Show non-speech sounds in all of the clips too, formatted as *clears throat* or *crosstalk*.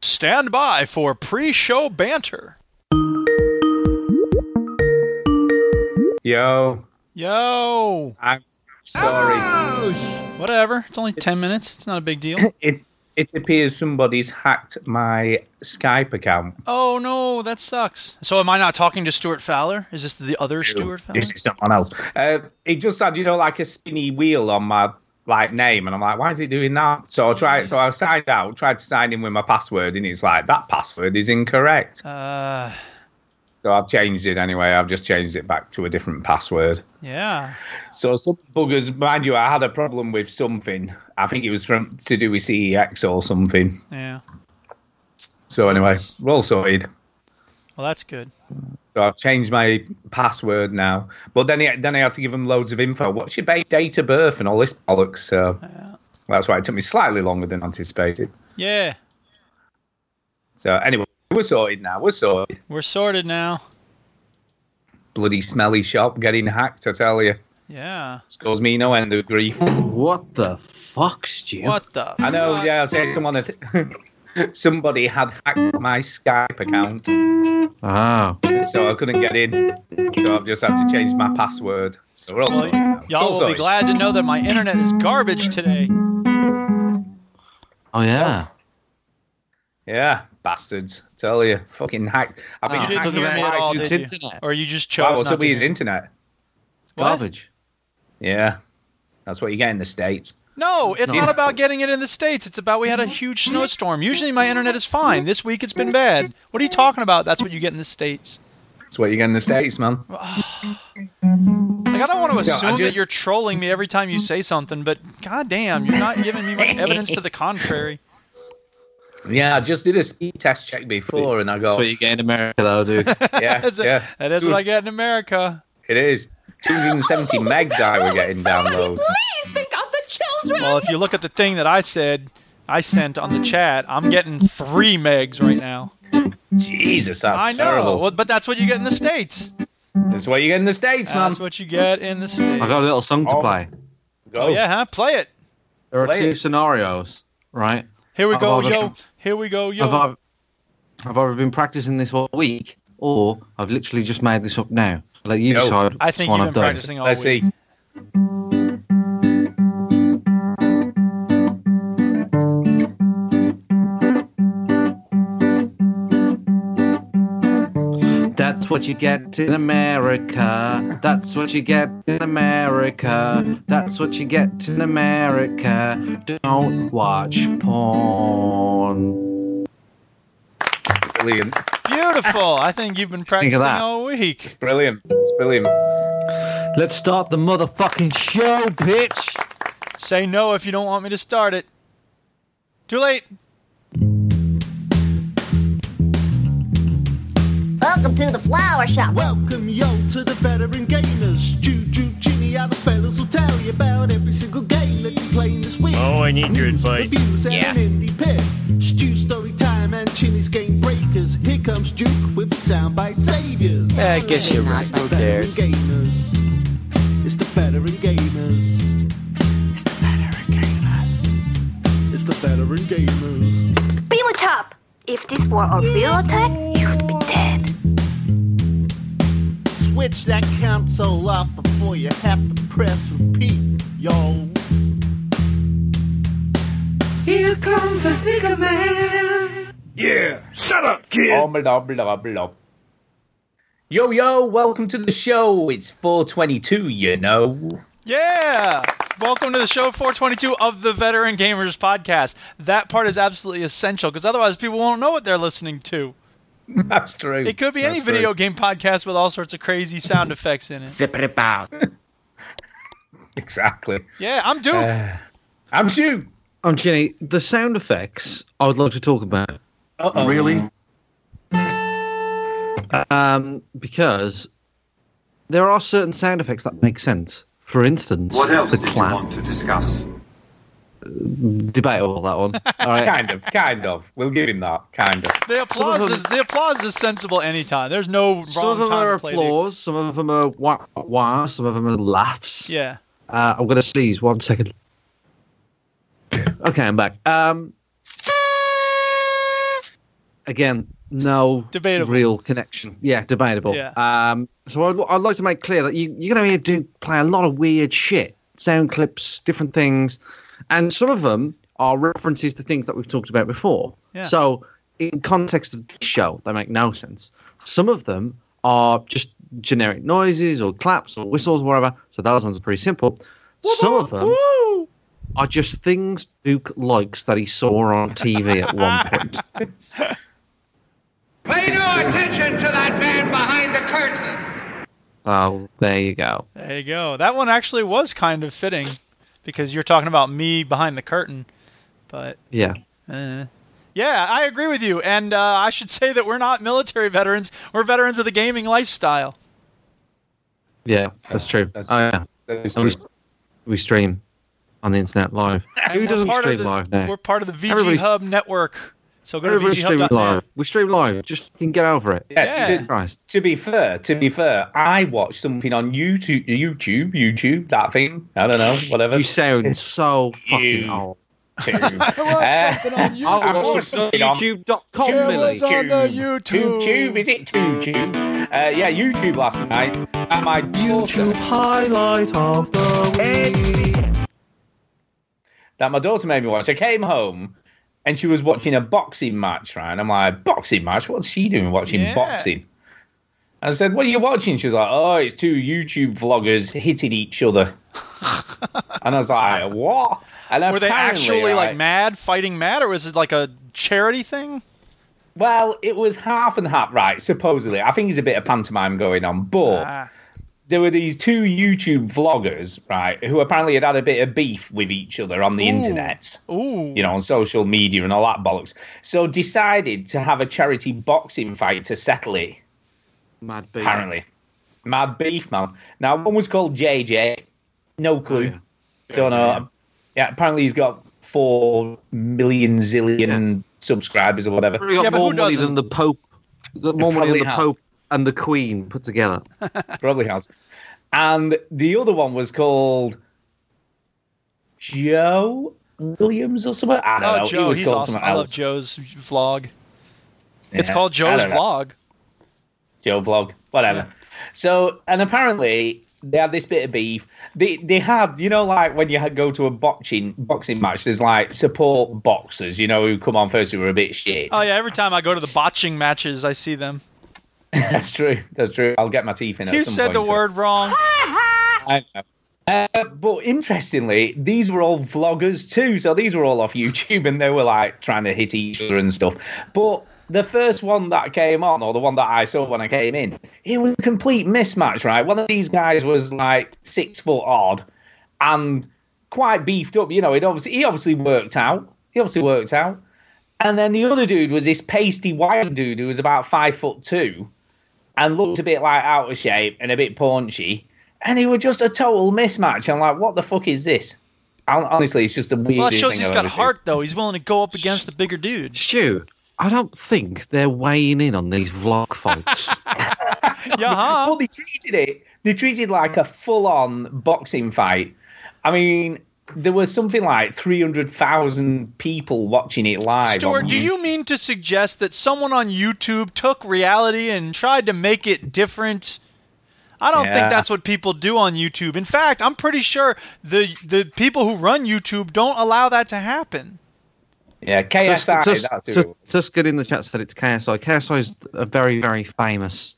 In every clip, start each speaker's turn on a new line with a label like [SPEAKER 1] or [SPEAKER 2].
[SPEAKER 1] Stand by for pre show banter.
[SPEAKER 2] Yo,
[SPEAKER 1] Yo!
[SPEAKER 2] I'm sorry.
[SPEAKER 1] Ah! Whatever. It's only 10 minutes. It's not a big deal.
[SPEAKER 2] *laughs* It it appears somebody's hacked my Skype account.
[SPEAKER 1] Oh, no. That sucks. So, am I not talking to Stuart Fowler? Is this the other Stuart Fowler?
[SPEAKER 2] This is someone else. Uh, it just had you know like a spinny wheel on my like name, and I'm like, why is it doing that? So I tried. So I signed out, tried to sign in with my password, and it's like that password is incorrect.
[SPEAKER 1] Uh,
[SPEAKER 2] So I've changed it anyway. I've just changed it back to a different password.
[SPEAKER 1] yeah.
[SPEAKER 2] So some buggers, mind you, I had a problem with something. I think it was from to do with CEX or something.
[SPEAKER 1] Yeah.
[SPEAKER 2] So anyway, we're all sorted.
[SPEAKER 1] Well, that's good.
[SPEAKER 2] So I've changed my password now. But then, he, then I had to give him loads of info. What's your ba- date of birth and all this bollocks? So
[SPEAKER 1] Yeah.
[SPEAKER 2] that's why it took me slightly longer than anticipated.
[SPEAKER 1] Yeah.
[SPEAKER 2] So anyway, we're sorted now. We're sorted.
[SPEAKER 1] We're sorted now.
[SPEAKER 2] Bloody smelly shop getting hacked, I tell you.
[SPEAKER 1] Yeah.
[SPEAKER 2] It's caused me no end of grief.
[SPEAKER 3] What the fuck, Stu?
[SPEAKER 1] What the?
[SPEAKER 2] I know.
[SPEAKER 1] fuck?
[SPEAKER 2] Yeah, I said someone. Had, *laughs* somebody had hacked my Skype account,
[SPEAKER 3] Ah.
[SPEAKER 2] so I couldn't get in. So I've just had to change my password. So we're all
[SPEAKER 1] Well,
[SPEAKER 2] sorted. now. It's all
[SPEAKER 1] y'all will be
[SPEAKER 2] sorted.
[SPEAKER 1] glad to know that my internet is garbage today.
[SPEAKER 3] Oh yeah.
[SPEAKER 2] Yeah, bastards. Tell you, fucking hacked. I've been
[SPEAKER 3] Oh, you
[SPEAKER 1] didn't
[SPEAKER 2] hacked
[SPEAKER 1] give
[SPEAKER 2] twice.
[SPEAKER 1] me at all,
[SPEAKER 2] You
[SPEAKER 1] did
[SPEAKER 2] did-
[SPEAKER 1] you?
[SPEAKER 3] internet.
[SPEAKER 1] Or you just chose
[SPEAKER 2] Wow, what's
[SPEAKER 1] not
[SPEAKER 2] up with
[SPEAKER 1] to.
[SPEAKER 2] his
[SPEAKER 1] hear.
[SPEAKER 2] internet?
[SPEAKER 3] It's
[SPEAKER 1] What?
[SPEAKER 3] garbage.
[SPEAKER 2] Yeah, that's what you get in the states.
[SPEAKER 1] No, it's
[SPEAKER 2] No. Mm-hmm.
[SPEAKER 1] not about getting it in the States. It's about we had a huge snowstorm. Usually my internet is fine. This week it's been bad. What are you talking about? That's what you get in the States.
[SPEAKER 2] That's what you get in the states, man.
[SPEAKER 1] Like, I don't want to assume that
[SPEAKER 2] just- Mm-hmm.
[SPEAKER 1] you're trolling me every time you say something, but goddamn, you're not giving me much evidence to the contrary. *laughs*
[SPEAKER 2] Yeah, I just did a speed test check before, and I go,
[SPEAKER 3] That's what you get in America though, *laughs* dude.
[SPEAKER 2] yeah,
[SPEAKER 1] That's it.
[SPEAKER 2] yeah,
[SPEAKER 1] that is what I get in America.
[SPEAKER 2] it is. 270 megs I were getting download.
[SPEAKER 4] Please think of the children.
[SPEAKER 1] Well, if you look at the thing that I said, I sent on the chat, I'm getting three megs right now.
[SPEAKER 2] Jesus, that's
[SPEAKER 1] I know,
[SPEAKER 2] terrible.
[SPEAKER 1] Well, but that's what you get in the States.
[SPEAKER 2] That's what you get in the states, man.
[SPEAKER 1] That's what you get in the States.
[SPEAKER 3] I got a little song to
[SPEAKER 2] Oh.
[SPEAKER 3] play.
[SPEAKER 2] Go.
[SPEAKER 1] oh, yeah, huh? Play it.
[SPEAKER 3] There are
[SPEAKER 2] Play
[SPEAKER 3] two
[SPEAKER 2] it.
[SPEAKER 3] scenarios, right?
[SPEAKER 1] Here we
[SPEAKER 3] I've
[SPEAKER 1] go,
[SPEAKER 3] already-
[SPEAKER 1] yo. Here we go, yo.
[SPEAKER 3] I've, either- I've either been practicing this all week, or I've literally just made this up now. Like you
[SPEAKER 2] Yo.
[SPEAKER 3] decide.
[SPEAKER 1] I think
[SPEAKER 3] which one
[SPEAKER 1] you've been
[SPEAKER 3] I've done.
[SPEAKER 1] practicing all
[SPEAKER 2] Let's
[SPEAKER 1] week.
[SPEAKER 2] see.
[SPEAKER 3] That's what you get in America. That's what you get in America. That's what you get in America. Don't watch porn.
[SPEAKER 2] Brilliant.
[SPEAKER 1] Beautiful. I think you've been
[SPEAKER 3] Think
[SPEAKER 1] practicing
[SPEAKER 3] of that.
[SPEAKER 1] all week.
[SPEAKER 2] It's brilliant. It's brilliant.
[SPEAKER 3] Let's start the motherfucking show, bitch.
[SPEAKER 1] Say no if you don't want me to start it. Too late.
[SPEAKER 5] Welcome to the flower shop.
[SPEAKER 6] Welcome yo to the veteran gamers. Juju, Ginny, other fellas will tell you about every single game that you playing this week.
[SPEAKER 7] Oh, I need your advice.
[SPEAKER 6] Reviews and an indie pick. Stu story time and Chinny's game breakers. Here comes Duke with the soundbite saviors.
[SPEAKER 8] Yeah, I guess you're right.
[SPEAKER 6] It's the
[SPEAKER 8] Who
[SPEAKER 6] veteran
[SPEAKER 8] cares?
[SPEAKER 6] gamers. It's the veteran gamers. It's the veteran gamers. It's the veteran gamers.
[SPEAKER 5] Bill Top. If this were a real attack, you'd be dead.
[SPEAKER 6] Switch that console off before you have to press repeat, yo.
[SPEAKER 4] Here comes the bigger man.
[SPEAKER 7] Yeah, shut up, kid.
[SPEAKER 2] Oh, blah, blah, blah, blah. Yo, yo, welcome to the show. It's 422, you know.
[SPEAKER 1] Yeah. Welcome to the show 422 of the Veteran Gamers podcast. That part is absolutely essential because otherwise people won't know what they're listening to.
[SPEAKER 2] *laughs* That's true.
[SPEAKER 1] It could be any
[SPEAKER 2] That's
[SPEAKER 1] video
[SPEAKER 2] true.
[SPEAKER 1] game podcast with all sorts of crazy sound effects in it.
[SPEAKER 8] Flip it about.
[SPEAKER 2] *laughs* Exactly.
[SPEAKER 1] Yeah, I'm Duke.
[SPEAKER 2] Uh, I'm Stu.
[SPEAKER 3] Um, Jenny, the sound effects I would like to talk about.
[SPEAKER 2] Uh-oh.
[SPEAKER 7] Really?
[SPEAKER 3] Um, because there are certain sound effects that make sense. For instance,
[SPEAKER 9] What else
[SPEAKER 3] the
[SPEAKER 9] did you
[SPEAKER 3] clap.
[SPEAKER 9] want to discuss?
[SPEAKER 3] Debatable that
[SPEAKER 1] *laughs*
[SPEAKER 3] one. All right.
[SPEAKER 2] Kind of, kind of. We'll give him that. Kind of.
[SPEAKER 1] the applause
[SPEAKER 3] some of
[SPEAKER 1] is
[SPEAKER 3] them-
[SPEAKER 1] the applause is sensible anytime. There's no wrong
[SPEAKER 3] Some of them
[SPEAKER 1] time
[SPEAKER 3] are
[SPEAKER 1] to play. the-
[SPEAKER 3] applause. Some of them are wah wah. Some of them are laughs.
[SPEAKER 1] Yeah.
[SPEAKER 3] Uh, I'm gonna sneeze. One second. Okay, I'm back. Um, again, no
[SPEAKER 1] Debatable.
[SPEAKER 3] real connection. Yeah, debatable.
[SPEAKER 1] Yeah.
[SPEAKER 3] Um, so I'd, I'd like to make clear that you, you're going to hear Duke play a lot of weird shit, sound clips, different things, and some of them are references to things that we've talked about before.
[SPEAKER 1] Yeah.
[SPEAKER 3] So in context of this show, they make no sense. Some of them are just generic noises or claps or whistles, whatever. So those ones are pretty simple. Some of them are just things Duke likes that he saw on TV at one point.
[SPEAKER 8] Pay no attention to that man behind the curtain.
[SPEAKER 3] Oh, there you go.
[SPEAKER 1] There you go. That one actually was kind of fitting because you're talking about me behind the curtain. But
[SPEAKER 3] Yeah.
[SPEAKER 1] uh, yeah, I agree with you. And uh, I should *laughs* say that we're not military veterans. We're veterans of the gaming lifestyle.
[SPEAKER 3] Yeah, that's true.
[SPEAKER 2] That's
[SPEAKER 3] oh, yeah.
[SPEAKER 2] That's
[SPEAKER 3] And we,
[SPEAKER 2] true.
[SPEAKER 3] we stream on the internet live.
[SPEAKER 1] *laughs* And
[SPEAKER 3] Who
[SPEAKER 1] we're
[SPEAKER 3] doesn't
[SPEAKER 1] part of
[SPEAKER 3] stream
[SPEAKER 1] the-
[SPEAKER 3] live now?
[SPEAKER 1] We're part of the VG
[SPEAKER 3] Everybody-
[SPEAKER 1] Hub network. So go to
[SPEAKER 3] Everybody's streaming
[SPEAKER 1] VGHub.net.
[SPEAKER 3] live. We stream live. Just fucking get over it.
[SPEAKER 1] Yeah.
[SPEAKER 2] Yeah,
[SPEAKER 3] Jesus Christ.
[SPEAKER 2] To be fair, to be fair, I watched something on YouTube, YouTube, YouTube, that thing. I don't know, whatever.
[SPEAKER 3] You sound so fucking
[SPEAKER 2] You.
[SPEAKER 3] old.
[SPEAKER 1] *laughs*
[SPEAKER 2] Two. Uh, *laughs* I watched something on
[SPEAKER 3] YouTube.com,
[SPEAKER 1] There
[SPEAKER 3] Millie.
[SPEAKER 1] was on the YouTube.
[SPEAKER 2] YouTube. Is it TubeTube? Uh, yeah, YouTube last night. And my
[SPEAKER 3] YouTube
[SPEAKER 2] daughter,
[SPEAKER 3] highlight of the week.
[SPEAKER 2] that my daughter made me watch. I came home and she was watching a boxing match, right? And I'm like, boxing match? What's she doing watching
[SPEAKER 1] Yeah.
[SPEAKER 2] boxing? I said, what are you watching? She was like, oh, it's two YouTube vloggers hitting each
[SPEAKER 1] *laughs*
[SPEAKER 2] other. and I was like, what? And
[SPEAKER 1] Were they
[SPEAKER 2] apparently,
[SPEAKER 1] actually like
[SPEAKER 2] right,
[SPEAKER 1] mad, fighting mad, or was it like a charity thing?
[SPEAKER 2] Well, it was half and half, right? Supposedly, I think there's a bit of pantomime going on, but
[SPEAKER 1] Ah,
[SPEAKER 2] there were these two YouTube vloggers, right, who apparently had had a bit of beef with each other on the internet,
[SPEAKER 1] ooh.
[SPEAKER 2] you know, on social media and all that bollocks. So decided to have a charity boxing fight to settle it.
[SPEAKER 3] Mad B.
[SPEAKER 2] Apparently, mad beef, man. Now one was called JJ. No clue.
[SPEAKER 3] Oh,
[SPEAKER 2] Don't know. Yeah, apparently he's got four million zillion subscribers or whatever.
[SPEAKER 3] Probably got
[SPEAKER 1] Yeah, but
[SPEAKER 3] more
[SPEAKER 1] who
[SPEAKER 3] money
[SPEAKER 1] doesn't?
[SPEAKER 3] than the Pope. Got more money than
[SPEAKER 2] probably
[SPEAKER 3] the
[SPEAKER 2] has.
[SPEAKER 3] Pope and the Queen put together.
[SPEAKER 1] *laughs*
[SPEAKER 2] probably has. And the other one was called Joe Williams or something. I don't
[SPEAKER 1] Oh,
[SPEAKER 2] know. he
[SPEAKER 1] Joe,
[SPEAKER 2] was
[SPEAKER 1] he's
[SPEAKER 2] called
[SPEAKER 1] awesome.
[SPEAKER 2] something
[SPEAKER 1] I
[SPEAKER 2] else.
[SPEAKER 1] love Joe's vlog. It's
[SPEAKER 2] Yeah,
[SPEAKER 1] called
[SPEAKER 2] I
[SPEAKER 1] Joe's
[SPEAKER 2] don't know.
[SPEAKER 1] vlog.
[SPEAKER 2] Joe Vlog, whatever. So, and apparently they had this bit of beef. They they had, you know, like when you had- go to a boxing boxing match, there's like support boxers, you know, who come on first who are a bit shit.
[SPEAKER 1] Oh yeah, every time I go to the botching matches, I see them.
[SPEAKER 2] *laughs* That's true. That's true. I'll get my teeth in. at
[SPEAKER 1] You
[SPEAKER 2] some
[SPEAKER 1] said the
[SPEAKER 2] point, so-
[SPEAKER 1] word wrong.
[SPEAKER 2] I know. Uh, but interestingly, these were all vloggers too. So these were all off YouTube and they were like trying to hit each other and stuff. But the first one that came on, or the one that I saw when I came in, it was a complete mismatch, right? One of these guys was like six foot odd and quite beefed up. You know, it obviously he obviously worked out. He obviously worked out. And then the other dude was this pasty white dude who was about five foot two and looked a bit like out of shape and a bit paunchy. And he was just a total mismatch. I'm like, what the fuck is this? Hon- Honestly, it's just a weird.
[SPEAKER 1] Well, that shows
[SPEAKER 2] thing
[SPEAKER 1] he's
[SPEAKER 2] I've
[SPEAKER 1] got
[SPEAKER 2] ever seen.
[SPEAKER 1] heart though. He's willing to go up against the bigger dude.
[SPEAKER 3] Stu, I don't think they're weighing in on these vlog fights.
[SPEAKER 1] Yeah, huh?
[SPEAKER 2] Well, they treated it. They treated it like a full-on boxing fight. I mean, there was something like three hundred thousand people watching it live.
[SPEAKER 1] Stuart,
[SPEAKER 2] on
[SPEAKER 1] do you mean to suggest that someone on YouTube took reality and tried to make it different? I don't
[SPEAKER 2] Yeah.
[SPEAKER 1] think that's what people do on YouTube. In fact, I'm pretty sure the the people who run YouTube don't allow that to happen.
[SPEAKER 2] Yeah, KSI. that's
[SPEAKER 3] Tus-
[SPEAKER 2] who
[SPEAKER 3] Tus-
[SPEAKER 2] it was.
[SPEAKER 3] Tus- Tuscan in the chat said it's KSI. KSI is a very, very famous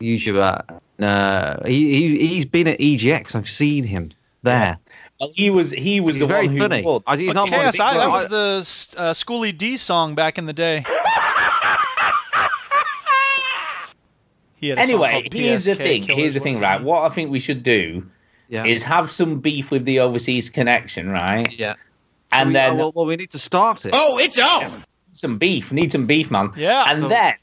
[SPEAKER 3] YouTuber. Uh, he, he, he's been at EGX. I've seen him there.
[SPEAKER 2] Well, he was. He was
[SPEAKER 3] He's
[SPEAKER 2] the
[SPEAKER 3] very
[SPEAKER 2] one who.
[SPEAKER 3] funny.
[SPEAKER 2] won.
[SPEAKER 3] I, he's
[SPEAKER 1] But
[SPEAKER 3] not one of
[SPEAKER 1] KSI,
[SPEAKER 3] the-
[SPEAKER 1] that
[SPEAKER 3] I-
[SPEAKER 1] was the uh, Schoolie D song back in the
[SPEAKER 2] *laughs*
[SPEAKER 1] day. He had a song
[SPEAKER 2] Anyway,
[SPEAKER 1] called
[SPEAKER 2] here's the
[SPEAKER 1] PSK
[SPEAKER 2] thing.
[SPEAKER 1] Killers.
[SPEAKER 2] Here's the
[SPEAKER 1] What
[SPEAKER 2] thing,
[SPEAKER 1] does it
[SPEAKER 2] right?
[SPEAKER 1] mean?
[SPEAKER 2] What I think we should do
[SPEAKER 3] yeah.
[SPEAKER 2] is have some beef with the overseas connection, right?
[SPEAKER 3] yeah.
[SPEAKER 2] And
[SPEAKER 3] we,
[SPEAKER 2] then
[SPEAKER 3] oh, well, well, we need to start it.
[SPEAKER 7] Oh, it's on.
[SPEAKER 2] some beef. Need some beef, man.
[SPEAKER 1] Yeah.
[SPEAKER 2] And then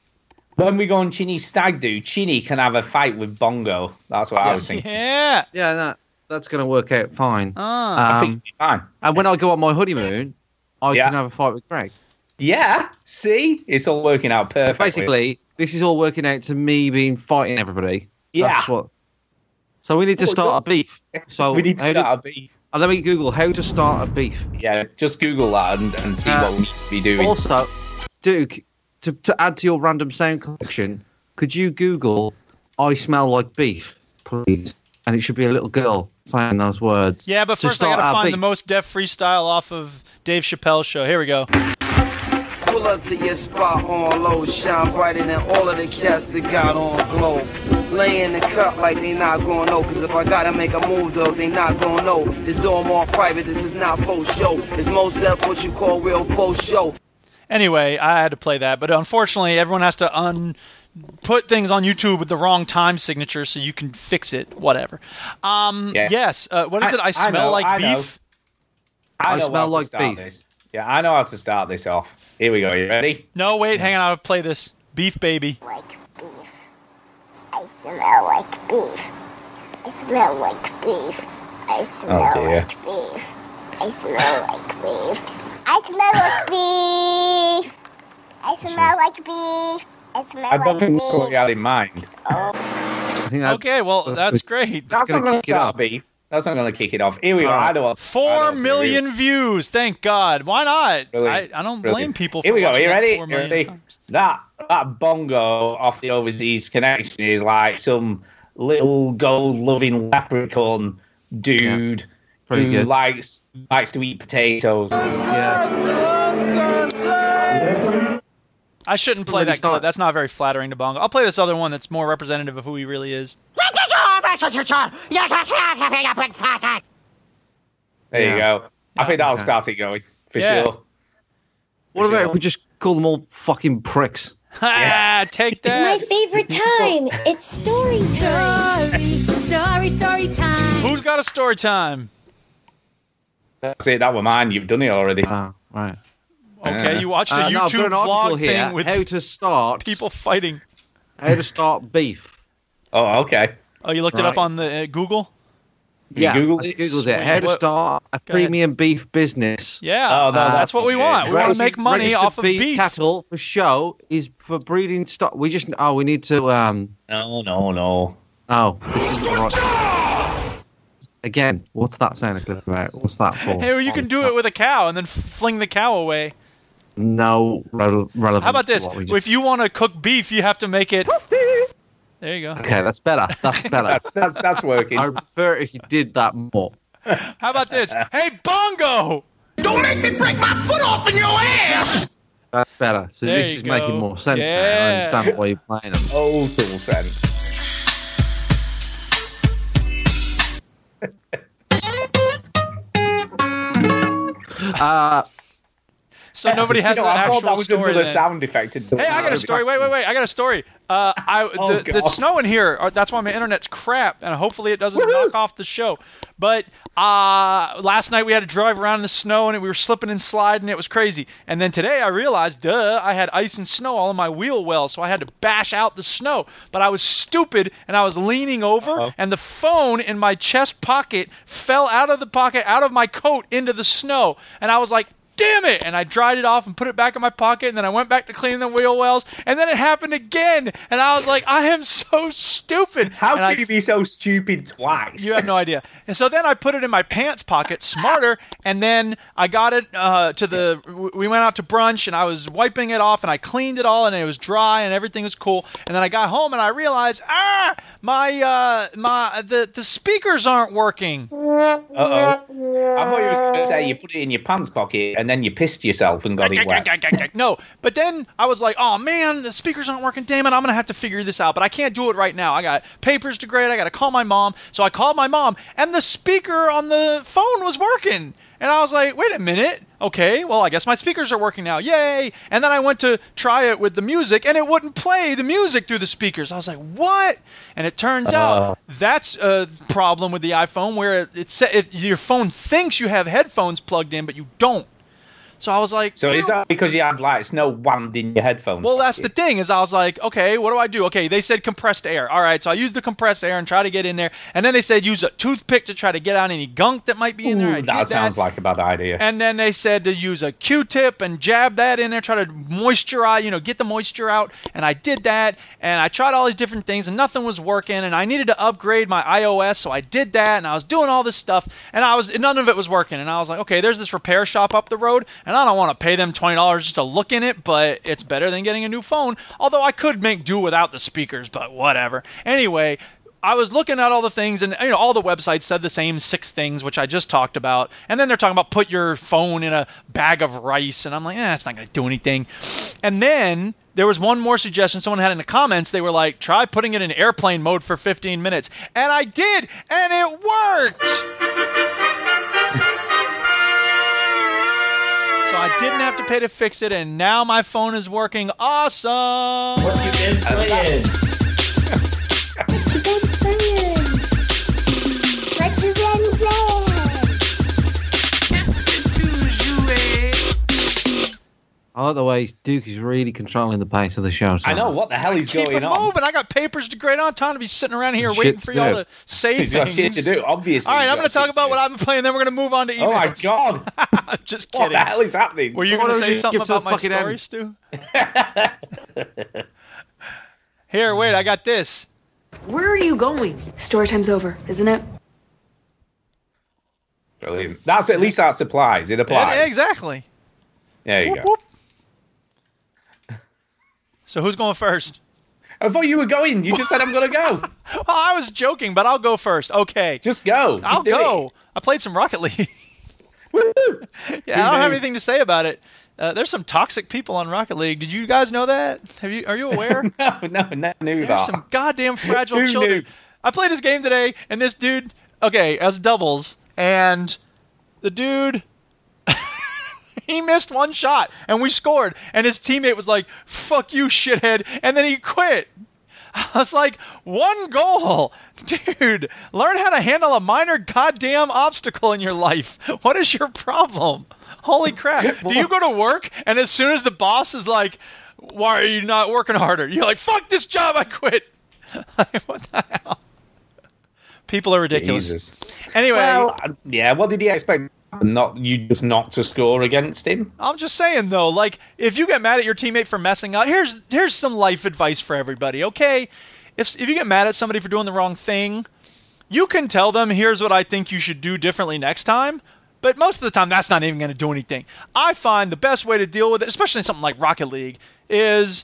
[SPEAKER 2] when we go on Chinny Stag Do, Chinny can have a fight with Bongo. That's what I was thinking.
[SPEAKER 1] *laughs* Yeah.
[SPEAKER 3] Yeah, no, that's going to work out fine.
[SPEAKER 1] Ah.
[SPEAKER 2] I
[SPEAKER 3] Um,
[SPEAKER 2] think it'd be fine.
[SPEAKER 3] and when I go on my honeymoon, I
[SPEAKER 2] Yeah.
[SPEAKER 3] can have a fight with Greg.
[SPEAKER 2] Yeah. See, it's all working out perfectly.
[SPEAKER 3] Basically, this is all working out to me being fighting everybody.
[SPEAKER 2] Yeah.
[SPEAKER 3] That's what. So we need to
[SPEAKER 2] Well,
[SPEAKER 3] start a beef. So
[SPEAKER 2] *laughs* we need
[SPEAKER 3] how
[SPEAKER 2] to
[SPEAKER 3] do-
[SPEAKER 2] start a beef.
[SPEAKER 3] Uh, let me Google how to start a beef.
[SPEAKER 2] Yeah. Just Google that and, and see what
[SPEAKER 3] Uh,
[SPEAKER 2] we need to be doing.
[SPEAKER 3] Also, Duke, to, to add to your random sound collection, could you Google "I smell like beef," please? And it should be a little girl saying those words.
[SPEAKER 1] Yeah, but
[SPEAKER 3] To
[SPEAKER 1] first I
[SPEAKER 3] start
[SPEAKER 1] gotta
[SPEAKER 3] our
[SPEAKER 1] find
[SPEAKER 3] beat.
[SPEAKER 1] the most deaf freestyle off of Dave Chappelle's show. Here we go.
[SPEAKER 9] Pull up to your spot on low, shine brighter than all of the cats that got on glow. Lay in the cup like they not gonna know, cause if I gotta make a move though, they not gonna know. This door more private, this is not faux show. It's most of what you call real faux show.
[SPEAKER 1] Anyway, I had to play that, but unfortunately, everyone has to un put things on YouTube with the wrong time signature so you can fix it. Whatever. Um,
[SPEAKER 2] Yeah.
[SPEAKER 1] Yes. Uh, what is
[SPEAKER 2] I-
[SPEAKER 1] it? I
[SPEAKER 2] I
[SPEAKER 1] smell
[SPEAKER 2] know,
[SPEAKER 1] like
[SPEAKER 2] I know.
[SPEAKER 1] beef.
[SPEAKER 2] I,
[SPEAKER 3] I
[SPEAKER 2] know
[SPEAKER 3] smell
[SPEAKER 2] how
[SPEAKER 3] like
[SPEAKER 2] to start
[SPEAKER 3] beef.
[SPEAKER 2] This. Yeah, I know how to start this off. Here we go. You ready?
[SPEAKER 1] No, wait, hang on. I'll play this. Beef baby.
[SPEAKER 5] Like beef. I smell like beef. I smell like beef. I smell
[SPEAKER 2] Oh, dear.
[SPEAKER 5] like beef. I smell like beef. I smell like beef. I smell like beef. I smell
[SPEAKER 2] I don't
[SPEAKER 5] like
[SPEAKER 2] think that's what
[SPEAKER 5] beef.
[SPEAKER 2] you had in mind.
[SPEAKER 3] I think that-
[SPEAKER 1] Okay, well that's great.
[SPEAKER 2] That's
[SPEAKER 3] gonna
[SPEAKER 2] not going to
[SPEAKER 3] kick it
[SPEAKER 2] start
[SPEAKER 3] off.
[SPEAKER 2] beef. eh? That's not going to kick it off. Here we go.
[SPEAKER 3] All right.
[SPEAKER 2] I know what.
[SPEAKER 1] Four million views. Thank God. Why not?
[SPEAKER 2] Brilliant.
[SPEAKER 1] I, I don't blame
[SPEAKER 2] Brilliant.
[SPEAKER 1] people. For
[SPEAKER 2] Here we go.
[SPEAKER 1] watching
[SPEAKER 2] You
[SPEAKER 1] that
[SPEAKER 2] ready?
[SPEAKER 1] Four
[SPEAKER 2] You
[SPEAKER 1] million
[SPEAKER 2] ready?
[SPEAKER 1] times.
[SPEAKER 2] That that bongo off the overseas connection is like some little gold loving leprechaun dude
[SPEAKER 3] Pretty
[SPEAKER 2] who
[SPEAKER 3] good.
[SPEAKER 2] likes likes to eat potatoes.
[SPEAKER 3] yeah.
[SPEAKER 1] I shouldn't play
[SPEAKER 3] Maybe
[SPEAKER 1] that
[SPEAKER 3] it's not.
[SPEAKER 1] clip. That's not very flattering to Bongo. I'll play this other one that's more representative of who he really is. *laughs*
[SPEAKER 2] There you
[SPEAKER 3] Yeah.
[SPEAKER 2] go. I think that'll
[SPEAKER 3] Okay.
[SPEAKER 2] start it going for
[SPEAKER 1] Yeah.
[SPEAKER 2] sure.
[SPEAKER 3] What about
[SPEAKER 2] sure.
[SPEAKER 3] if we just call them all fucking pricks?
[SPEAKER 1] Ha! Take
[SPEAKER 10] My
[SPEAKER 1] that.
[SPEAKER 10] favorite time. It's story time. Story, story, story time.
[SPEAKER 1] Who's got a story time?
[SPEAKER 2] That's it. That were mine. You've done it already.
[SPEAKER 3] Ah, right.
[SPEAKER 1] Okay,
[SPEAKER 2] Uh,
[SPEAKER 1] you watched a
[SPEAKER 3] Uh, no, I've got
[SPEAKER 1] YouTube
[SPEAKER 3] an article
[SPEAKER 1] vlog
[SPEAKER 3] here.
[SPEAKER 1] thing with
[SPEAKER 3] how to start
[SPEAKER 1] *laughs* people fighting.
[SPEAKER 3] How to start beef.
[SPEAKER 2] Oh, okay.
[SPEAKER 1] Oh, you looked it up
[SPEAKER 3] Right.
[SPEAKER 1] on the uh, Google?
[SPEAKER 2] You Googled
[SPEAKER 3] I
[SPEAKER 2] it?
[SPEAKER 3] Googled it. How to
[SPEAKER 1] What-
[SPEAKER 3] start a
[SPEAKER 1] Go ahead.
[SPEAKER 3] premium beef business.
[SPEAKER 1] Yeah.
[SPEAKER 2] Oh, no,
[SPEAKER 1] that's
[SPEAKER 2] that's
[SPEAKER 1] what we
[SPEAKER 2] good.
[SPEAKER 1] want. We want to
[SPEAKER 2] Registered-
[SPEAKER 1] make money
[SPEAKER 3] Registered
[SPEAKER 1] off of beef.
[SPEAKER 3] cattle for show is for breeding stock. We just oh we need to um
[SPEAKER 2] No, no, no.
[SPEAKER 3] oh this is right. again. What's that sound clip about? What's that for?
[SPEAKER 1] Hey, well, you can do it with a cow and then fling the cow away.
[SPEAKER 3] no rele- relevance.
[SPEAKER 1] How about
[SPEAKER 3] to
[SPEAKER 1] this?
[SPEAKER 3] what we just-
[SPEAKER 1] If you want to cook beef, you have to make it. There you go.
[SPEAKER 3] okay, that's better. That's
[SPEAKER 1] *laughs*
[SPEAKER 3] better.
[SPEAKER 2] That's that's, that's working.
[SPEAKER 3] *laughs* I prefer if you did that more.
[SPEAKER 1] How about
[SPEAKER 3] *laughs*
[SPEAKER 1] this? Hey, Bongo!
[SPEAKER 8] Don't make me break my foot off in your ass!
[SPEAKER 3] That's better. So
[SPEAKER 1] There
[SPEAKER 3] this
[SPEAKER 1] you
[SPEAKER 3] is making
[SPEAKER 1] go.
[SPEAKER 3] more sense. now.
[SPEAKER 1] Yeah.
[SPEAKER 3] I understand why you're playing
[SPEAKER 1] *laughs*
[SPEAKER 3] it.
[SPEAKER 2] Total sense.
[SPEAKER 3] Uh,
[SPEAKER 1] So *laughs* nobody
[SPEAKER 2] You
[SPEAKER 1] has
[SPEAKER 2] know,
[SPEAKER 1] an
[SPEAKER 2] I thought
[SPEAKER 1] actual
[SPEAKER 2] that was
[SPEAKER 1] story.
[SPEAKER 2] another
[SPEAKER 1] then.
[SPEAKER 2] sound effect.
[SPEAKER 1] Hey, I got a story. Wait, wait, wait. I got a story. Uh, I
[SPEAKER 2] Oh,
[SPEAKER 1] the, the
[SPEAKER 2] God.
[SPEAKER 1] snow in here. uh, That's why my internet's crap, and hopefully it doesn't knock off the show. But uh, last night we had to drive around in the snow, and it, we were slipping and sliding. It was crazy. And then today I realized, duh, I had ice and snow all in my wheel well, so I had to bash out the snow. But I was stupid, and I was leaning over,
[SPEAKER 2] Uh-oh.
[SPEAKER 1] and the phone in my chest pocket fell out of the pocket, out of my coat, into the snow, and I was like damn it and i dried it off and put it back in my pocket and then i went back to clean the wheel wells and then it happened again and i was like i am so stupid
[SPEAKER 2] *laughs* How
[SPEAKER 1] and
[SPEAKER 2] could
[SPEAKER 1] I-
[SPEAKER 2] you be so stupid
[SPEAKER 1] *laughs*
[SPEAKER 2] twice?
[SPEAKER 1] you have no idea and so then i put it in my pants pocket smarter and then i got it uh, to the w- we went out to brunch and i was wiping it off and i cleaned it all and it was dry and everything was cool and then i got home and i realized ah my uh my the the speakers aren't working
[SPEAKER 2] Uh oh. I thought you was going to say you put it in your pants pocket and then you pissed yourself and got it wet.
[SPEAKER 1] No, but then I was like, oh man, the speakers aren't working. Damn it, I'm gonna have to figure this out. But I can't do it right now. I got papers to grade. I gotta call my mom. So I called my mom, and the speaker on the phone was working. And I was like, wait a minute. Okay, well I guess my speakers are working now. Yay! And then I went to try it with the music, and it wouldn't play the music through the speakers. I was like, what? And it turns
[SPEAKER 2] Uh-huh.
[SPEAKER 1] out that's a problem with the iPhone where it, it, sa- it your phone thinks you have headphones plugged in, but you don't. So I was like,
[SPEAKER 2] So is
[SPEAKER 1] "Ew."
[SPEAKER 2] that because you had like snow whammed in your headphones?
[SPEAKER 1] Well, that's the thing is I was like, okay, what do I do? Okay, they said compressed air. All right, so I used the compressed air and try to get in there, and then they said use a toothpick to try to get out any gunk that might be in there. I
[SPEAKER 2] Ooh,
[SPEAKER 1] did
[SPEAKER 2] that
[SPEAKER 1] that
[SPEAKER 2] sounds like a bad idea.
[SPEAKER 1] and then they said to use a Q-tip and jab that in there, try to moisturize, you know, get the moisture out. And I did that, and I tried all these different things, and nothing was working. And I needed to upgrade my iOS, so I did that, and I was doing all this stuff, and I was none of it was working. And I was like, okay, there's this repair shop up the road, and I don't want to pay them twenty dollars just to look in it, but it's better than getting a new phone. Although I could make do without the speakers, but whatever. Anyway, I was looking at all the things, and you know, all the websites said the same six things, which I just talked about. And then they're talking about put your phone in a bag of rice, and I'm like, eh, it's not going to do anything. And then there was one more suggestion someone had in the comments. They were like, try putting it in airplane mode for 15 minutes, and I did, and it worked. *laughs* so I didn't have to pay to fix it, and now my phone is working. Awesome. What you been playing?
[SPEAKER 5] What you been playing?
[SPEAKER 3] I like the way Duke is really controlling the pace of the show.
[SPEAKER 2] I know
[SPEAKER 3] Simon.
[SPEAKER 2] what the hell is
[SPEAKER 1] Keep
[SPEAKER 2] going
[SPEAKER 1] it
[SPEAKER 2] on.
[SPEAKER 1] moving. I got papers to grade on. Time to be sitting around here
[SPEAKER 3] Shit
[SPEAKER 1] waiting for
[SPEAKER 3] to
[SPEAKER 1] y'all
[SPEAKER 3] do.
[SPEAKER 1] to
[SPEAKER 2] *laughs*
[SPEAKER 1] say
[SPEAKER 2] He's got
[SPEAKER 1] things.
[SPEAKER 2] shit to do, obviously.
[SPEAKER 1] All right,
[SPEAKER 2] He's
[SPEAKER 1] I'm
[SPEAKER 2] got
[SPEAKER 1] going to
[SPEAKER 2] shit
[SPEAKER 1] talk about
[SPEAKER 2] do.
[SPEAKER 1] what I've been playing. Then we're going to move on to
[SPEAKER 2] Oh my
[SPEAKER 1] emails. *laughs*
[SPEAKER 2] god!
[SPEAKER 1] Just
[SPEAKER 2] What
[SPEAKER 1] kidding.
[SPEAKER 2] the hell is happening?
[SPEAKER 1] Were you
[SPEAKER 3] Why
[SPEAKER 1] going to
[SPEAKER 3] don't
[SPEAKER 1] say
[SPEAKER 3] you
[SPEAKER 1] something
[SPEAKER 3] skip to the
[SPEAKER 1] about my
[SPEAKER 3] fucking end?
[SPEAKER 1] story, Stu? Here, wait. I got this.
[SPEAKER 11] Where are you going? Story time's over, isn't it?
[SPEAKER 2] *laughs* Brilliant. That's at least that supplies. It applies.
[SPEAKER 1] Yeah, exactly.
[SPEAKER 2] There you
[SPEAKER 1] Whoop,
[SPEAKER 2] go.
[SPEAKER 1] whoop. So who's going first?
[SPEAKER 2] I thought you were going. You just said I'm
[SPEAKER 1] *laughs*
[SPEAKER 2] gonna go.
[SPEAKER 1] Oh, I was joking, but I'll go first. Okay.
[SPEAKER 2] Just go. Just
[SPEAKER 1] I'll
[SPEAKER 2] do
[SPEAKER 1] go. I played some Rocket League. *laughs*
[SPEAKER 2] It. Woo!
[SPEAKER 1] Yeah, I don't have
[SPEAKER 2] knew?
[SPEAKER 1] anything to say about it. Uh, there's some toxic people on Rocket League. Did you guys know that? Have you? Are you
[SPEAKER 2] *laughs*
[SPEAKER 1] aware?
[SPEAKER 2] no, *laughs* no, no, knew
[SPEAKER 1] There's
[SPEAKER 2] that.
[SPEAKER 1] some goddamn fragile
[SPEAKER 2] *laughs* Who
[SPEAKER 1] children.
[SPEAKER 2] knew?
[SPEAKER 1] I played this game today, and this dude, okay, as doubles, and the dude, *laughs* he missed one shot, and we scored, and his teammate was like, "Fuck you, shithead," and then he quit. I was like, one goal, dude. Learn how to handle a minor goddamn obstacle in your life. What is your problem? Holy crap! Do you go to work and as soon as the boss is like, "Why are you not working harder?" You're like, "Fuck this job, I quit." *laughs* Like, what the hell? People are ridiculous.
[SPEAKER 2] Jesus.
[SPEAKER 1] Anyway,
[SPEAKER 2] Well, uh, yeah. What did he expect? Not you just not to score against him.
[SPEAKER 1] I'm just saying though, like if you get mad at your teammate for messing up, here's here's some life advice for everybody. Okay, if if you get mad at somebody for doing the wrong thing, you can tell them, here's what I think you should do differently next time. But most of the time, that's not even going to do anything. I find the best way to deal with it, especially in something like Rocket League, is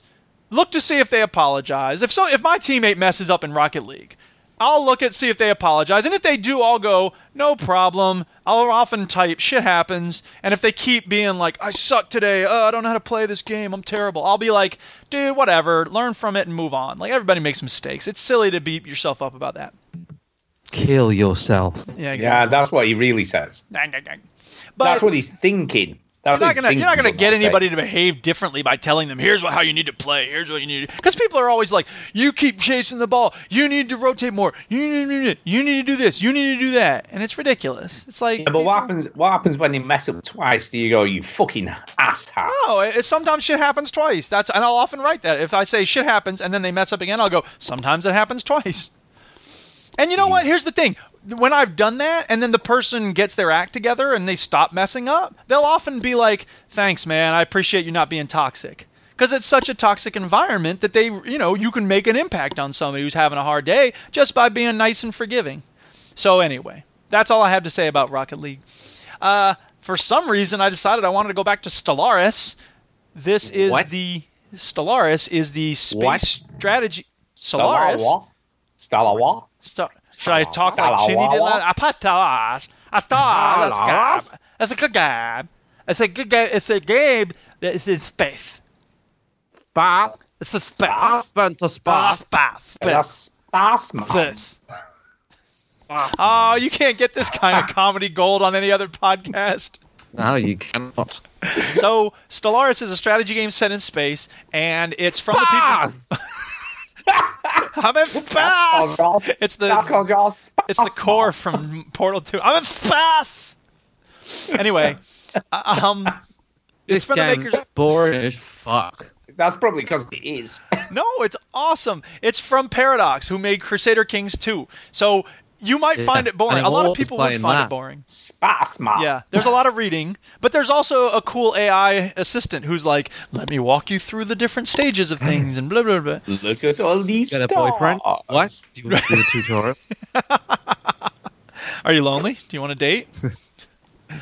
[SPEAKER 1] look to see if they apologize. If so, if my teammate messes up in Rocket League, I'll look at see if they apologize, and if they do, I'll go no problem. I'll often type shit happens, and if they keep being like I suck today, oh, I don't know how to play this game, I'm terrible, I'll be like dude, whatever, learn from it and move on. Like everybody makes mistakes. It's silly to beat yourself up about that.
[SPEAKER 3] Kill yourself.
[SPEAKER 1] Yeah,
[SPEAKER 2] Yeah,
[SPEAKER 1] exactly.
[SPEAKER 2] that's what he really says.
[SPEAKER 1] but
[SPEAKER 2] that's what he's thinking. That's
[SPEAKER 1] you're not
[SPEAKER 2] what he's
[SPEAKER 1] gonna you're not
[SPEAKER 2] thinking
[SPEAKER 1] gonna
[SPEAKER 2] when
[SPEAKER 1] get
[SPEAKER 2] I say-
[SPEAKER 1] anybody to behave differently by telling them here's what, how you need to play, here's what you need. Because people are always like, you keep chasing the ball, you need to rotate more, you need to, you need to do this, you need to do that, and it's ridiculous. It's like
[SPEAKER 2] Yeah, but what
[SPEAKER 1] people-
[SPEAKER 2] happens? What happens when you mess up twice? Do you go, you fucking asshat?
[SPEAKER 1] No, it, it- sometimes shit happens twice. That's and I'll often write that. If I say shit happens and then they mess up again, I'll go, sometimes it happens twice. And you know what? Here's the thing. When I've done that and then the person gets their act together and they stop messing up, they'll often be like, "Thanks, man. I appreciate you not being toxic." Because it's such a toxic environment that they, you know, you can make an impact on somebody who's having a hard day just by being nice and forgiving. So anyway, that's all I have to say about Rocket League. Uh, for some reason, I decided I wanted to go back to Stellaris. This is
[SPEAKER 3] What?
[SPEAKER 1] the Stellaris is the space
[SPEAKER 2] What?
[SPEAKER 1] strategy.
[SPEAKER 2] Stella
[SPEAKER 1] Stellaris.
[SPEAKER 2] what? Stella what?
[SPEAKER 1] Sta- should I talk like
[SPEAKER 2] Stellaris.
[SPEAKER 1] Chini did last? I Stellaris. I thought
[SPEAKER 2] Stellaris.
[SPEAKER 1] that's a good game. It's a good game. It's a game that is in space.
[SPEAKER 3] Bath.
[SPEAKER 1] It's a space.
[SPEAKER 3] Bath. to
[SPEAKER 1] Space.
[SPEAKER 3] Bath.
[SPEAKER 1] Space. Space.
[SPEAKER 2] That's that's man. *laughs*
[SPEAKER 1] Space. Oh, you can't get this kind of comedy gold on any other podcast.
[SPEAKER 3] No, you cannot.
[SPEAKER 1] So, Stellaris is a strategy game set in space, and it's from
[SPEAKER 2] Bath.
[SPEAKER 1] the people. I'm in
[SPEAKER 2] That's
[SPEAKER 1] space.
[SPEAKER 2] called y'all-
[SPEAKER 1] *laughs* It's
[SPEAKER 2] that's
[SPEAKER 1] the
[SPEAKER 2] called y'all space,
[SPEAKER 1] it's the core
[SPEAKER 2] man.
[SPEAKER 1] from Portal 2. I'm in space.
[SPEAKER 2] *laughs*
[SPEAKER 1] Anyway, um, it's
[SPEAKER 3] This
[SPEAKER 1] from the
[SPEAKER 3] game's
[SPEAKER 1] makers.
[SPEAKER 3] boring as fuck.
[SPEAKER 2] That's probably because it is.
[SPEAKER 1] No, it's awesome. It's from Paradox, who made Crusader Kings 2. So you might
[SPEAKER 3] Yeah,
[SPEAKER 1] find it boring.
[SPEAKER 3] and
[SPEAKER 1] A lot of
[SPEAKER 3] Wolf's
[SPEAKER 1] people would
[SPEAKER 3] playing
[SPEAKER 1] find it
[SPEAKER 3] that.
[SPEAKER 1] boring.
[SPEAKER 2] Spass man.
[SPEAKER 1] Yeah, there's a lot of reading, but there's also a cool AI assistant who's like, "Let me walk you through the different stages of things and blah blah blah."
[SPEAKER 2] Look at all these
[SPEAKER 3] Got a
[SPEAKER 2] stars.
[SPEAKER 3] boyfriend? What? Do you want to do the tutorial?
[SPEAKER 1] Are you lonely? Do you want to date?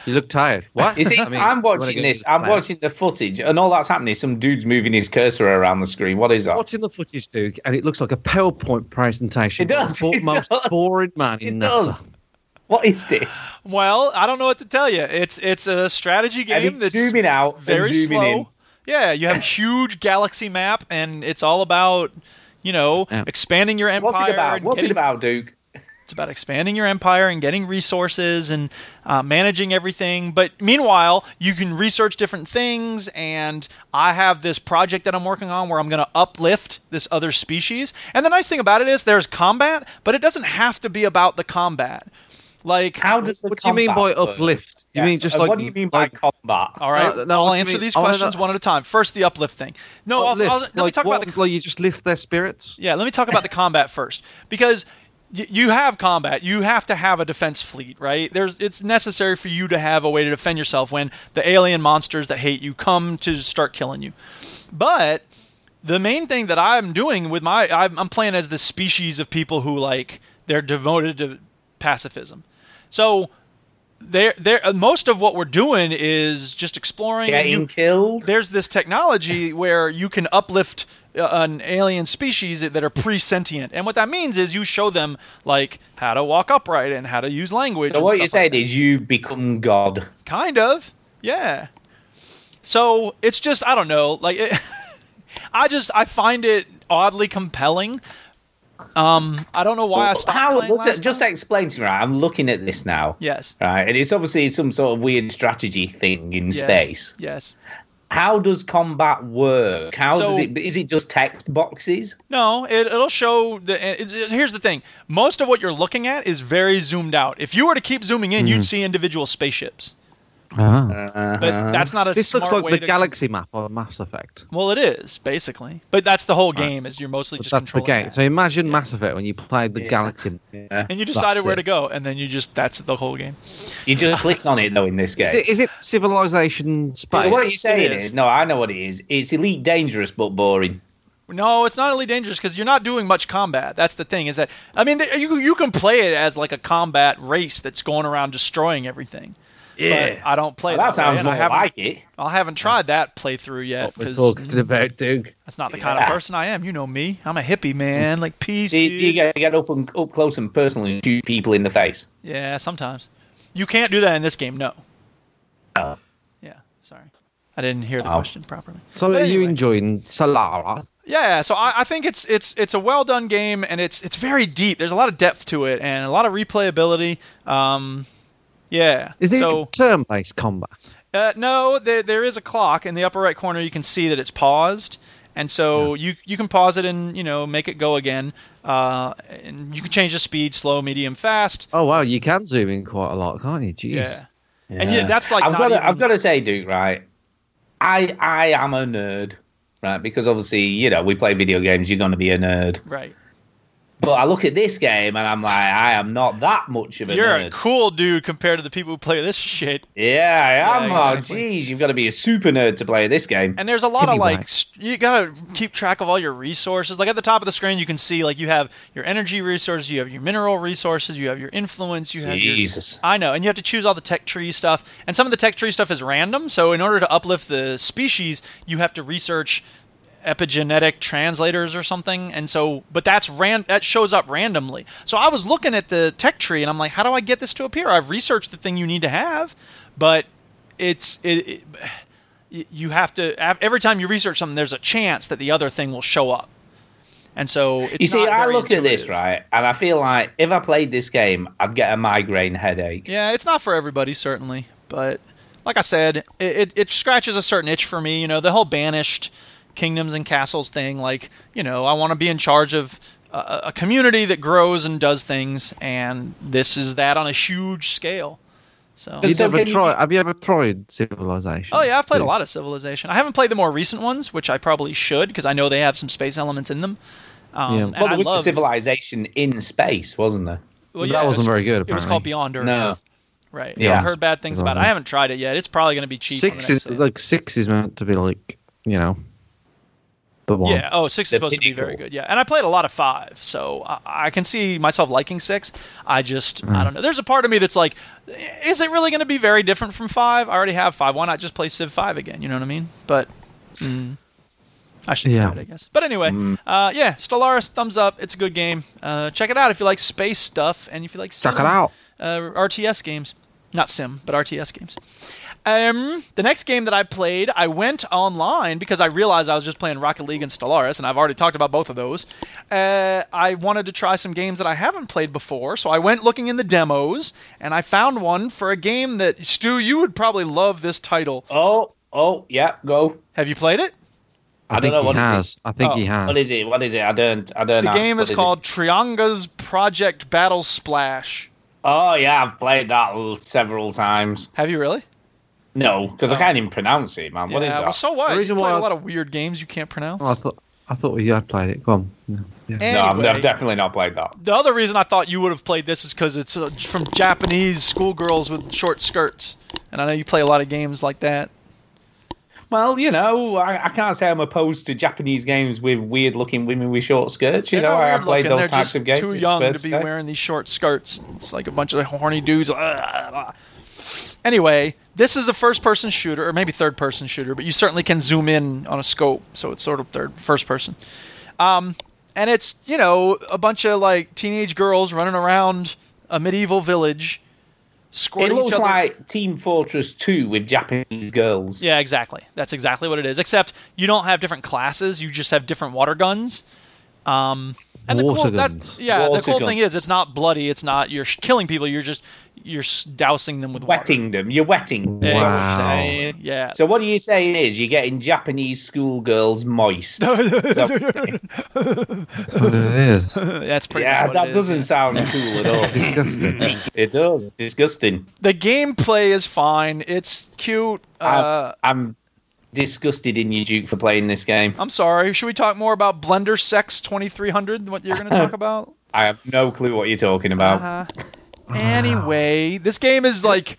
[SPEAKER 3] You look tired. What?
[SPEAKER 2] You see,
[SPEAKER 3] I mean,
[SPEAKER 2] I'm
[SPEAKER 3] you wanna
[SPEAKER 2] watching
[SPEAKER 3] go
[SPEAKER 2] this.
[SPEAKER 3] to the
[SPEAKER 2] I'm
[SPEAKER 3] planet.
[SPEAKER 2] watching the footage, and all that's happening is some dude's moving his cursor around the screen. What is that?
[SPEAKER 3] Watching the footage, Duke, and it looks like a PowerPoint presentation.
[SPEAKER 2] It does,
[SPEAKER 3] The
[SPEAKER 2] *laughs* it
[SPEAKER 3] most boring man in NASA.
[SPEAKER 2] What is this?
[SPEAKER 1] Well, I don't know what to tell you. It's it's a strategy
[SPEAKER 2] And
[SPEAKER 1] game
[SPEAKER 2] it's
[SPEAKER 1] that's
[SPEAKER 2] zooming out and
[SPEAKER 1] very
[SPEAKER 2] zooming
[SPEAKER 1] slow.
[SPEAKER 2] in.
[SPEAKER 1] Yeah, you have a
[SPEAKER 2] *laughs*
[SPEAKER 1] huge galaxy map, and it's all about you know expanding your empire.
[SPEAKER 2] What's it about?
[SPEAKER 1] and
[SPEAKER 2] What's
[SPEAKER 1] getting-
[SPEAKER 2] it about, Duke?
[SPEAKER 1] It's about expanding your empire and getting resources and uh, managing everything. But meanwhile, you can research different things. And I have this project that I'm working on where I'm going to uplift this other species. And the nice thing about it is there's combat, but it doesn't have to be about the combat. Like
[SPEAKER 2] how does the
[SPEAKER 1] what
[SPEAKER 3] do you mean combat by work? uplift? Do you mean just
[SPEAKER 2] uh,
[SPEAKER 1] and
[SPEAKER 3] like-
[SPEAKER 1] what do you mean?
[SPEAKER 2] mean by combat?
[SPEAKER 1] All right,
[SPEAKER 3] No, no,
[SPEAKER 1] Uh, I'll
[SPEAKER 3] what do you
[SPEAKER 1] answer
[SPEAKER 3] mean?
[SPEAKER 1] these
[SPEAKER 3] Oh, no, no.
[SPEAKER 1] questions one at a time. First, the uplift thing.
[SPEAKER 2] Oh,
[SPEAKER 1] No, I'll,
[SPEAKER 3] Uplift.
[SPEAKER 1] I'll, let me
[SPEAKER 3] Like,
[SPEAKER 1] talk
[SPEAKER 3] what
[SPEAKER 1] about the
[SPEAKER 3] was- like you just lift their spirits.
[SPEAKER 1] yeah, let me talk about the combat first because y- you have combat. You have to have a defense fleet, right? There's it's necessary for you to have a way to defend yourself when the alien monsters that hate you come to start killing you. But the main thing that I'm doing with my I'm, I'm playing as this species of people who like they're devoted to pacifism. So they're, they're, uh, most of what we're doing is just exploring. and
[SPEAKER 2] Getting
[SPEAKER 1] you-
[SPEAKER 2] killed.
[SPEAKER 1] There's this technology where you can uplift uh, an alien species that are pre-sentient, and what that means is you show them like how to walk upright and how to use language.
[SPEAKER 2] So
[SPEAKER 1] and
[SPEAKER 2] what
[SPEAKER 1] stuff
[SPEAKER 2] you
[SPEAKER 1] like
[SPEAKER 2] said is you become God.
[SPEAKER 1] Kind of. Yeah. So it's just I don't know. Like *laughs* it, I just I find it oddly compelling. Um, I don't know why I stopped
[SPEAKER 2] How?
[SPEAKER 1] playing
[SPEAKER 2] what's it-
[SPEAKER 1] last
[SPEAKER 2] just explain to me. Right, I'm looking at this now.
[SPEAKER 1] Yes.
[SPEAKER 2] Right, and it's obviously some sort of weird strategy thing in
[SPEAKER 1] Yes.
[SPEAKER 2] space.
[SPEAKER 1] Yes.
[SPEAKER 2] How does combat work? How
[SPEAKER 1] So-
[SPEAKER 2] does it? Is it just text boxes?
[SPEAKER 1] No, it, it'll show the. It, it- here's the thing: most of what you're looking at is very zoomed out. If you were to keep zooming in, you'd see individual spaceships.
[SPEAKER 2] Uh,
[SPEAKER 1] But that's not a
[SPEAKER 3] Ah. This
[SPEAKER 1] smart
[SPEAKER 3] looks like
[SPEAKER 1] way
[SPEAKER 3] the
[SPEAKER 1] to-
[SPEAKER 3] galaxy map on Mass Effect.
[SPEAKER 1] Well, it is basically, but that's the whole game. Is you're mostly just
[SPEAKER 3] that's the
[SPEAKER 1] controlling
[SPEAKER 3] game. So imagine Mass Effect when you played the galaxy.
[SPEAKER 1] that. and you decided where to go, and then you just that's the whole game.
[SPEAKER 2] You just click on it though
[SPEAKER 1] *laughs*
[SPEAKER 2] in this game.
[SPEAKER 3] Is it, is it Civilization Space?
[SPEAKER 2] so what you're saying
[SPEAKER 1] it is.
[SPEAKER 2] is, no, I know what it is. It's elite dangerous but boring.
[SPEAKER 1] No, it's not really dangerous because you're not doing much combat. That's the thing. Is that I mean, th- you you can play it as like a combat race that's going around destroying everything.
[SPEAKER 2] Yeah.
[SPEAKER 1] but I don't play
[SPEAKER 2] Well, that
[SPEAKER 1] that. way,
[SPEAKER 2] sounds
[SPEAKER 1] and I
[SPEAKER 2] more
[SPEAKER 1] haven't-
[SPEAKER 2] like it.
[SPEAKER 1] I haven't tried that playthrough yet
[SPEAKER 3] We're
[SPEAKER 1] because
[SPEAKER 3] talking about Duke.
[SPEAKER 1] that's not the kind of
[SPEAKER 2] Yeah.
[SPEAKER 1] person I am. You know me. I'm a hippie man. Like peace.
[SPEAKER 2] Do you, do you
[SPEAKER 1] dude.
[SPEAKER 2] get, get up and up close and personal and shoot people in the face?
[SPEAKER 1] Yeah, sometimes. You can't do that in this game. No.
[SPEAKER 2] Oh.
[SPEAKER 1] Yeah. Sorry. I didn't hear the
[SPEAKER 3] Wow.
[SPEAKER 1] question properly.
[SPEAKER 3] So are you enjoying Solara?
[SPEAKER 1] Yeah, so I, I think it's it's it's a well done game and it's it's very deep. There's a lot of depth to it and a lot of replayability. Um, yeah.
[SPEAKER 3] Is it
[SPEAKER 1] so
[SPEAKER 3] turn-based combat?
[SPEAKER 1] uh, no, there there is a clock in the upper right corner. You can see that it's paused, and so you you can pause it and you know make it go again. Uh, and you can change the speed, slow, medium, fast.
[SPEAKER 3] Oh wow, you can zoom in quite a lot, can't you? Jeez.
[SPEAKER 1] Yeah. And yeah, that's like
[SPEAKER 2] I've
[SPEAKER 1] not
[SPEAKER 2] got to,
[SPEAKER 1] even-
[SPEAKER 2] I've got to say, Duke, right? I I am a nerd, right? Because obviously, you know, we play video games. You're going to be a nerd.
[SPEAKER 1] right.
[SPEAKER 2] But I look at this game and I'm like, I am not that much of a
[SPEAKER 1] You're
[SPEAKER 2] nerd.
[SPEAKER 1] a cool dude compared to the people who play this shit.
[SPEAKER 2] Yeah, I am.
[SPEAKER 1] Yeah,
[SPEAKER 2] Oh,
[SPEAKER 1] exactly.
[SPEAKER 2] geez, you've got to be a super nerd to play this game.
[SPEAKER 1] And there's a lot of
[SPEAKER 2] Anyway.
[SPEAKER 1] like st- you gotta keep track of all your resources. Like at the top of the screen, you can see like you have your energy resources, you have your mineral resources, you have your influence, you have your
[SPEAKER 2] Jesus.
[SPEAKER 1] I know, and you have to choose all the tech tree stuff. And some of the tech tree stuff is random. So in order to uplift the species, you have to research epigenetic translators or something. And so, but that's ran that shows up randomly. So I was looking at the tech tree and I'm like, how do I get this to appear? I've researched the thing you need to have, but it's it. it y- you have to av- every time you research something there's a chance that the other thing will show up and so it's
[SPEAKER 2] you see,
[SPEAKER 1] not
[SPEAKER 2] I
[SPEAKER 1] very
[SPEAKER 2] look at this
[SPEAKER 1] intuitive.
[SPEAKER 2] right, and I feel like if I played this game, I'd get a migraine headache.
[SPEAKER 1] Yeah, it's not for everybody certainly, but like I said, it, it, it scratches a certain itch for me. You know, the whole banished kingdoms and castles thing. Like, you know, I want to be in charge of a, a community that grows and does things, and this is that on a huge scale. So.
[SPEAKER 3] You
[SPEAKER 2] So
[SPEAKER 3] never
[SPEAKER 2] can you-
[SPEAKER 3] tried? Have you ever tried Civilization?
[SPEAKER 1] Oh yeah, I've played a lot of Civilization. I haven't played the more recent ones, which I probably should because I know they have some space elements in them. Um,
[SPEAKER 3] Yeah.
[SPEAKER 1] and
[SPEAKER 2] well,
[SPEAKER 1] I
[SPEAKER 2] there was
[SPEAKER 1] love-
[SPEAKER 2] a civilization in space, wasn't there?
[SPEAKER 1] well,
[SPEAKER 3] that
[SPEAKER 1] yeah, it
[SPEAKER 3] wasn't
[SPEAKER 1] was-
[SPEAKER 3] very good.
[SPEAKER 1] It was
[SPEAKER 3] apparently.
[SPEAKER 1] called Beyond Earth.
[SPEAKER 2] No.
[SPEAKER 1] Right.
[SPEAKER 3] Yeah.
[SPEAKER 1] I've heard bad things about it. I haven't tried it yet. It's probably going to be cheap. on the next
[SPEAKER 3] Six is
[SPEAKER 1] sale.
[SPEAKER 3] like six is meant to be like you know
[SPEAKER 2] the one.
[SPEAKER 1] Yeah. Oh, six is supposed to be very good. Yeah, and I played a lot of five, so I, I can see myself liking six. I just
[SPEAKER 3] Mm.
[SPEAKER 1] I don't know. There's a part of me that's like, is it really going to be very different from five? I already have five. Why not just play Civ five again? You know what I mean? But mm, I should
[SPEAKER 3] Yeah. Mm.
[SPEAKER 1] try it, I guess. But anyway, uh, yeah, Stellaris, thumbs up. It's a good game. Uh, check it out if you like space stuff and if you like sim,
[SPEAKER 3] Check it out.
[SPEAKER 1] uh, RTS games. Not sim, but RTS games. Um, the next game that I played, I went online because I realized I was just playing Rocket League and Stellaris, and I've already talked about both of those. Uh, I wanted to try some games that I haven't played before, so I went looking in the demos, and I found one for a game that Stu, you would probably love this title.
[SPEAKER 2] Oh, oh, yeah, go.
[SPEAKER 1] Have you played it?
[SPEAKER 2] I, don't
[SPEAKER 3] think
[SPEAKER 2] know
[SPEAKER 3] he
[SPEAKER 2] what is
[SPEAKER 3] has.
[SPEAKER 2] it. Oh,
[SPEAKER 3] I think he has.
[SPEAKER 2] What is it? What is it? I don't. I don't.
[SPEAKER 1] The
[SPEAKER 2] ask.
[SPEAKER 1] game
[SPEAKER 2] What
[SPEAKER 1] is called Trianga's Project Battle Splash.
[SPEAKER 2] It? Oh yeah, I've played that l- several times.
[SPEAKER 1] Have you really?
[SPEAKER 2] No, because I can't even pronounce it, man. What is
[SPEAKER 1] Oh. yeah,
[SPEAKER 2] that?
[SPEAKER 1] Well, so what?
[SPEAKER 3] The
[SPEAKER 1] You
[SPEAKER 3] reason
[SPEAKER 1] played
[SPEAKER 3] why
[SPEAKER 1] a
[SPEAKER 3] I-
[SPEAKER 1] lot of weird games you can't pronounce.
[SPEAKER 3] Oh, I thought I thought you had played it. Go on. Yeah. yeah.
[SPEAKER 1] Eh.
[SPEAKER 2] no, I've-
[SPEAKER 1] anyway.
[SPEAKER 2] I've definitely not played that.
[SPEAKER 1] The other reason I thought you would have played this is because it's uh, from Japanese schoolgirls with short skirts, and I know you play a lot of games like that.
[SPEAKER 2] Well, you know, I, I can't say I'm opposed to Japanese games with weird-looking women with short skirts. You
[SPEAKER 1] They're
[SPEAKER 2] know,
[SPEAKER 1] not
[SPEAKER 2] I
[SPEAKER 1] weird
[SPEAKER 2] have played
[SPEAKER 1] looking,
[SPEAKER 2] those
[SPEAKER 1] They're
[SPEAKER 2] types
[SPEAKER 1] just
[SPEAKER 2] of games.
[SPEAKER 1] Too
[SPEAKER 2] it's
[SPEAKER 1] young
[SPEAKER 2] fair
[SPEAKER 1] to be
[SPEAKER 2] say.
[SPEAKER 1] wearing these short skirts. It's like a bunch of horny dudes. uh, uh, uh. Anyway, this is a first-person shooter, or maybe third-person shooter, but you certainly can zoom in on a scope, so it's sort of third first-person. Um, and it's you know a bunch of like teenage girls running around a medieval village,
[SPEAKER 2] It
[SPEAKER 1] squirting each
[SPEAKER 2] looks
[SPEAKER 1] other.
[SPEAKER 2] like Team Fortress 2 with Japanese girls.
[SPEAKER 1] Yeah, exactly. That's exactly what it is. Except you don't have different classes; you just have different water guns. Um, and the
[SPEAKER 3] Water
[SPEAKER 1] cool, that-
[SPEAKER 3] guns.
[SPEAKER 1] yeah, the
[SPEAKER 2] Water
[SPEAKER 1] cool thing
[SPEAKER 2] guns.
[SPEAKER 1] is it's not bloody. It's not you're sh- killing people. You're just you're s- dousing them with
[SPEAKER 2] Wetting them. You're wetting. them.
[SPEAKER 1] Water.
[SPEAKER 2] Is that what you're
[SPEAKER 3] Wow.
[SPEAKER 2] saying?
[SPEAKER 1] Yeah.
[SPEAKER 2] So what are you saying is you're getting Japanese
[SPEAKER 1] *laughs*
[SPEAKER 2] schoolgirls moist.
[SPEAKER 3] That's
[SPEAKER 1] *laughs*
[SPEAKER 3] what it
[SPEAKER 1] *laughs*
[SPEAKER 3] is.
[SPEAKER 1] That's pretty.
[SPEAKER 2] yeah,
[SPEAKER 1] much what it
[SPEAKER 2] that
[SPEAKER 1] is,
[SPEAKER 2] doesn't
[SPEAKER 1] yeah.
[SPEAKER 2] sound cool
[SPEAKER 1] *laughs*
[SPEAKER 2] at all.
[SPEAKER 3] Disgusting.
[SPEAKER 2] it does. Disgusting.
[SPEAKER 1] The gameplay is fine. It's cute. Uh,
[SPEAKER 2] I'm, I'm disgusted in you, Duke, for playing this game.
[SPEAKER 1] I'm sorry. Should we talk more about Blender Sex 2300? What you're going to
[SPEAKER 2] *laughs*
[SPEAKER 1] talk about?
[SPEAKER 2] I have no clue what you're talking about.
[SPEAKER 1] Uh-huh. Anyway, this game is like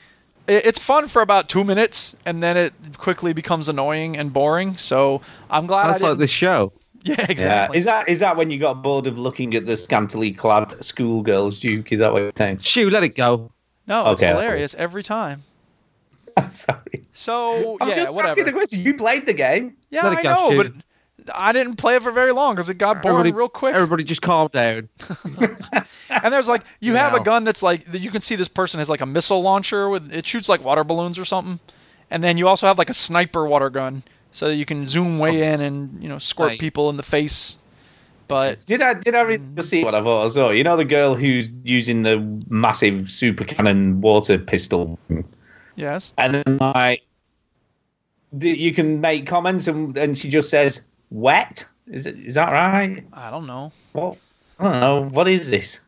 [SPEAKER 1] i- it's fun for about two minutes, and then it quickly becomes annoying and boring. So I'm glad
[SPEAKER 3] That's
[SPEAKER 1] I
[SPEAKER 3] like
[SPEAKER 1] didn't.
[SPEAKER 3] this show.
[SPEAKER 1] *laughs* Yeah,
[SPEAKER 2] Yeah.
[SPEAKER 1] exactly.
[SPEAKER 2] Is that is that when you got bored of looking at the scantily clad schoolgirls, Duke? Is that what you're saying?
[SPEAKER 3] Shoo, let it go.
[SPEAKER 1] no, it's
[SPEAKER 2] Okay, that's
[SPEAKER 1] hilarious every time.
[SPEAKER 2] *laughs* I'm sorry.
[SPEAKER 1] So
[SPEAKER 2] I'm
[SPEAKER 1] yeah,
[SPEAKER 2] just asking
[SPEAKER 1] whatever.
[SPEAKER 2] the question. You played the game.
[SPEAKER 1] yeah,
[SPEAKER 3] Let it
[SPEAKER 1] I
[SPEAKER 3] go,
[SPEAKER 1] know,
[SPEAKER 3] Steven.
[SPEAKER 1] but I didn't play it for very long because it got boring
[SPEAKER 3] Everybody,
[SPEAKER 1] real quick.
[SPEAKER 3] Everybody, just calm down.
[SPEAKER 1] And there's like you have a
[SPEAKER 3] No.
[SPEAKER 1] gun that's like that you can see this person has like a missile launcher with it shoots like water balloons or something. And then you also have like a sniper water gun so that you can zoom way in and you know squirt
[SPEAKER 3] Right.
[SPEAKER 1] people in the face. But
[SPEAKER 2] Did I did I really
[SPEAKER 1] Mm.
[SPEAKER 2] see what I thought I saw? You know the girl who's using the massive super cannon water pistol,
[SPEAKER 1] yes,
[SPEAKER 2] and then like the- you can make comments, and, and she just says wet. Is it is that right?
[SPEAKER 1] I don't know.
[SPEAKER 2] What I don't know. What is this?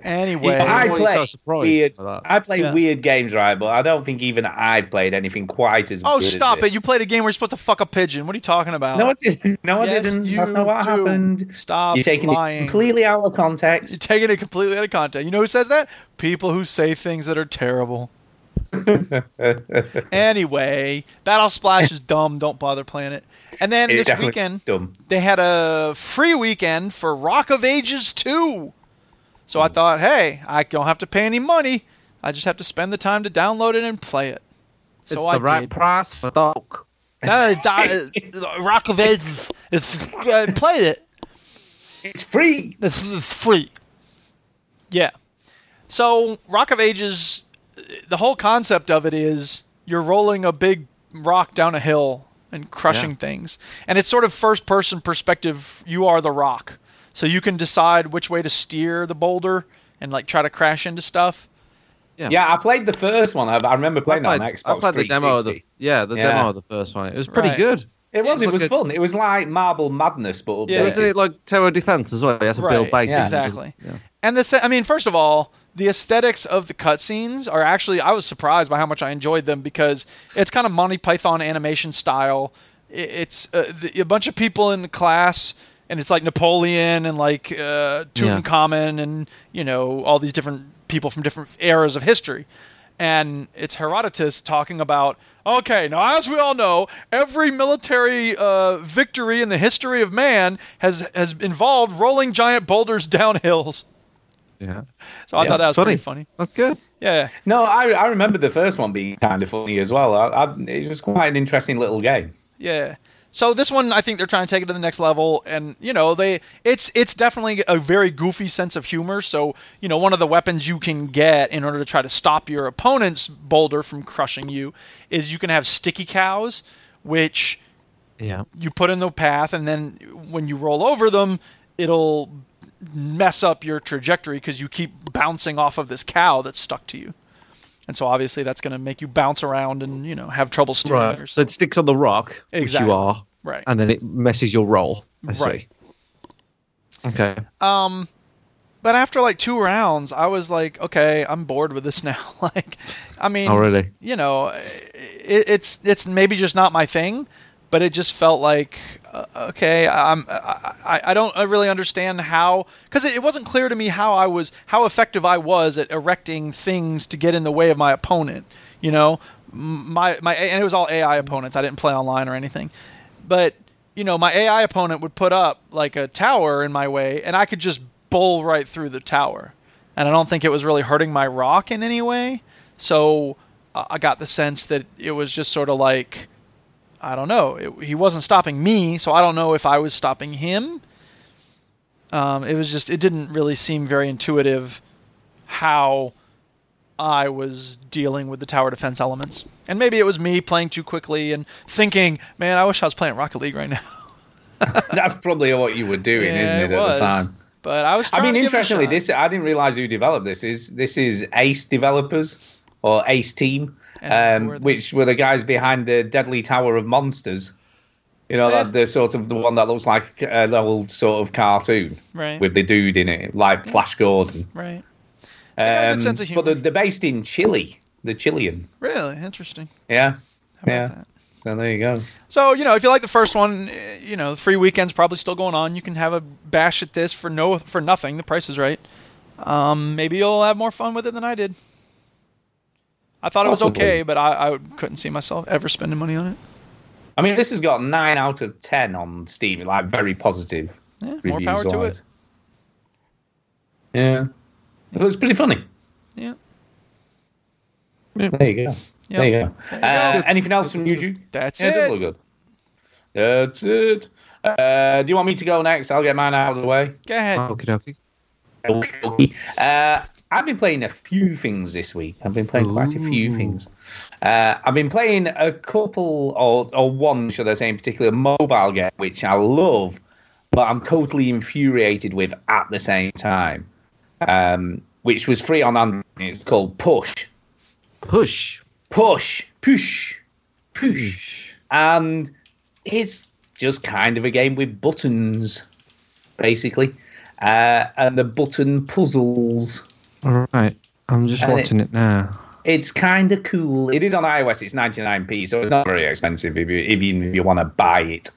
[SPEAKER 1] Anyway,
[SPEAKER 2] I
[SPEAKER 3] I was
[SPEAKER 2] play
[SPEAKER 3] so surprised
[SPEAKER 2] weird.
[SPEAKER 3] by that.
[SPEAKER 2] I play
[SPEAKER 1] Yeah.
[SPEAKER 2] weird games, right? But I don't think even I'd played anything quite as.
[SPEAKER 1] oh
[SPEAKER 2] weird as
[SPEAKER 1] stop
[SPEAKER 2] this.
[SPEAKER 1] it! You played a game where you're supposed to fuck a pigeon. What are you talking about?
[SPEAKER 2] *laughs* No, I didn't. No, I
[SPEAKER 1] Yes,
[SPEAKER 2] didn't.
[SPEAKER 1] you
[SPEAKER 2] That's not what
[SPEAKER 1] do.
[SPEAKER 2] happened.
[SPEAKER 1] Stop
[SPEAKER 2] You're taking
[SPEAKER 1] lying.
[SPEAKER 2] it completely out of
[SPEAKER 1] You're
[SPEAKER 2] context.
[SPEAKER 1] taking it completely out of context. You know who says that? People who say things that are terrible.
[SPEAKER 2] *laughs*
[SPEAKER 1] Anyway, Battle Splash is dumb. Don't bother playing it. And then
[SPEAKER 2] It's
[SPEAKER 1] this
[SPEAKER 2] definitely
[SPEAKER 1] weekend,
[SPEAKER 2] dumb.
[SPEAKER 1] they had a free weekend for Rock of Ages 2. So I thought, hey, I don't have to pay any money. I just have to spend the time to download it and play it.
[SPEAKER 3] It's
[SPEAKER 1] So
[SPEAKER 3] the
[SPEAKER 1] I
[SPEAKER 3] right
[SPEAKER 1] did.
[SPEAKER 3] price for dog.
[SPEAKER 1] That is,
[SPEAKER 3] *laughs*
[SPEAKER 1] that is- Rock of Ages. It's, I played it.
[SPEAKER 2] It's free.
[SPEAKER 1] This is free. Yeah. So Rock of Ages, the whole concept of it is you're rolling a big rock down a hill and crushing
[SPEAKER 3] Yeah.
[SPEAKER 1] things, and it's sort of first-person perspective. You are the rock, so you can decide which way to steer the boulder and like try to crash into stuff.
[SPEAKER 2] Yeah, I played the first one. I, I remember
[SPEAKER 3] I
[SPEAKER 2] playing that
[SPEAKER 3] played,
[SPEAKER 2] on
[SPEAKER 3] I
[SPEAKER 2] Xbox
[SPEAKER 3] played the
[SPEAKER 2] 360.
[SPEAKER 3] demo of the yeah the
[SPEAKER 2] Yeah.
[SPEAKER 3] demo of the first one. It was pretty
[SPEAKER 1] Right.
[SPEAKER 3] good.
[SPEAKER 2] it was. It
[SPEAKER 3] Look
[SPEAKER 2] was
[SPEAKER 3] at-
[SPEAKER 2] fun. It was like Marble Madness, but
[SPEAKER 1] Yeah.
[SPEAKER 2] updated.
[SPEAKER 3] Wasn't it like Tower Defense as well? He has to build
[SPEAKER 1] Right,
[SPEAKER 3] bases.
[SPEAKER 1] yeah. exactly.
[SPEAKER 3] Yeah.
[SPEAKER 1] And the se- I mean, first of all, the aesthetics of the cutscenes are actually I was surprised by how much I enjoyed them because it's kind of Monty Python animation style. I- It's uh, the, a bunch of people in the class, and it's like Napoleon and like uh,
[SPEAKER 3] Yeah.
[SPEAKER 1] Tutankhamun and you know all these different people from different eras of history. and it's Herodotus talking about okay, now as we all know, every military uh, victory in the history of man has has involved rolling giant boulders *laughs* down hills.
[SPEAKER 3] Yeah.
[SPEAKER 1] So I
[SPEAKER 2] Yeah,
[SPEAKER 1] thought that was
[SPEAKER 2] that's
[SPEAKER 1] pretty
[SPEAKER 2] funny.
[SPEAKER 1] funny.
[SPEAKER 3] That's good.
[SPEAKER 1] Yeah.
[SPEAKER 2] No, I, I remember the first one being kind of funny as well. I, I, it was quite an interesting little game. *laughs*
[SPEAKER 1] Yeah. So this one, I think they're trying to take it to the next level, and you know, they it's it's definitely a very goofy sense of humor. So you know, one of the weapons you can get in order to try to stop your opponent's boulder from crushing you is you can have sticky cows, which
[SPEAKER 3] Yeah.
[SPEAKER 1] you put in the path, and then when you roll over them, it'll mess up your trajectory because you keep bouncing off of this cow that's stuck to you. And so obviously that's going to make you bounce around and you know have trouble steering. Or
[SPEAKER 3] Right. So it sticks on the rock,
[SPEAKER 1] Exactly.
[SPEAKER 3] which you are,
[SPEAKER 1] Right.
[SPEAKER 3] and then it messes your roll. I
[SPEAKER 1] Right.
[SPEAKER 3] See. Okay.
[SPEAKER 1] Um, but after like two rounds, I was like, okay, I'm bored with this *laughs* now. like, I mean,
[SPEAKER 3] Oh, really?
[SPEAKER 1] you know, it, it's it's maybe just not my thing, but it just felt like uh, okay, I'm I, I- I don't really understand how because it, it wasn't clear to me how I was how effective I was at erecting things to get in the way of my opponent. You know, M- my my and it was all AI opponents. I didn't play online or anything, but you know, my AI opponent would put up like a tower in my way, and I could just bowl right through the tower. And I don't think it was really hurting my rock in any way. So I I got the sense that it was just sort of like, I don't know, it, he wasn't stopping me, so I don't know if I was stopping him. Um, it was just, it didn't really seem very intuitive how I was dealing with the tower defense elements. And maybe it was me playing too quickly and thinking, man, I wish I was playing Rocket League right now.
[SPEAKER 2] That's probably what you were doing,
[SPEAKER 1] Yeah,
[SPEAKER 2] isn't it, at
[SPEAKER 1] was.
[SPEAKER 2] the time?
[SPEAKER 1] But I was.
[SPEAKER 2] I
[SPEAKER 1] Trying
[SPEAKER 2] mean,
[SPEAKER 1] to give it a
[SPEAKER 2] interestingly,
[SPEAKER 1] shot.
[SPEAKER 2] this I didn't realize who developed this. Is this is Ace Developers or Ace Team,
[SPEAKER 1] And
[SPEAKER 2] um,
[SPEAKER 1] who are they?
[SPEAKER 2] which were the guys behind the Deadly Tower of Monsters. You know,
[SPEAKER 1] Eh.
[SPEAKER 2] that the sort of the one that looks like uh, the old sort of cartoon
[SPEAKER 1] Right.
[SPEAKER 2] with the dude in it, like Flash Gordon.
[SPEAKER 1] right. Eh. a
[SPEAKER 2] Um,
[SPEAKER 1] good sense of
[SPEAKER 2] but they're, they're based in Chile, the Chilean.
[SPEAKER 1] Really interesting.
[SPEAKER 2] Yeah, yeah. So there you go.
[SPEAKER 1] So you know, if you like the first one, eh, you know, the free weekend's probably still going on. You can have a bash at this for no for nothing. The price is right. Um, maybe you'll have more fun with it than I did. I thought it was
[SPEAKER 2] Possibly.
[SPEAKER 1] okay, but I, I couldn't see myself ever spending money on it.
[SPEAKER 2] I mean, this has got nine out of ten on Steam, like very positive.
[SPEAKER 1] Yeah, more power to it.
[SPEAKER 2] reviews-wise. Yeah, it was pretty funny.
[SPEAKER 1] Yeah.
[SPEAKER 2] There you go.
[SPEAKER 1] Yeah.
[SPEAKER 2] There you go. Uh, anything else from you, Jude?
[SPEAKER 1] That's
[SPEAKER 2] yeah, does
[SPEAKER 1] it.
[SPEAKER 2] look good. That's it. Uh, do you want me to go next? I'll get mine out of the way.
[SPEAKER 1] Go ahead.
[SPEAKER 2] Oh,
[SPEAKER 3] Okie dokie.
[SPEAKER 2] Uh, I've been playing a few things this week. I've been playing quite a few things. Uh, I've been playing a couple, or, or one, should I say, in particular, mobile game, which I love, but I'm totally infuriated with at the same time, um, which was free on Android. It's called Push.
[SPEAKER 3] Push.
[SPEAKER 2] Push. Push. Push. And it's just kind of a game with buttons, basically. Uh, and the button puzzles.
[SPEAKER 3] All right. I'm just
[SPEAKER 2] And it-
[SPEAKER 3] watching it now.
[SPEAKER 2] It's kind of cool. It is on iOS. It's 99p, so it's not very expensive if you if you, if you want to buy it.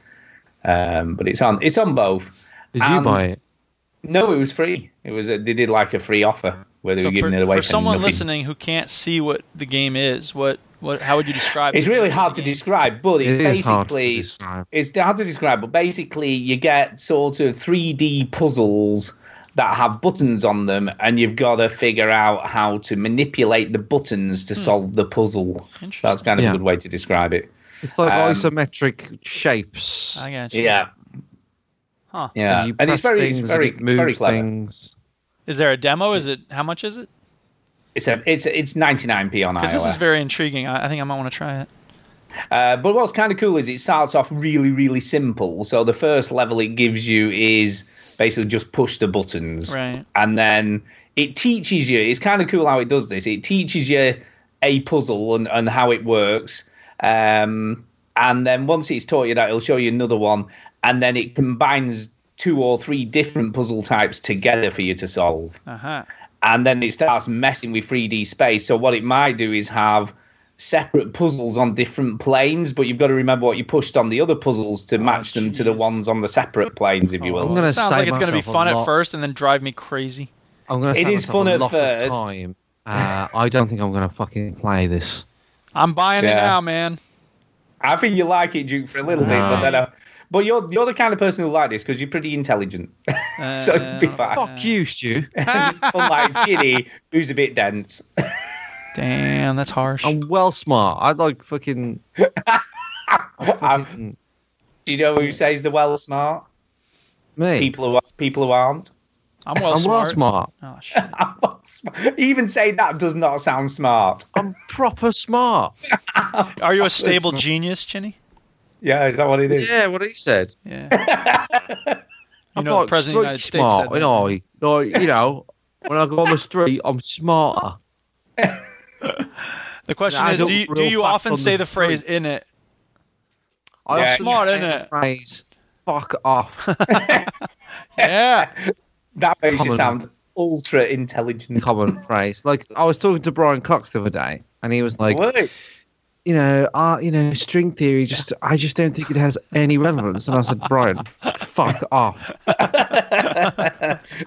[SPEAKER 2] Um, but it's on it's on both.
[SPEAKER 3] Did you
[SPEAKER 2] And-
[SPEAKER 3] buy it?
[SPEAKER 2] No, it was free. It was a, they did like a free offer where they
[SPEAKER 1] So
[SPEAKER 2] were giving
[SPEAKER 1] for,
[SPEAKER 2] it away
[SPEAKER 1] for someone
[SPEAKER 2] nothing.
[SPEAKER 1] listening who can't see what the game is, what what how would you describe
[SPEAKER 2] It's
[SPEAKER 1] it?
[SPEAKER 2] really hard to describe, but it's
[SPEAKER 3] It is hard to
[SPEAKER 2] basically
[SPEAKER 3] describe.
[SPEAKER 2] it's hard to describe, but basically you get sort of 3D puzzles that have buttons on them, and you've got to figure out how to manipulate the buttons to solve the puzzle.
[SPEAKER 1] Hmm. Interesting.
[SPEAKER 2] That's kind of a
[SPEAKER 3] Yeah.
[SPEAKER 2] good way to describe it.
[SPEAKER 3] It's like
[SPEAKER 2] Um,
[SPEAKER 3] isometric shapes.
[SPEAKER 1] I
[SPEAKER 3] And
[SPEAKER 1] got you.
[SPEAKER 2] Yeah,
[SPEAKER 1] Huh.
[SPEAKER 2] yeah,
[SPEAKER 3] you
[SPEAKER 2] and, it's
[SPEAKER 3] press
[SPEAKER 2] very, it's
[SPEAKER 3] things
[SPEAKER 2] very,
[SPEAKER 3] and it
[SPEAKER 2] it's very
[SPEAKER 3] moves
[SPEAKER 2] clever.
[SPEAKER 3] things.
[SPEAKER 1] Is there a demo? Is it how much is it?
[SPEAKER 2] It's a, it's it's 99p on iOS.
[SPEAKER 1] Because this is very intriguing. I, I think I might want to try it.
[SPEAKER 2] Uh, but what's kind of cool is it starts off really, really simple. So the first level it gives you is basically just push the buttons.
[SPEAKER 1] Right.
[SPEAKER 2] And then it teaches you, it's kind of cool how it does this. It teaches you a puzzle and, and how it works. Um, and then once it's taught you that, it'll show you another one. And then it combines two or three different puzzle types together for you to solve
[SPEAKER 1] Uh huh.
[SPEAKER 2] and then it starts messing with 3D space. So what it might do is have separate puzzles on different planes, but you've got to remember what you pushed on the other puzzles to match them to the
[SPEAKER 1] jeez.
[SPEAKER 2] ones on the separate planes, if you
[SPEAKER 3] Oh, I'm
[SPEAKER 2] will.
[SPEAKER 3] gonna
[SPEAKER 1] Sounds
[SPEAKER 3] save
[SPEAKER 1] like it's going to be
[SPEAKER 3] myself a
[SPEAKER 1] fun at
[SPEAKER 3] lot.
[SPEAKER 1] first and then drive me crazy.
[SPEAKER 3] I'm gonna
[SPEAKER 2] It
[SPEAKER 3] save
[SPEAKER 2] is
[SPEAKER 3] myself
[SPEAKER 2] fun
[SPEAKER 3] a
[SPEAKER 2] at
[SPEAKER 3] lot of
[SPEAKER 2] first.
[SPEAKER 3] time Uh, I don't think I'm going to fucking play this.
[SPEAKER 1] I'm buying
[SPEAKER 3] Yeah.
[SPEAKER 1] it now, man.
[SPEAKER 2] I think you like it, Duke, for a little bit,
[SPEAKER 3] No.
[SPEAKER 2] but then. Uh, but you're you're the kind of person who like this because you're pretty intelligent, *laughs*
[SPEAKER 1] Uh,
[SPEAKER 2] so it'd
[SPEAKER 3] Uh,
[SPEAKER 2] be fine. *laughs*
[SPEAKER 3] Fuck
[SPEAKER 1] *laughs*
[SPEAKER 3] you, Stu.
[SPEAKER 2] Unlike
[SPEAKER 3] *laughs*
[SPEAKER 2] Ginny, who's a bit dense. *laughs*
[SPEAKER 1] Damn, that's harsh.
[SPEAKER 3] I'm well smart. I'd like fucking.
[SPEAKER 2] Um, do you know who says the well smart?
[SPEAKER 3] Me.
[SPEAKER 2] People who people who aren't. *laughs*
[SPEAKER 1] I'm
[SPEAKER 3] well I'm well smart.
[SPEAKER 1] Oh,
[SPEAKER 2] I'm well smart. Even saying that does not sound smart.
[SPEAKER 3] I'm proper smart.
[SPEAKER 1] Are you a
[SPEAKER 2] That's
[SPEAKER 1] stable
[SPEAKER 2] smart.
[SPEAKER 1] genius, Chinny?
[SPEAKER 2] Yeah, is that what it is?
[SPEAKER 3] Yeah, what he said.
[SPEAKER 2] *laughs*
[SPEAKER 1] Yeah. you know, the president of the United States
[SPEAKER 3] smart,
[SPEAKER 1] said that.
[SPEAKER 3] aren't I? Like, you know, when I go on the street, I'm smarter.
[SPEAKER 1] The question
[SPEAKER 3] Yeah, I
[SPEAKER 1] is,
[SPEAKER 3] don't
[SPEAKER 1] do you, do
[SPEAKER 3] real
[SPEAKER 1] you
[SPEAKER 3] fast
[SPEAKER 1] often
[SPEAKER 3] on
[SPEAKER 1] say
[SPEAKER 3] the
[SPEAKER 1] the phrase in it?
[SPEAKER 3] I
[SPEAKER 1] Yeah,
[SPEAKER 3] also
[SPEAKER 1] smart,
[SPEAKER 3] say
[SPEAKER 1] innit?
[SPEAKER 3] the Phrase, fuck off.
[SPEAKER 1] Yeah.
[SPEAKER 2] That makes you
[SPEAKER 3] Common.
[SPEAKER 2] sound ultra
[SPEAKER 1] *laughs*
[SPEAKER 2] intelligent.
[SPEAKER 3] common phrase. Like I was talking to Brian Cox the other day, and he was like, *laughs*
[SPEAKER 2] Word.
[SPEAKER 3] you know, uh, you know, string theory. Just I just don't think it has any relevance. And I said, Brian, *laughs* fuck off. Get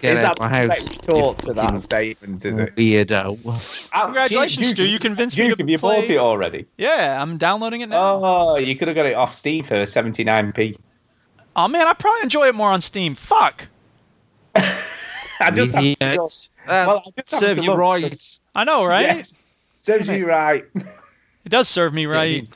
[SPEAKER 2] is that
[SPEAKER 3] out of my house.
[SPEAKER 2] correct
[SPEAKER 3] you
[SPEAKER 2] retort to
[SPEAKER 3] fucking
[SPEAKER 2] that statement? Is it?
[SPEAKER 3] Weirdo.
[SPEAKER 2] Ah,
[SPEAKER 1] Congratulations,
[SPEAKER 2] Duke,
[SPEAKER 1] Stu. You convinced me
[SPEAKER 2] Duke,
[SPEAKER 1] to
[SPEAKER 2] have you
[SPEAKER 1] play-
[SPEAKER 2] bought it already?
[SPEAKER 1] Yeah, I'm downloading it now.
[SPEAKER 2] Oh, you could have got it off Steam for 79p.
[SPEAKER 1] oh man, I probably enjoy it more on Steam. Fuck.
[SPEAKER 2] *laughs* I just have to
[SPEAKER 3] Yeah.
[SPEAKER 2] go.
[SPEAKER 3] That
[SPEAKER 2] Well, I just have
[SPEAKER 3] serves
[SPEAKER 2] to
[SPEAKER 3] you
[SPEAKER 2] look,
[SPEAKER 3] right.
[SPEAKER 1] I know, right?
[SPEAKER 2] Yes. Serves you right. *laughs*
[SPEAKER 1] It does serve me right.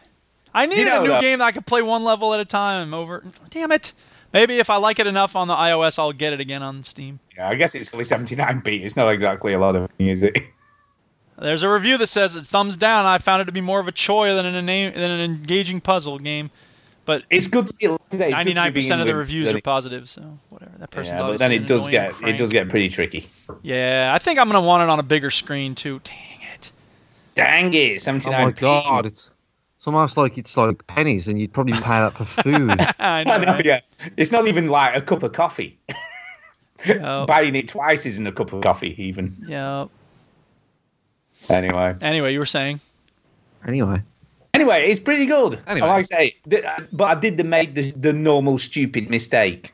[SPEAKER 1] I needed
[SPEAKER 2] know uh,
[SPEAKER 1] a new
[SPEAKER 2] that-
[SPEAKER 1] game that I could play one level at a time over. Damn it. Maybe if I like it enough on the iOS, I'll get it again on Steam.
[SPEAKER 2] Yeah, I guess it's only 79p. It's not exactly a lot of money, is it?
[SPEAKER 1] There's a review that says it thumbs down. I found it to be more of a choy than an ena- than an engaging puzzle game, but
[SPEAKER 2] It's good. To, it's good to be
[SPEAKER 1] 99% of the
[SPEAKER 2] in with-
[SPEAKER 1] reviews
[SPEAKER 2] then
[SPEAKER 1] are
[SPEAKER 2] it-
[SPEAKER 1] positive. So whatever. That person's
[SPEAKER 2] Yeah, but
[SPEAKER 1] always
[SPEAKER 2] then
[SPEAKER 1] an
[SPEAKER 2] it does
[SPEAKER 1] annoying
[SPEAKER 2] get
[SPEAKER 1] crank.
[SPEAKER 2] it does get pretty tricky.
[SPEAKER 1] Yeah, I think I'm gonna want it on a bigger screen too. Dang it.
[SPEAKER 2] Dang it,
[SPEAKER 3] Oh
[SPEAKER 2] 79p.
[SPEAKER 3] my god, it's, it's almost like it's like pennies, and you'd probably pay that for food.
[SPEAKER 1] I know.
[SPEAKER 2] *laughs* I know,
[SPEAKER 1] right?
[SPEAKER 2] yeah. It's not even like a cup of coffee.
[SPEAKER 1] Yeah.
[SPEAKER 2] Buying it twice isn't a cup of coffee, even.
[SPEAKER 1] Yeah.
[SPEAKER 2] Anyway.
[SPEAKER 1] Anyway, you were saying.
[SPEAKER 3] *laughs* anyway,
[SPEAKER 2] Anyway, it's pretty good.
[SPEAKER 3] Anyway.
[SPEAKER 2] Like I say, th- but I did the, make the, the normal stupid mistake.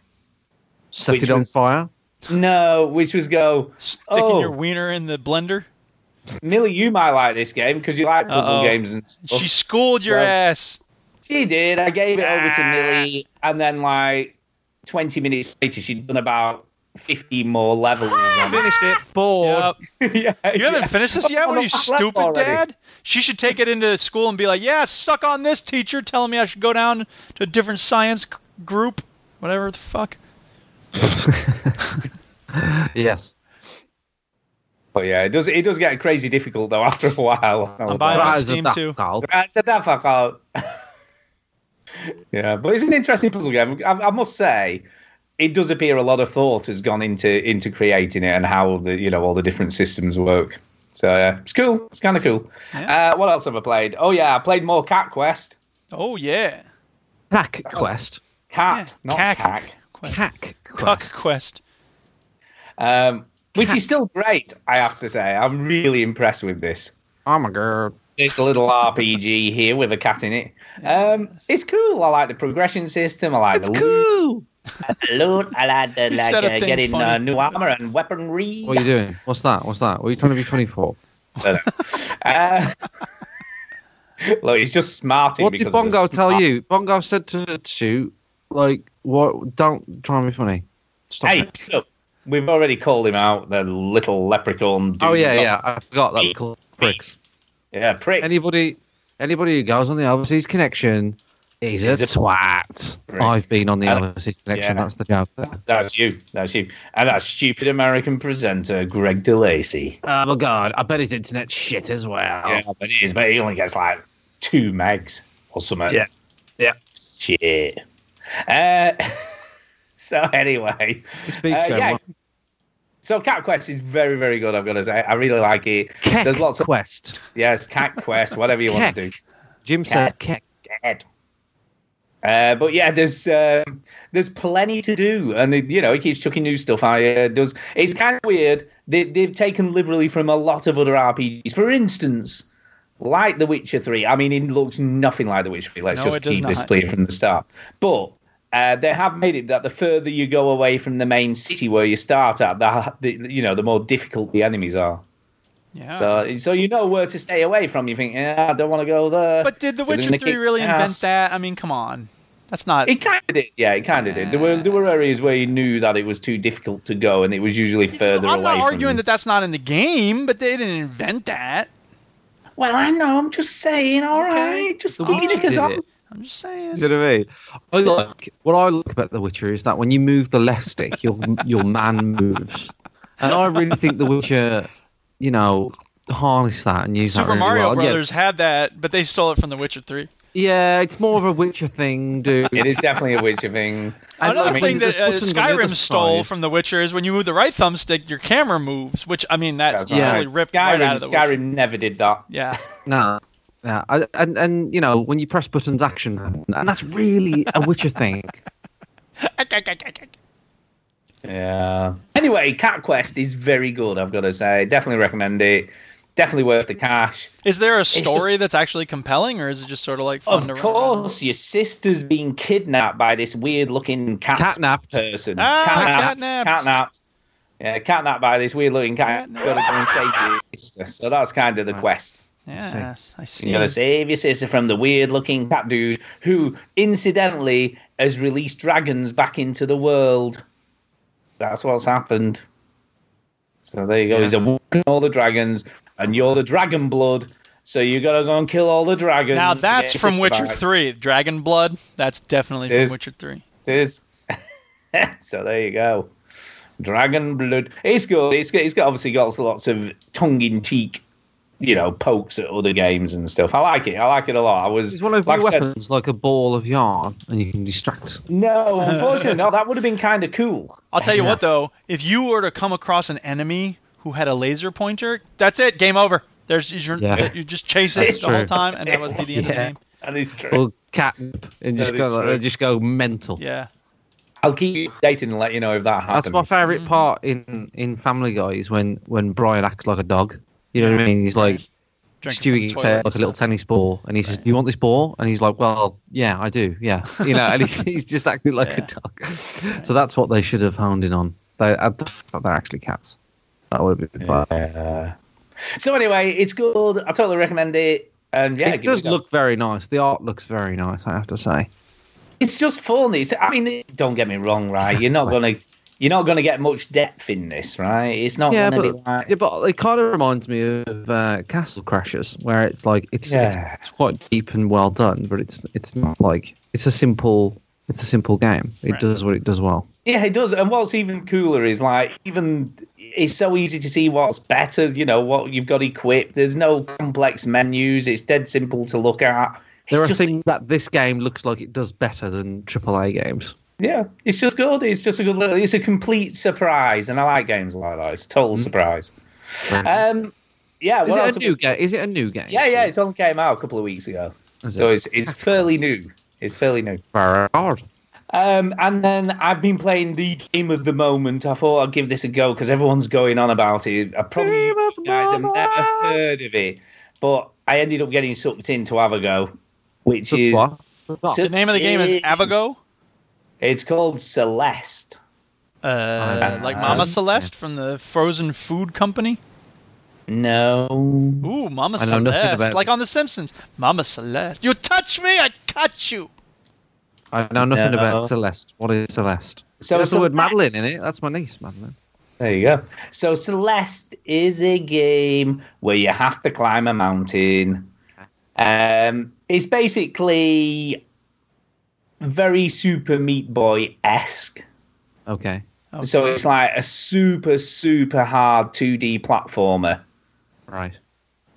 [SPEAKER 3] set
[SPEAKER 2] Which
[SPEAKER 3] it on
[SPEAKER 2] was-
[SPEAKER 3] fire.
[SPEAKER 2] No, which was go,
[SPEAKER 1] Sticking
[SPEAKER 2] Oh.
[SPEAKER 1] your wiener in the blender.
[SPEAKER 2] Millie, you might like this game because you like puzzle
[SPEAKER 1] Uh-oh.
[SPEAKER 2] games and stuff.
[SPEAKER 1] She schooled your
[SPEAKER 2] Well-
[SPEAKER 1] ass.
[SPEAKER 2] She did. I gave it over
[SPEAKER 1] Ah.
[SPEAKER 2] to Millie, and then like 20 minutes later, she'd done about 50 more levels. On it.
[SPEAKER 3] Finished it.
[SPEAKER 2] Oh.
[SPEAKER 3] Bored.
[SPEAKER 1] Yep.
[SPEAKER 2] *laughs* yeah,
[SPEAKER 1] Ah. You haven't finished this yet? What are
[SPEAKER 2] *laughs*
[SPEAKER 1] you, stupid dad? She should take it into school and be like, yeah, suck on this teacher telling me I should go down to a different science c- group. Whatever the fuck.
[SPEAKER 3] *laughs* yes.
[SPEAKER 2] But yeah, it does. It does get crazy difficult though after a while.
[SPEAKER 1] I'm buying it on
[SPEAKER 3] Rise of
[SPEAKER 1] Steam
[SPEAKER 3] Dark
[SPEAKER 1] too.
[SPEAKER 3] Cult.
[SPEAKER 2] That's a fuck out. yeah, but it's an interesting puzzle game. I, I must say, it does appear a lot of thought has gone into into creating it and how the you know all the different systems work. So yeah, it's cool. It's kind of cool. Uh, what else have I played? Oh yeah, I played more Cat Quest.
[SPEAKER 1] Oh, yeah.
[SPEAKER 3] Cack quest.
[SPEAKER 2] Cat,
[SPEAKER 1] Yeah,
[SPEAKER 2] not
[SPEAKER 1] cack.
[SPEAKER 2] Cack.
[SPEAKER 1] Quest.
[SPEAKER 3] Cack
[SPEAKER 1] Cuck quest.
[SPEAKER 3] quest.
[SPEAKER 2] Um, which is still great, I have to say. I'm really impressed with this.
[SPEAKER 3] Oh my god.
[SPEAKER 2] this little RPG here with a cat in it. Um, it's cool. I like the progression system. I like the loot.
[SPEAKER 3] Cool.
[SPEAKER 2] loot. I like
[SPEAKER 1] *laughs*
[SPEAKER 2] the
[SPEAKER 1] You
[SPEAKER 2] like,
[SPEAKER 1] said a
[SPEAKER 2] uh,
[SPEAKER 1] thing
[SPEAKER 2] getting uh,
[SPEAKER 1] funny.
[SPEAKER 2] new armor and weaponry.
[SPEAKER 3] What are you
[SPEAKER 2] *laughs*
[SPEAKER 3] doing? What's that? What's that? What are you trying to be funny for?
[SPEAKER 2] Uh, *laughs* look, he's just smarting.
[SPEAKER 3] What did
[SPEAKER 2] because of the
[SPEAKER 3] Bongo tell
[SPEAKER 2] smart-
[SPEAKER 3] you? Bongo said to Stu, like, what? Don't try and be funny.
[SPEAKER 2] *laughs*
[SPEAKER 3] Stop
[SPEAKER 2] Hey,
[SPEAKER 3] it.
[SPEAKER 2] so we've already called him out. The little leprechaun. Dude.
[SPEAKER 3] Oh yeah, yeah. I forgot that we called pricks.
[SPEAKER 2] yeah. Pricks.
[SPEAKER 3] Anybody, anybody who goes on the overseas connection is a,
[SPEAKER 2] Is a
[SPEAKER 3] twat.
[SPEAKER 2] prick.
[SPEAKER 3] I've been on the
[SPEAKER 2] And-
[SPEAKER 3] overseas connection.
[SPEAKER 2] yeah.
[SPEAKER 3] That's the joke. Oh, There.
[SPEAKER 2] That's you. That's you. And that stupid American presenter, Greg DeLacy.
[SPEAKER 3] Oh my god! I bet his internet's shit as well.
[SPEAKER 2] Yeah, Oh, but he is. But he only gets like two megs or something.
[SPEAKER 3] Yeah. Yeah.
[SPEAKER 2] Shit. Uh, *laughs* so anyway,
[SPEAKER 3] His
[SPEAKER 2] uh,
[SPEAKER 3] speech going
[SPEAKER 2] yeah.
[SPEAKER 3] well.
[SPEAKER 2] So Cat Quest is very, very good. I've got to say, I really like it.
[SPEAKER 3] Keck
[SPEAKER 2] There's lots of
[SPEAKER 3] quest.
[SPEAKER 2] yes, Cat Quest, whatever you want to
[SPEAKER 3] Keck.
[SPEAKER 2] do.
[SPEAKER 3] Jim says keck.
[SPEAKER 2] Dead. Uh, but yeah, there's um, there's plenty to do, and it, you know it keeps chucking new stuff. out. it does. It's kind of weird. They, they've taken liberally from a lot of other RPGs. For instance, like The Witcher Three. I mean, it looks nothing like The Witcher Three. Let's
[SPEAKER 1] No,
[SPEAKER 2] just
[SPEAKER 1] it does
[SPEAKER 2] keep this
[SPEAKER 1] not.
[SPEAKER 2] clear from the start. But uh, they have made it that the further you go away from the main city where you start at, the, the you know the more difficult the enemies are.
[SPEAKER 1] Yeah.
[SPEAKER 2] So, so you know where to stay away from. You think, yeah, I don't want to go there.
[SPEAKER 1] But did The
[SPEAKER 2] 'cause it's
[SPEAKER 1] Witcher
[SPEAKER 2] gonna
[SPEAKER 1] 3
[SPEAKER 2] kick
[SPEAKER 1] really
[SPEAKER 2] my
[SPEAKER 1] invent
[SPEAKER 2] ass.
[SPEAKER 1] that? I mean, come on. That's not.
[SPEAKER 2] It kind of did, yeah, it kind of did. There were there were areas where you knew that it was too difficult to go, and it was usually further
[SPEAKER 1] I'm
[SPEAKER 2] away.
[SPEAKER 1] not arguing
[SPEAKER 2] from...
[SPEAKER 1] that that's not in the game, but they didn't invent that.
[SPEAKER 2] Well, I know. I'm just saying. All right, just
[SPEAKER 3] The Witcher
[SPEAKER 2] because
[SPEAKER 3] did
[SPEAKER 2] I'm
[SPEAKER 3] it.
[SPEAKER 1] I'm just saying.
[SPEAKER 3] Do you know what I mean? I like what I like about The Witcher is that when you move the left stick, your your man moves, and I really think The Witcher, you know, harness that and use that
[SPEAKER 1] Super
[SPEAKER 3] really
[SPEAKER 1] Mario
[SPEAKER 3] well. Yeah,
[SPEAKER 1] Brothers had that, but they stole it from The Witcher 3.
[SPEAKER 3] Yeah, it's more of a Witcher thing, dude.
[SPEAKER 2] *laughs* It is definitely a Witcher thing.
[SPEAKER 1] Another
[SPEAKER 3] like,
[SPEAKER 1] thing that
[SPEAKER 3] there's
[SPEAKER 1] uh,
[SPEAKER 3] buttons on the other
[SPEAKER 1] Skyrim stole
[SPEAKER 3] side.
[SPEAKER 1] from The Witcher is when you move the right thumbstick, your camera moves, which, I mean, *laughs* that's
[SPEAKER 2] Yeah.
[SPEAKER 1] totally ripped right
[SPEAKER 2] Skyrim-
[SPEAKER 1] out of The
[SPEAKER 2] Skyrim
[SPEAKER 1] Witcher.
[SPEAKER 2] never did that.
[SPEAKER 1] Yeah.
[SPEAKER 3] No. Yeah, I- and and you know when you press buttons, action, happens, and that's really a Witcher thing.
[SPEAKER 2] *laughs* Yeah. Anyway, Cat Quest is very good. I've got to say, definitely recommend it. Definitely worth the cash.
[SPEAKER 1] *laughs* Is there a
[SPEAKER 2] just-
[SPEAKER 1] story that's actually compelling, or is it just sort of like fun
[SPEAKER 2] Of
[SPEAKER 1] to run?
[SPEAKER 2] course, your sister's been kidnapped by this weird-looking cat
[SPEAKER 3] Catnapped.
[SPEAKER 2] person.
[SPEAKER 1] Ah,
[SPEAKER 2] Catnapped.
[SPEAKER 1] catnapped.
[SPEAKER 2] Catnapped. Yeah, catnapped by this weird-looking cat. You've got to go and save your sister. So that's kind of the quest.
[SPEAKER 1] Yes, I see.
[SPEAKER 2] You're gonna save your sister from the weird-looking cat dude who, incidentally, has released dragons back into the world. That's what's happened. So there you go. He's a walking all the dragons, and you're the dragon blood. So you gotta go and kill all the dragons.
[SPEAKER 1] Now
[SPEAKER 2] to get
[SPEAKER 1] that's
[SPEAKER 2] your
[SPEAKER 1] from
[SPEAKER 2] sister
[SPEAKER 1] Witcher
[SPEAKER 2] back.
[SPEAKER 1] 3. Dragon Blood, that's definitely
[SPEAKER 2] It
[SPEAKER 1] from
[SPEAKER 2] is.
[SPEAKER 1] Witcher 3.
[SPEAKER 2] It is. *laughs* so there you go. Dragon blood. It's good. It's, got- it's got obviously got lots of tongue in cheek, you know, pokes at other games and stuff. I like it. I like it a lot. I was
[SPEAKER 3] It's one of
[SPEAKER 2] like
[SPEAKER 3] your
[SPEAKER 2] I said-
[SPEAKER 3] weapons, like a ball of yarn, and you can distract. *laughs*
[SPEAKER 2] no, unfortunately, no. That would have been kind of cool.
[SPEAKER 1] I'll tell you what though, if you were to come across an enemy who had a laser pointer, that's it, game over. There's you're,
[SPEAKER 3] Yeah.
[SPEAKER 1] you just chase it
[SPEAKER 3] That's
[SPEAKER 1] the
[SPEAKER 3] true.
[SPEAKER 1] whole time, and that would be the end of the
[SPEAKER 3] Yeah.
[SPEAKER 1] game.
[SPEAKER 2] That is true.
[SPEAKER 3] Or cat and just
[SPEAKER 2] That
[SPEAKER 3] go
[SPEAKER 2] is
[SPEAKER 3] like,
[SPEAKER 2] true.
[SPEAKER 3] just go mental.
[SPEAKER 1] Yeah.
[SPEAKER 2] I'll keep you updated and let you know if that happens.
[SPEAKER 3] That's my
[SPEAKER 1] Mm-hmm.
[SPEAKER 3] favourite part in, in Family Guy is when, when Brian acts like a dog. You know what I mean? He's like
[SPEAKER 1] Drinking from
[SPEAKER 3] Stewie
[SPEAKER 1] the
[SPEAKER 3] gets
[SPEAKER 1] toilet
[SPEAKER 3] out like a little tennis ball, and he says, "Do you want this ball?" And he's like, "Well, yeah, I do, yeah."
[SPEAKER 1] *laughs*
[SPEAKER 3] You know, and he's, he's just acting like a dog. So that's what they should have honed in on. They, uh, they're actually cats. That would have been fun.
[SPEAKER 2] Yeah. uh, So anyway, it's good. I totally recommend it. And yeah,
[SPEAKER 3] it
[SPEAKER 2] give
[SPEAKER 3] does
[SPEAKER 2] a go.
[SPEAKER 3] look very nice. The art looks very nice. I have to say.
[SPEAKER 2] It's just fun. It's, I mean, it- don't get me wrong, right? You're not gonna you're not gonna get much depth in this, right? It's not
[SPEAKER 3] yeah,
[SPEAKER 2] gonna
[SPEAKER 3] but,
[SPEAKER 2] be like
[SPEAKER 3] yeah, but it kind of reminds me of uh, Castle Crashers, where it's like it's,
[SPEAKER 2] Yeah.
[SPEAKER 3] it's it's quite deep and well done, but it's it's not like it's a simple it's a simple game. It does what it does well.
[SPEAKER 2] Yeah, it does. And what's even cooler is like even it's so easy to see what's better. You know what you've got equipped. There's no complex menus. It's dead simple to look at.
[SPEAKER 3] There
[SPEAKER 2] It's
[SPEAKER 3] are
[SPEAKER 2] just,
[SPEAKER 3] things that this game looks like it does better than AAA games.
[SPEAKER 2] Yeah, it's just good. It's just a good. Little, it's a complete surprise, and I like games like that. It's a total surprise. Um, yeah.
[SPEAKER 3] Mm-hmm. Is
[SPEAKER 2] what
[SPEAKER 3] it
[SPEAKER 2] else
[SPEAKER 3] a
[SPEAKER 2] have
[SPEAKER 3] new
[SPEAKER 2] we-
[SPEAKER 3] game? Is it a new game?
[SPEAKER 2] Yeah, yeah. It's only came out a couple of weeks ago,
[SPEAKER 3] Is
[SPEAKER 2] so
[SPEAKER 3] it?
[SPEAKER 2] it's it's fairly new. It's fairly new.
[SPEAKER 3] Very hard.
[SPEAKER 2] Um, and then I've been playing the game of the moment. I thought I'd give this a go because everyone's going on about it. I probably
[SPEAKER 3] Game of
[SPEAKER 2] you guys have
[SPEAKER 3] moment!
[SPEAKER 2] never heard of it, but I ended up getting sucked in to have a go, which is
[SPEAKER 3] What? What?
[SPEAKER 1] The name of the game is Avago,
[SPEAKER 2] It's called Celeste.
[SPEAKER 1] uh, like Mama Celeste from the frozen food company.
[SPEAKER 2] No.
[SPEAKER 1] Ooh, Mama
[SPEAKER 3] I know nothing
[SPEAKER 1] Celeste,
[SPEAKER 3] about
[SPEAKER 1] like
[SPEAKER 3] it.
[SPEAKER 1] on The Simpsons. Mama Celeste, you touch me, I cut you.
[SPEAKER 3] I know nothing
[SPEAKER 2] No.
[SPEAKER 3] about Celeste. What is Celeste?
[SPEAKER 2] So
[SPEAKER 3] So that's the word
[SPEAKER 2] Celeste-
[SPEAKER 3] Madeline in it. That's my niece, Madeline.
[SPEAKER 2] There you go. So Celeste is a game where you have to climb a mountain. Um, it's basically very Super Meat Boy esque.
[SPEAKER 3] Okay.
[SPEAKER 2] So it's like a super super hard 2D platformer.
[SPEAKER 3] Right.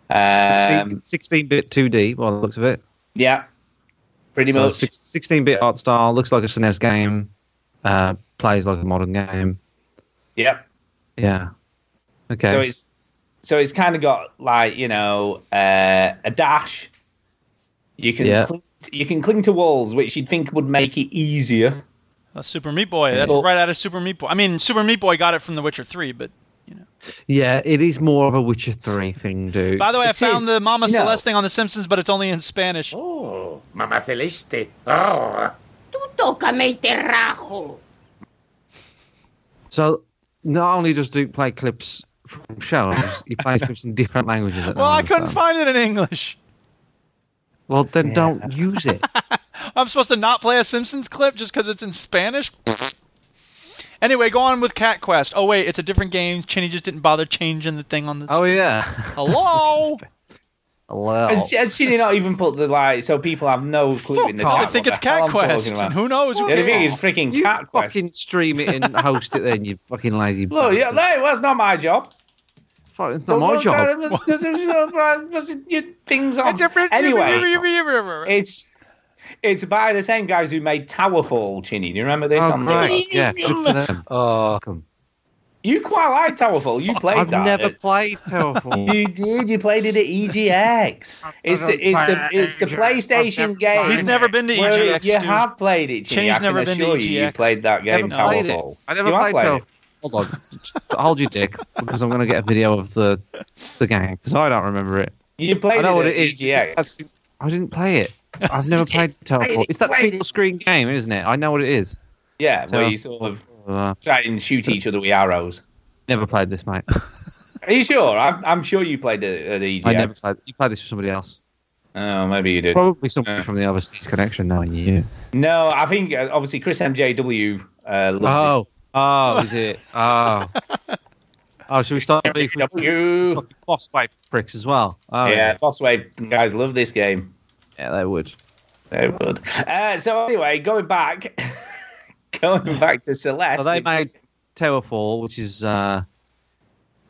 [SPEAKER 2] Um,
[SPEAKER 3] 16 bit 2D by the looks of it.
[SPEAKER 2] yeah, pretty
[SPEAKER 3] So
[SPEAKER 2] much.
[SPEAKER 3] 16 bit art style, looks like a SNES game, uh, plays like a modern game.
[SPEAKER 2] yeah.
[SPEAKER 3] Yeah. Okay.
[SPEAKER 2] So it's so it's kind of got like you know uh, a dash. You can
[SPEAKER 3] Yeah.
[SPEAKER 2] cling, you can cling to walls, which you'd think would make it easier.
[SPEAKER 1] Uh, Super Meat Boy, that's
[SPEAKER 2] Well-
[SPEAKER 1] right out of Super Meat Boy. I mean, Super Meat Boy got it from The Witcher 3, but
[SPEAKER 3] yeah, it is more of a Witcher 3 thing, dude.
[SPEAKER 1] by the way, I
[SPEAKER 2] It
[SPEAKER 1] found
[SPEAKER 2] is-
[SPEAKER 1] the Mama
[SPEAKER 2] no.
[SPEAKER 1] Celeste thing on The Simpsons, but it's only in Spanish.
[SPEAKER 7] Oh, Mama Celeste. Oh.
[SPEAKER 3] So not only does Duke play clips from shelves, he plays with some different languages. That
[SPEAKER 2] Um,
[SPEAKER 1] Well, I couldn't
[SPEAKER 3] understand.
[SPEAKER 1] find it in English.
[SPEAKER 3] Well, then don't use it.
[SPEAKER 1] I'm supposed to not play a Simpsons clip just because it's in Spanish? anyway, go on with Cat Quest. Oh, wait, it's a different game. Chinny just didn't bother changing the thing on the.
[SPEAKER 3] Oh
[SPEAKER 1] *laughs*
[SPEAKER 3] yeah.
[SPEAKER 2] *laughs*
[SPEAKER 1] Hello?
[SPEAKER 3] Hello.
[SPEAKER 2] Has, has she not even put the like so people have no clue in the
[SPEAKER 3] Fuck
[SPEAKER 2] chat?
[SPEAKER 3] off.
[SPEAKER 1] I think
[SPEAKER 2] what
[SPEAKER 1] it's
[SPEAKER 2] the hell
[SPEAKER 1] Cat
[SPEAKER 2] I'm talking
[SPEAKER 1] Quest.
[SPEAKER 2] about.
[SPEAKER 1] and Who knows?
[SPEAKER 2] Yeah, the thing is freaking
[SPEAKER 3] You
[SPEAKER 2] Cat Quest.
[SPEAKER 3] fucking stream it and host it then, you fucking lazy
[SPEAKER 2] Look, yeah,
[SPEAKER 3] bastard.
[SPEAKER 2] no, that's not my job.
[SPEAKER 3] Fuck, it's not my
[SPEAKER 2] Don't-
[SPEAKER 3] job. *laughs*
[SPEAKER 2] don't- don't- Your things on. Anyway, it's it's by the same guys who made Towerfall, Chinny. Do you remember this?
[SPEAKER 3] Oh,
[SPEAKER 2] on the-
[SPEAKER 3] great. Yeah, good for them.
[SPEAKER 2] Oh, you quite like Towerfall. You played
[SPEAKER 3] I've
[SPEAKER 2] that.
[SPEAKER 3] never
[SPEAKER 2] *laughs*
[SPEAKER 3] played Towerfall.
[SPEAKER 2] You did. You played it at
[SPEAKER 3] *laughs*
[SPEAKER 2] EGX. It's the it's the it's the PlayStation
[SPEAKER 1] *laughs*
[SPEAKER 2] game.
[SPEAKER 1] He's never been to
[SPEAKER 2] Well,
[SPEAKER 1] EGX.
[SPEAKER 2] You
[SPEAKER 1] dude.
[SPEAKER 2] have played it. Chinny.
[SPEAKER 1] Chinny's
[SPEAKER 2] I can
[SPEAKER 1] never been to
[SPEAKER 2] assure you, you
[SPEAKER 1] EGX.
[SPEAKER 2] played that
[SPEAKER 3] E I
[SPEAKER 2] game,
[SPEAKER 3] never played it.
[SPEAKER 2] Towerfall.
[SPEAKER 3] I never
[SPEAKER 2] You have
[SPEAKER 3] played
[SPEAKER 2] played it.
[SPEAKER 3] Towerfall. Hold on. *laughs* Just Hold your dick because I'm going to get a video of the the game because I don't remember it.
[SPEAKER 2] You played
[SPEAKER 3] I know
[SPEAKER 2] it
[SPEAKER 3] what
[SPEAKER 2] at E
[SPEAKER 3] it is.
[SPEAKER 2] EGX.
[SPEAKER 3] That's- I didn't play it.
[SPEAKER 2] *laughs*
[SPEAKER 3] I've never played Towerfall. It's that single screen game, isn't it? I know what it is.
[SPEAKER 2] Yeah, where
[SPEAKER 3] Towerfall.
[SPEAKER 2] you sort of
[SPEAKER 3] Uh,
[SPEAKER 2] try and shoot each other with arrows.
[SPEAKER 3] never played
[SPEAKER 2] *laughs*
[SPEAKER 3] this, mate.
[SPEAKER 2] Are you sure? I'm, I'm sure you played it at EGX.
[SPEAKER 3] I never played. You played this with somebody else.
[SPEAKER 2] Oh, maybe you did.
[SPEAKER 3] Probably somebody
[SPEAKER 2] Yeah.
[SPEAKER 3] from the overseas connection knowing you.
[SPEAKER 2] No, I think uh, obviously Chris MJW uh, loves
[SPEAKER 3] Oh, oh,
[SPEAKER 2] *laughs*
[SPEAKER 3] is it? Oh, oh, should we start beef
[SPEAKER 2] this. MJW.
[SPEAKER 3] with boss wipe bricks as well? Oh,
[SPEAKER 2] Yeah, Boss Wave guys love this game.
[SPEAKER 3] yeah, they would.
[SPEAKER 2] They would. Uh, so anyway, going back, *laughs* going back to Celeste.
[SPEAKER 3] So they
[SPEAKER 2] which-
[SPEAKER 3] made Towerfall, which is uh,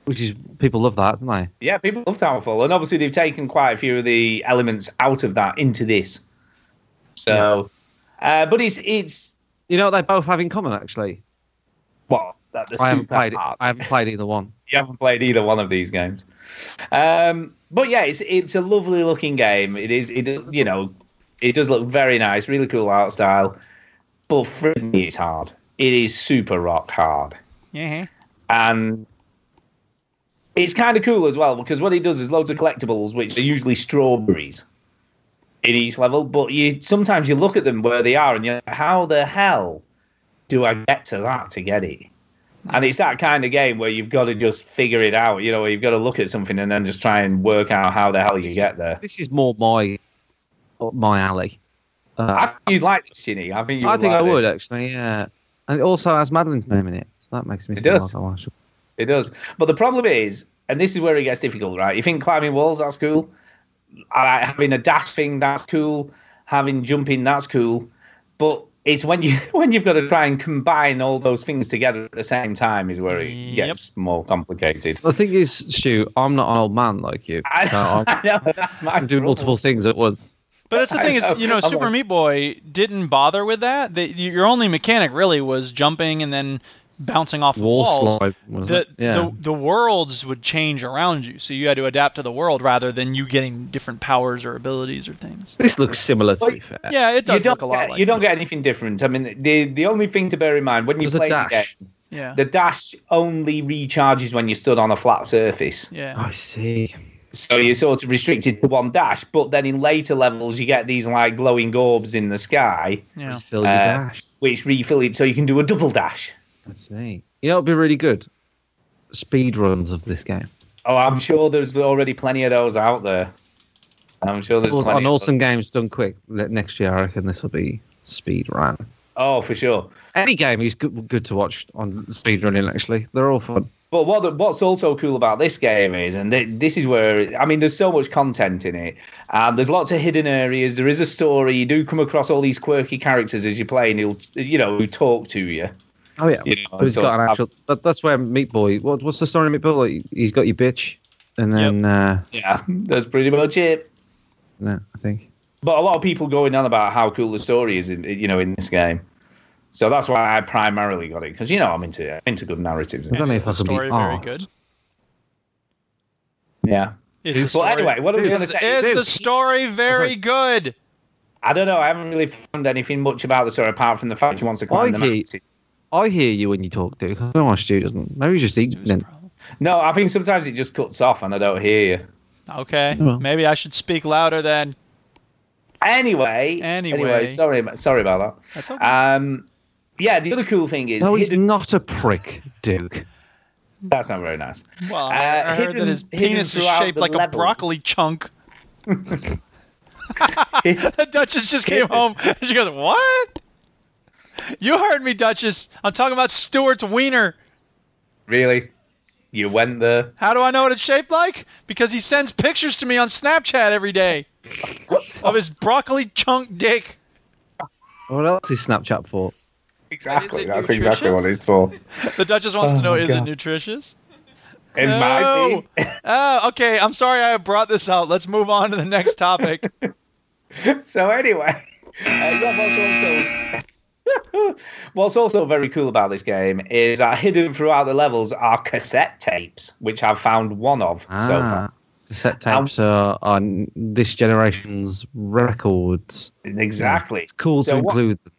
[SPEAKER 3] which is people love that, don't they?
[SPEAKER 2] yeah, people love Towerfall, and obviously they've taken quite a few of the elements out of that into this. So, uh, but it's it's
[SPEAKER 3] You know what they both have in common actually.
[SPEAKER 2] what that the
[SPEAKER 3] I haven't
[SPEAKER 2] super
[SPEAKER 3] played it.
[SPEAKER 2] art-
[SPEAKER 3] I haven't played either one.
[SPEAKER 2] you haven't played either one of these games. Um, but yeah, it's it's a lovely looking game. It is it is- you know it does look very nice, really cool art style. But for me, it's hard. It is super rock hard,
[SPEAKER 1] Yeah.
[SPEAKER 2] and it's kind of cool as well because what he does is loads of collectibles, which are usually strawberries in each level. But you sometimes you look at them where they are, and you're like, how the hell do I get to that to get it? And it's that kind of game where you've got to just figure it out. You know, where you've got to look at something and then just try and work out how the hell you get there.
[SPEAKER 3] This is more my my alley.
[SPEAKER 2] I
[SPEAKER 3] Uh,
[SPEAKER 2] think you'd like this, Ginny. I think you.
[SPEAKER 3] I
[SPEAKER 2] would
[SPEAKER 3] think
[SPEAKER 2] like
[SPEAKER 3] I would
[SPEAKER 2] this.
[SPEAKER 3] actually. Yeah, and it also has Madeline's name in it, so that makes me.
[SPEAKER 2] It
[SPEAKER 3] feel
[SPEAKER 2] does.
[SPEAKER 3] Like I want to
[SPEAKER 2] It does. But the problem is, and this is where it gets difficult, right? You think climbing walls that's cool, uh, having a dash thing that's cool, having jumping that's cool, but it's when you *laughs* when you've got to try and combine all those things together at the same time is where it
[SPEAKER 1] Yep.
[SPEAKER 2] gets more complicated.
[SPEAKER 3] The thing is, Stu, I'm not an old man like you.
[SPEAKER 2] I,
[SPEAKER 3] So I'm-
[SPEAKER 2] *laughs* I know that's my *laughs*
[SPEAKER 3] I can do
[SPEAKER 2] trouble.
[SPEAKER 3] multiple things at once.
[SPEAKER 1] But that's the
[SPEAKER 2] I
[SPEAKER 1] thing is,
[SPEAKER 2] know.
[SPEAKER 1] you know,
[SPEAKER 2] I'm
[SPEAKER 1] Super
[SPEAKER 2] like-
[SPEAKER 1] Meat Boy didn't bother with that. They, your only mechanic really was jumping and then bouncing off the
[SPEAKER 3] Wall
[SPEAKER 1] walls.
[SPEAKER 3] slide. wasn't
[SPEAKER 1] The,
[SPEAKER 3] it? yeah.
[SPEAKER 1] the the worlds would change around you, so you had to adapt to the world rather than you getting different powers or abilities or things.
[SPEAKER 3] This looks similar to be fair.
[SPEAKER 1] Yeah, it
[SPEAKER 2] You
[SPEAKER 1] does
[SPEAKER 2] don't,
[SPEAKER 1] look a lot
[SPEAKER 2] get,
[SPEAKER 1] like
[SPEAKER 2] you don't
[SPEAKER 1] it.
[SPEAKER 2] get anything different. I mean, the the only thing to bear in mind when you
[SPEAKER 3] There's a
[SPEAKER 2] play the
[SPEAKER 3] dash.
[SPEAKER 2] game,
[SPEAKER 1] yeah.
[SPEAKER 2] the dash only recharges when you stood on a flat surface.
[SPEAKER 1] yeah.
[SPEAKER 3] I see.
[SPEAKER 2] So you're sort of restricted to one dash, but then in later levels you get these like glowing orbs in the sky,
[SPEAKER 1] Yeah.
[SPEAKER 3] Fill your
[SPEAKER 2] Uh,
[SPEAKER 3] dash.
[SPEAKER 2] which refill it so you can do a double dash.
[SPEAKER 3] I see. You know, it'd be really good. Speed runs of this game.
[SPEAKER 2] Oh, I'm sure there's already plenty of those out there. I'm sure there's
[SPEAKER 3] Well,
[SPEAKER 2] plenty.
[SPEAKER 3] on
[SPEAKER 2] Of
[SPEAKER 3] awesome
[SPEAKER 2] those.
[SPEAKER 3] games done quick. Le- Next year, I reckon this will be speed run.
[SPEAKER 2] Oh, for sure.
[SPEAKER 3] Any game is good, good to watch on speed running. Actually, they're all fun.
[SPEAKER 2] But what what's also cool about this game is, and th- this is where I mean, there's so much content in it, and there's lots of hidden areas. There is a story. You do come across all these quirky characters as you play, and you'll you know who talk to you.
[SPEAKER 3] Oh yeah,
[SPEAKER 2] You know,
[SPEAKER 3] But he's
[SPEAKER 2] so
[SPEAKER 3] got an
[SPEAKER 2] it's-
[SPEAKER 3] actual. That, that's where Meat Boy. What, what's the story of Meat Boy? He's got your bitch, and then uh,
[SPEAKER 2] Yeah, *laughs* that's pretty much it.
[SPEAKER 3] no, I think.
[SPEAKER 2] but a lot of people going on about how cool the story is in you know in this game. So that's why I primarily got it because you know I'm into I'm into good narratives.
[SPEAKER 3] I don't know
[SPEAKER 1] Is
[SPEAKER 3] if
[SPEAKER 1] the
[SPEAKER 3] I can be
[SPEAKER 1] story very
[SPEAKER 3] arsed.
[SPEAKER 1] good?
[SPEAKER 2] Yeah.
[SPEAKER 1] Is
[SPEAKER 2] Well,
[SPEAKER 1] the story,
[SPEAKER 2] anyway, what are we
[SPEAKER 1] is,
[SPEAKER 2] going to say?
[SPEAKER 1] is the story very good?
[SPEAKER 2] I don't know. I haven't really found anything much about the story apart from the fact she wants to climb the
[SPEAKER 3] I
[SPEAKER 2] mountain.
[SPEAKER 3] hate- I hear you when you talk, Duke. I don't know why Stu doesn't. Maybe he's just ignorant.
[SPEAKER 2] No, I think sometimes it just cuts off and I don't hear you.
[SPEAKER 1] Okay,
[SPEAKER 3] Well.
[SPEAKER 1] maybe I should speak louder then.
[SPEAKER 2] Anyway,
[SPEAKER 1] Anyway.
[SPEAKER 2] sorry, ab- sorry about that.
[SPEAKER 1] That's okay.
[SPEAKER 2] Um, yeah, the other cool thing is
[SPEAKER 3] No, he's
[SPEAKER 2] hidden-
[SPEAKER 3] not a prick, Duke. *laughs*
[SPEAKER 2] That's not very nice.
[SPEAKER 1] Well, I
[SPEAKER 2] Uh,
[SPEAKER 1] I heard that
[SPEAKER 2] hidden-
[SPEAKER 1] his
[SPEAKER 2] hidden
[SPEAKER 1] penis is
[SPEAKER 2] throughout
[SPEAKER 1] shaped
[SPEAKER 2] the
[SPEAKER 1] like
[SPEAKER 2] levels.
[SPEAKER 1] a broccoli
[SPEAKER 2] *laughs*
[SPEAKER 1] chunk. *laughs* the Duchess just came home. She goes, "What? You heard me, Duchess. I'm talking about Stewart's wiener.
[SPEAKER 2] Really? You went there?
[SPEAKER 1] How do I know what it's shaped like? Because he sends pictures to me on Snapchat every
[SPEAKER 2] *laughs*
[SPEAKER 1] day of his broccoli chunk dick.
[SPEAKER 3] What else is Snapchat for?
[SPEAKER 2] Exactly.
[SPEAKER 1] it
[SPEAKER 2] That's exactly what it's
[SPEAKER 1] *laughs*
[SPEAKER 2] for.
[SPEAKER 1] The Duchess wants to
[SPEAKER 2] Oh
[SPEAKER 1] know,
[SPEAKER 2] my
[SPEAKER 1] is it
[SPEAKER 2] God.
[SPEAKER 1] nutritious?
[SPEAKER 2] It
[SPEAKER 1] no.
[SPEAKER 2] might
[SPEAKER 1] oh, okay. I'm sorry I brought this out. Let's move on to the next
[SPEAKER 2] *laughs*
[SPEAKER 1] topic.
[SPEAKER 2] so anyway, uh, yeah, what's also *laughs* what's also very cool about this game is that hidden throughout the levels are cassette tapes, which I've found one of so far. Um,
[SPEAKER 3] Ah, cassette tapes are on this generation's records.
[SPEAKER 2] Exactly.
[SPEAKER 3] It's cool
[SPEAKER 2] So
[SPEAKER 3] to
[SPEAKER 2] what-
[SPEAKER 3] include them.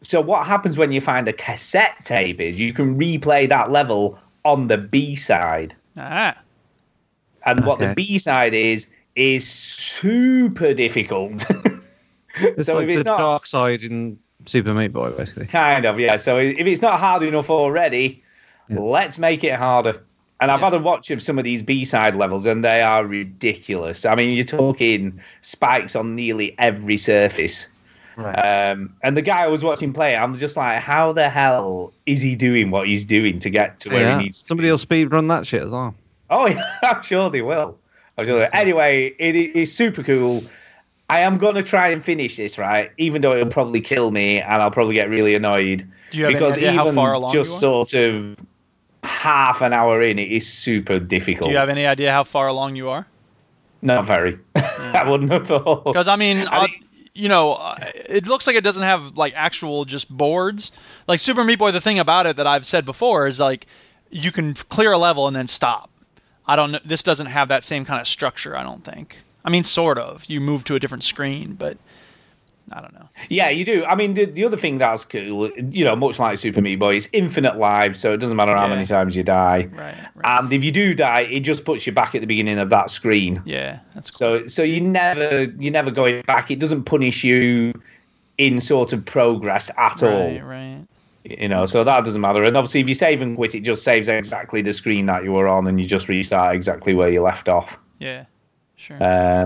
[SPEAKER 2] So what happens when you find a cassette tape is you can replay that level on the B side,
[SPEAKER 1] Ah.
[SPEAKER 2] and what the
[SPEAKER 3] Okay.
[SPEAKER 2] B side is is super difficult. *laughs*
[SPEAKER 3] It's
[SPEAKER 2] so
[SPEAKER 3] like
[SPEAKER 2] if it's
[SPEAKER 3] the
[SPEAKER 2] not
[SPEAKER 3] dark side in Super Meat Boy, basically.
[SPEAKER 2] Kind of, yeah. So if it's not hard enough already, let's make it harder. And I've had a watch of some of these B side levels, and they are ridiculous. I mean, you're talking spikes on nearly every surface. Um, and the guy I was watching play, I'm just like, how the hell is he doing what he's doing to get to where
[SPEAKER 3] Yeah.
[SPEAKER 2] he needs
[SPEAKER 3] Somebody will speedrun that shit as well.
[SPEAKER 2] Oh, *laughs* yeah, I'm sure they will. I'm sure they- Anyway, it i- is super cool. I am going to try and finish this, right? Even though it'll probably kill me and I'll probably get really annoyed.
[SPEAKER 1] Do you have any
[SPEAKER 2] because
[SPEAKER 1] idea
[SPEAKER 2] even
[SPEAKER 1] how far along
[SPEAKER 2] just
[SPEAKER 1] you are?
[SPEAKER 2] sort of half an hour in, it is super difficult.
[SPEAKER 1] Do you have any idea how far along you are?
[SPEAKER 2] Not very. *laughs*
[SPEAKER 1] Hmm.
[SPEAKER 2] I wouldn't have thought.
[SPEAKER 1] Because I mean, uh, you know, uh, it looks like it doesn't have like actual just boards. Like Super Meat Boy, the thing about it that I've said before is like you can f- clear a level and then stop. I don't know. This doesn't have that same kind of structure. I don't think. I mean, sort of. You move to a different screen, but I don't know.
[SPEAKER 2] Yeah, you do. I mean, the, the other thing that's cool, you know, much like Super Meat Boy, it's infinite lives, so it doesn't matter how
[SPEAKER 1] Yeah.
[SPEAKER 2] many times you die.
[SPEAKER 1] Right.
[SPEAKER 2] And if you do die, it just puts you back at the beginning of that screen.
[SPEAKER 1] Yeah. That's
[SPEAKER 2] So so you never you're never going back. It doesn't punish you in sort of progress at all.
[SPEAKER 1] right. Right.
[SPEAKER 2] You know, so that doesn't matter. And obviously if you save and quit, it just saves exactly the screen that you were on and you just restart exactly where you left off.
[SPEAKER 1] Yeah. Sure.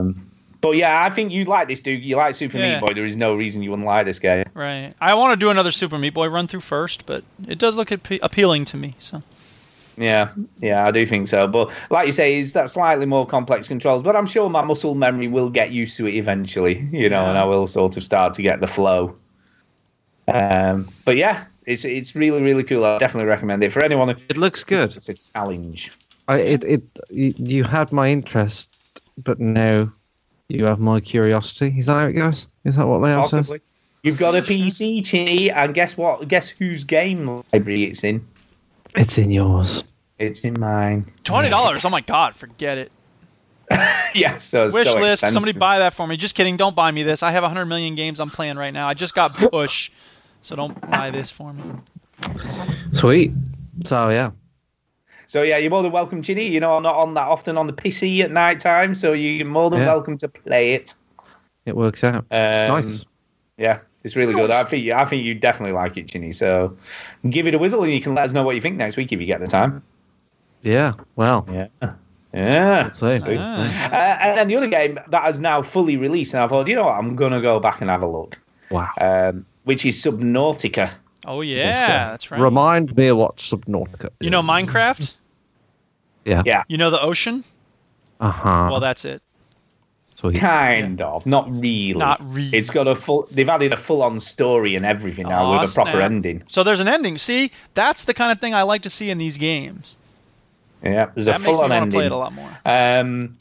[SPEAKER 2] Um but yeah, I think you like this dude. You like Super
[SPEAKER 1] Yeah.
[SPEAKER 2] Meat Boy. There is no reason you wouldn't like this game.
[SPEAKER 1] Right. I want to do another Super Meat Boy run through first, but it does look appe- appealing to me. So.
[SPEAKER 2] Yeah, yeah, I do think so. But like you say, is that slightly more complex controls. But I'm sure my muscle memory will get used to it eventually, you know, and I will sort of start to get the flow. Um, but yeah, it's it's really really cool. I definitely recommend it for anyone. It *laughs*
[SPEAKER 3] looks good.
[SPEAKER 2] It's a challenge.
[SPEAKER 3] I, it, it, you, you had my interest, but now you have my curiosity. Is that how it goes? Is that what they are? says?
[SPEAKER 2] Possibly. You've got a PC, Chinny, and guess what? Guess whose game library it's in?
[SPEAKER 3] It's in yours.
[SPEAKER 2] It's in mine. *laughs*
[SPEAKER 1] Twenty dollars. Oh my God. Forget it.
[SPEAKER 2] Yeah, so
[SPEAKER 1] Wish
[SPEAKER 2] so
[SPEAKER 1] list.
[SPEAKER 2] expensive.
[SPEAKER 1] Somebody buy that for me. Just kidding. Don't buy me this. I have 100 million games I'm playing right now. I just got
[SPEAKER 2] *laughs*
[SPEAKER 1] Push, so don't buy this for me.
[SPEAKER 3] Sweet. So yeah,
[SPEAKER 2] So yeah, you're more than welcome, Ginny. You know, I'm not on that often on the PC at night time, so you're more than
[SPEAKER 3] Yeah.
[SPEAKER 2] welcome to play it.
[SPEAKER 3] it works out.
[SPEAKER 2] Um,
[SPEAKER 3] nice.
[SPEAKER 2] Yeah, it's really good. I think I think you definitely like it, Ginny. So give it a whistle, and you can let us know what you think next week if you get the time.
[SPEAKER 3] Yeah. Well.
[SPEAKER 2] Yeah. Yeah.
[SPEAKER 3] Sweet.
[SPEAKER 2] Sweet. Uh, and then the other game that is now fully released, and I thought, you know what, I'm gonna go back and have a look.
[SPEAKER 3] Wow.
[SPEAKER 2] Um, which is Subnautica.
[SPEAKER 1] Oh yeah, that's right.
[SPEAKER 3] Remind me of what Subnautica.
[SPEAKER 1] you know Minecraft?
[SPEAKER 3] Yeah.
[SPEAKER 2] Yeah.
[SPEAKER 1] You know the ocean?
[SPEAKER 3] Uh huh.
[SPEAKER 1] Well, that's it.
[SPEAKER 3] Sweet.
[SPEAKER 2] Kind of, not really.
[SPEAKER 1] Not really.
[SPEAKER 2] It's got a full. They've added a full-on story and everything now
[SPEAKER 1] Aw,
[SPEAKER 2] with a proper
[SPEAKER 1] snap.
[SPEAKER 2] ending.
[SPEAKER 1] So there's an ending. See, that's the kind of thing I like to see in these games.
[SPEAKER 2] Yeah, there's
[SPEAKER 1] That
[SPEAKER 2] a
[SPEAKER 1] makes me
[SPEAKER 2] full-on
[SPEAKER 1] want
[SPEAKER 2] ending.
[SPEAKER 1] to play it a lot more.
[SPEAKER 2] Um,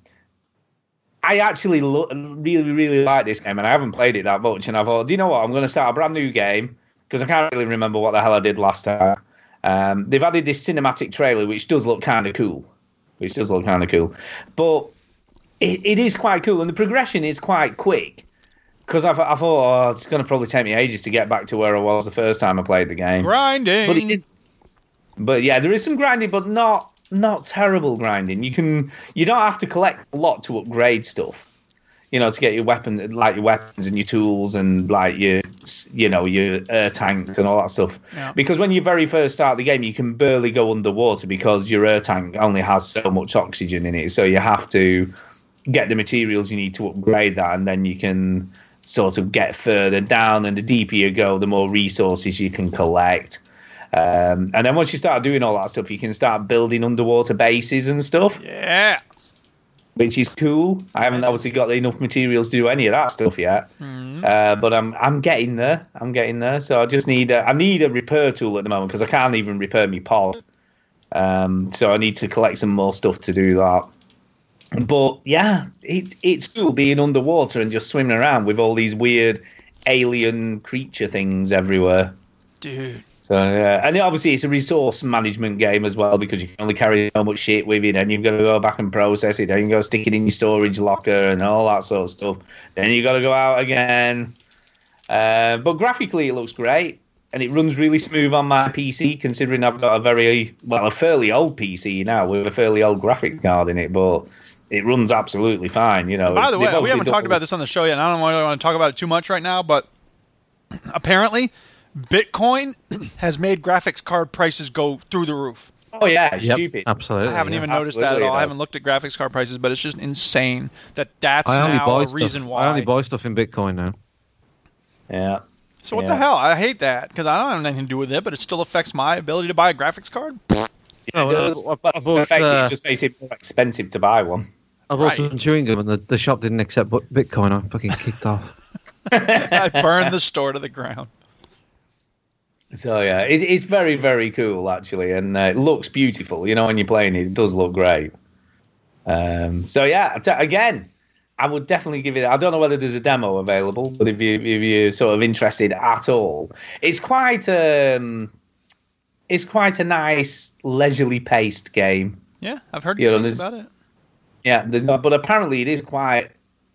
[SPEAKER 2] I actually lo- really, really like this game, and I haven't played it that much. And I thought, do you know what? I'm going to start a brand new game because I can't really remember what the hell I did last time. Um, they've added this cinematic trailer, which does look kind of cool, which does look kind of cool, but it, it is quite cool, and the progression is quite quick. Because I, thought- I thought oh, it's going to probably take me ages to get back to where I was the first time I played the game.
[SPEAKER 1] Grinding.
[SPEAKER 2] But it did. But yeah, there is some grinding, but not not terrible grinding. You can you don't have to collect a lot to upgrade stuff. you know, to get your weapon, like your weapons and your tools and like your, you know, your air tanks and all that stuff.
[SPEAKER 1] Yeah.
[SPEAKER 2] Because when you very first start the game, you can barely go underwater because your air tank only has so much oxygen in it. So you have to get the materials you need to upgrade that, and then you can sort of get further down. And the deeper you go, the more resources you can collect. Um, and then once you start doing all that stuff, you can start building underwater bases and stuff
[SPEAKER 1] Yeah.
[SPEAKER 2] which is cool. I haven't obviously got enough materials to do any of that stuff yet, uh, but I'm I'm getting there. I'm getting there. So I just need a, I need a repair tool at the moment because I can't even repair my pod. Um, so I need to collect some more stuff to do that. But yeah, it's it's cool being underwater and just swimming around with all these weird alien creature things everywhere.
[SPEAKER 1] Dude.
[SPEAKER 2] So yeah, and obviously it's a resource management game as well because you can only carry so much shit with you. Then you've got to go back and process it. Then you've got to stick it in your storage locker and all that sort of stuff. Then you've got to go out again. Uh, but graphically, it looks great and it runs really smooth on my PC. Considering I've got a very well, a fairly old PC now with a fairly old graphics card in it, but it runs absolutely fine. You know.
[SPEAKER 1] By
[SPEAKER 2] It's-
[SPEAKER 1] the way,
[SPEAKER 2] they've
[SPEAKER 1] we
[SPEAKER 2] obviously
[SPEAKER 1] haven't talked
[SPEAKER 2] done-
[SPEAKER 1] about this on the show yet. And I don't really want to talk about it too much right now, but *clears throat* apparently, Bitcoin *clears throat* has made graphics card prices go through the roof.
[SPEAKER 2] Oh yeah, it's
[SPEAKER 3] Yep,
[SPEAKER 2] stupid.
[SPEAKER 3] Absolutely.
[SPEAKER 1] I haven't even noticed that at
[SPEAKER 2] Absolutely
[SPEAKER 1] all.
[SPEAKER 2] it
[SPEAKER 1] I
[SPEAKER 2] does.
[SPEAKER 1] haven't looked at graphics card prices, but it's just insane that that's
[SPEAKER 3] I only
[SPEAKER 1] now
[SPEAKER 3] buy
[SPEAKER 1] a
[SPEAKER 3] stuff.
[SPEAKER 1] reason
[SPEAKER 3] I
[SPEAKER 1] why.
[SPEAKER 3] only buy stuff in Bitcoin now.
[SPEAKER 2] Yeah.
[SPEAKER 1] so what
[SPEAKER 2] yeah.
[SPEAKER 1] the hell? I hate that because I don't have anything to do with it, but it still affects my ability to buy a graphics card. *laughs*
[SPEAKER 2] Yeah,
[SPEAKER 1] Oh,
[SPEAKER 2] it
[SPEAKER 3] No, I-
[SPEAKER 2] does.
[SPEAKER 3] I- I
[SPEAKER 2] But it's
[SPEAKER 3] bought,
[SPEAKER 2] effective,
[SPEAKER 3] uh,
[SPEAKER 2] it just makes it more expensive to buy one.
[SPEAKER 3] I bought
[SPEAKER 1] Right.
[SPEAKER 3] some chewing gum and the, the shop didn't accept bu- Bitcoin. I fucking kicked off.
[SPEAKER 1] I burn the store to the ground.
[SPEAKER 2] So yeah, it, it's very very cool actually, and uh, it looks beautiful. You know, when you're playing it, it does look great. Um, so yeah, t- again, I would definitely give it. I don't know whether there's a demo available, but if you if you're sort of interested at all, it's quite um, it's quite a nice leisurely paced game.
[SPEAKER 1] Yeah, I've heard
[SPEAKER 2] Yeah,
[SPEAKER 1] good
[SPEAKER 2] and
[SPEAKER 1] things
[SPEAKER 2] it's-
[SPEAKER 1] about it.
[SPEAKER 2] Yeah, there's not, but apparently it is quite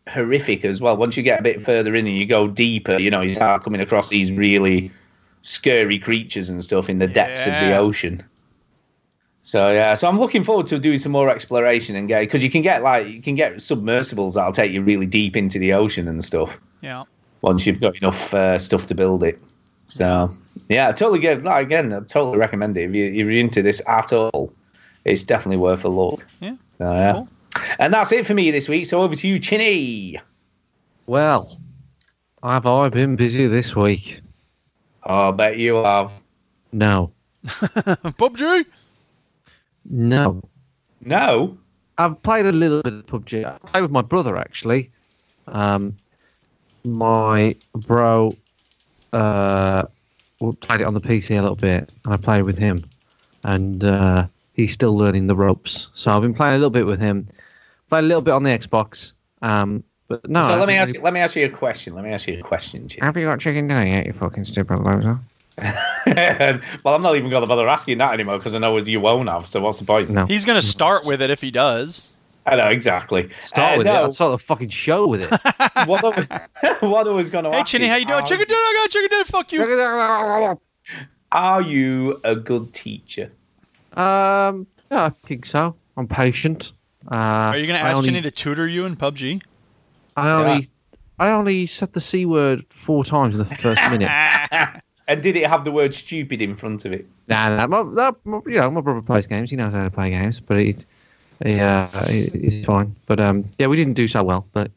[SPEAKER 2] horrific as well. Once you get a bit further in and you go deeper, you know, you start coming across these really scary creatures and stuff in the depths of the
[SPEAKER 1] Yeah.
[SPEAKER 2] ocean. So yeah, so I'm looking forward to doing some more exploration and get because you can get like you can get submersibles that'll take you really deep into the ocean and stuff
[SPEAKER 1] Yeah. *laughs*
[SPEAKER 2] once you've got enough uh, stuff to build it. So yeah, I totally get like, again. I totally recommend it if, you, if you're into this at all. It's definitely worth a look.
[SPEAKER 1] Yeah.
[SPEAKER 2] So, yeah.
[SPEAKER 1] Cool.
[SPEAKER 2] And that's it for me this week. So over to you, Chinny.
[SPEAKER 3] Well, have I been busy this week?
[SPEAKER 2] Oh, I bet you have.
[SPEAKER 3] No.
[SPEAKER 1] PUBG.
[SPEAKER 3] No.
[SPEAKER 2] No.
[SPEAKER 3] I've played a little bit of PUBG. I played with my brother actually. Um, my bro uh, w- played it on the PC a little bit, and I played with him, and uh, he's still learning the ropes. So I've been playing a little bit with him, played a little bit on the Xbox. Um, but no.
[SPEAKER 2] so
[SPEAKER 3] I
[SPEAKER 2] let me
[SPEAKER 3] haven't
[SPEAKER 2] ask.
[SPEAKER 3] really-
[SPEAKER 2] Let me ask you a question. Let me ask you a question, Chinny. *laughs*
[SPEAKER 3] Have you got chicken dinner yet, you fucking stupid loser?
[SPEAKER 2] well, I'm not even going to bother asking that anymore because I know you won't have. So what's the point?
[SPEAKER 3] No.
[SPEAKER 1] He's gonna start with it if he does.
[SPEAKER 2] I know exactly.
[SPEAKER 3] Start
[SPEAKER 2] Uh,
[SPEAKER 3] with it.
[SPEAKER 2] no,
[SPEAKER 3] I'll start the fucking show
[SPEAKER 2] *laughs*
[SPEAKER 3] with it.
[SPEAKER 2] what, I was, what I was *laughs* going to
[SPEAKER 1] Hey,
[SPEAKER 2] ask.
[SPEAKER 1] Chinny,
[SPEAKER 2] is,
[SPEAKER 1] how you doing?
[SPEAKER 2] are-
[SPEAKER 1] Chicken dinner. I got chicken dinner. Fuck you.
[SPEAKER 2] Are you a good teacher?
[SPEAKER 3] Um, yeah, I think so. I'm patient. Uh,
[SPEAKER 1] Are you gonna ask Chinny to tutor you in PUBG?
[SPEAKER 3] I only, I only said the c word four times in the first minute.
[SPEAKER 2] And did it have the word stupid in front of it?
[SPEAKER 3] Nah, nah, my, that, my, you know, my brother plays games. He knows how to play games, but it, yeah, it, it's fine. But um, yeah, we didn't do so well, but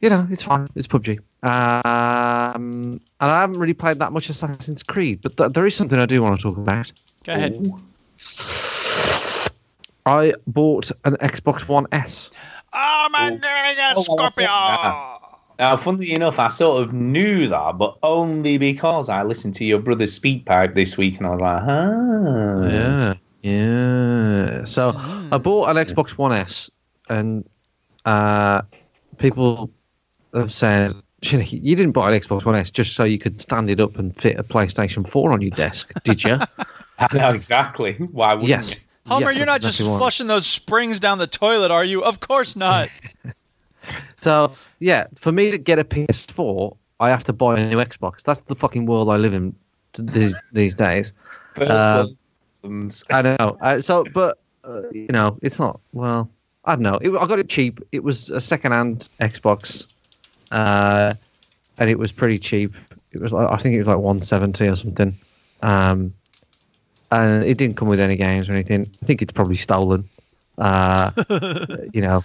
[SPEAKER 3] you know, it's fine. It's PUBG. Um, and I haven't really played that much Assassin's Creed, but th- there is something I do want to talk about.
[SPEAKER 1] Go ahead.
[SPEAKER 2] Oh.
[SPEAKER 3] I bought an Xbox One S.
[SPEAKER 1] Oh my
[SPEAKER 2] Ooh.
[SPEAKER 1] god, I got a
[SPEAKER 2] Oh, well, that's it.
[SPEAKER 1] scorpion.
[SPEAKER 2] Ah. Now, funnily enough, I sort of knew that, but only because I listened to your brother's speed pipe this week, and I was like, "Huh."
[SPEAKER 3] Yeah, yeah. So
[SPEAKER 1] Hmm.
[SPEAKER 3] I bought an Xbox One S, and uh, people have said, *laughs* "Chinny, "You didn't buy an Xbox One S just so you could stand it up and fit a PlayStation 4 on your desk, did you?"
[SPEAKER 2] *laughs*
[SPEAKER 1] *laughs*
[SPEAKER 2] I know exactly. Why wouldn't
[SPEAKER 3] yes.
[SPEAKER 2] you?
[SPEAKER 1] Homer,
[SPEAKER 3] Yes,
[SPEAKER 1] you're not
[SPEAKER 3] that's
[SPEAKER 1] just
[SPEAKER 3] exactly what I-
[SPEAKER 1] flushing those springs down the toilet, are you? Of course not.
[SPEAKER 3] So yeah, for me to get a PS4, I have to buy a new Xbox. That's the fucking world I live in t- these these days.
[SPEAKER 2] First
[SPEAKER 3] Um,
[SPEAKER 2] world problems. *laughs*
[SPEAKER 3] I know. Uh, so, but uh, you know, it's not well. I don't know. It, I got it cheap. It was a second-hand Xbox, uh, and it was pretty cheap. It was like, I think it was like 170 or something. Um, and it didn't come with any games or anything. I think it's probably stolen. Uh, you know,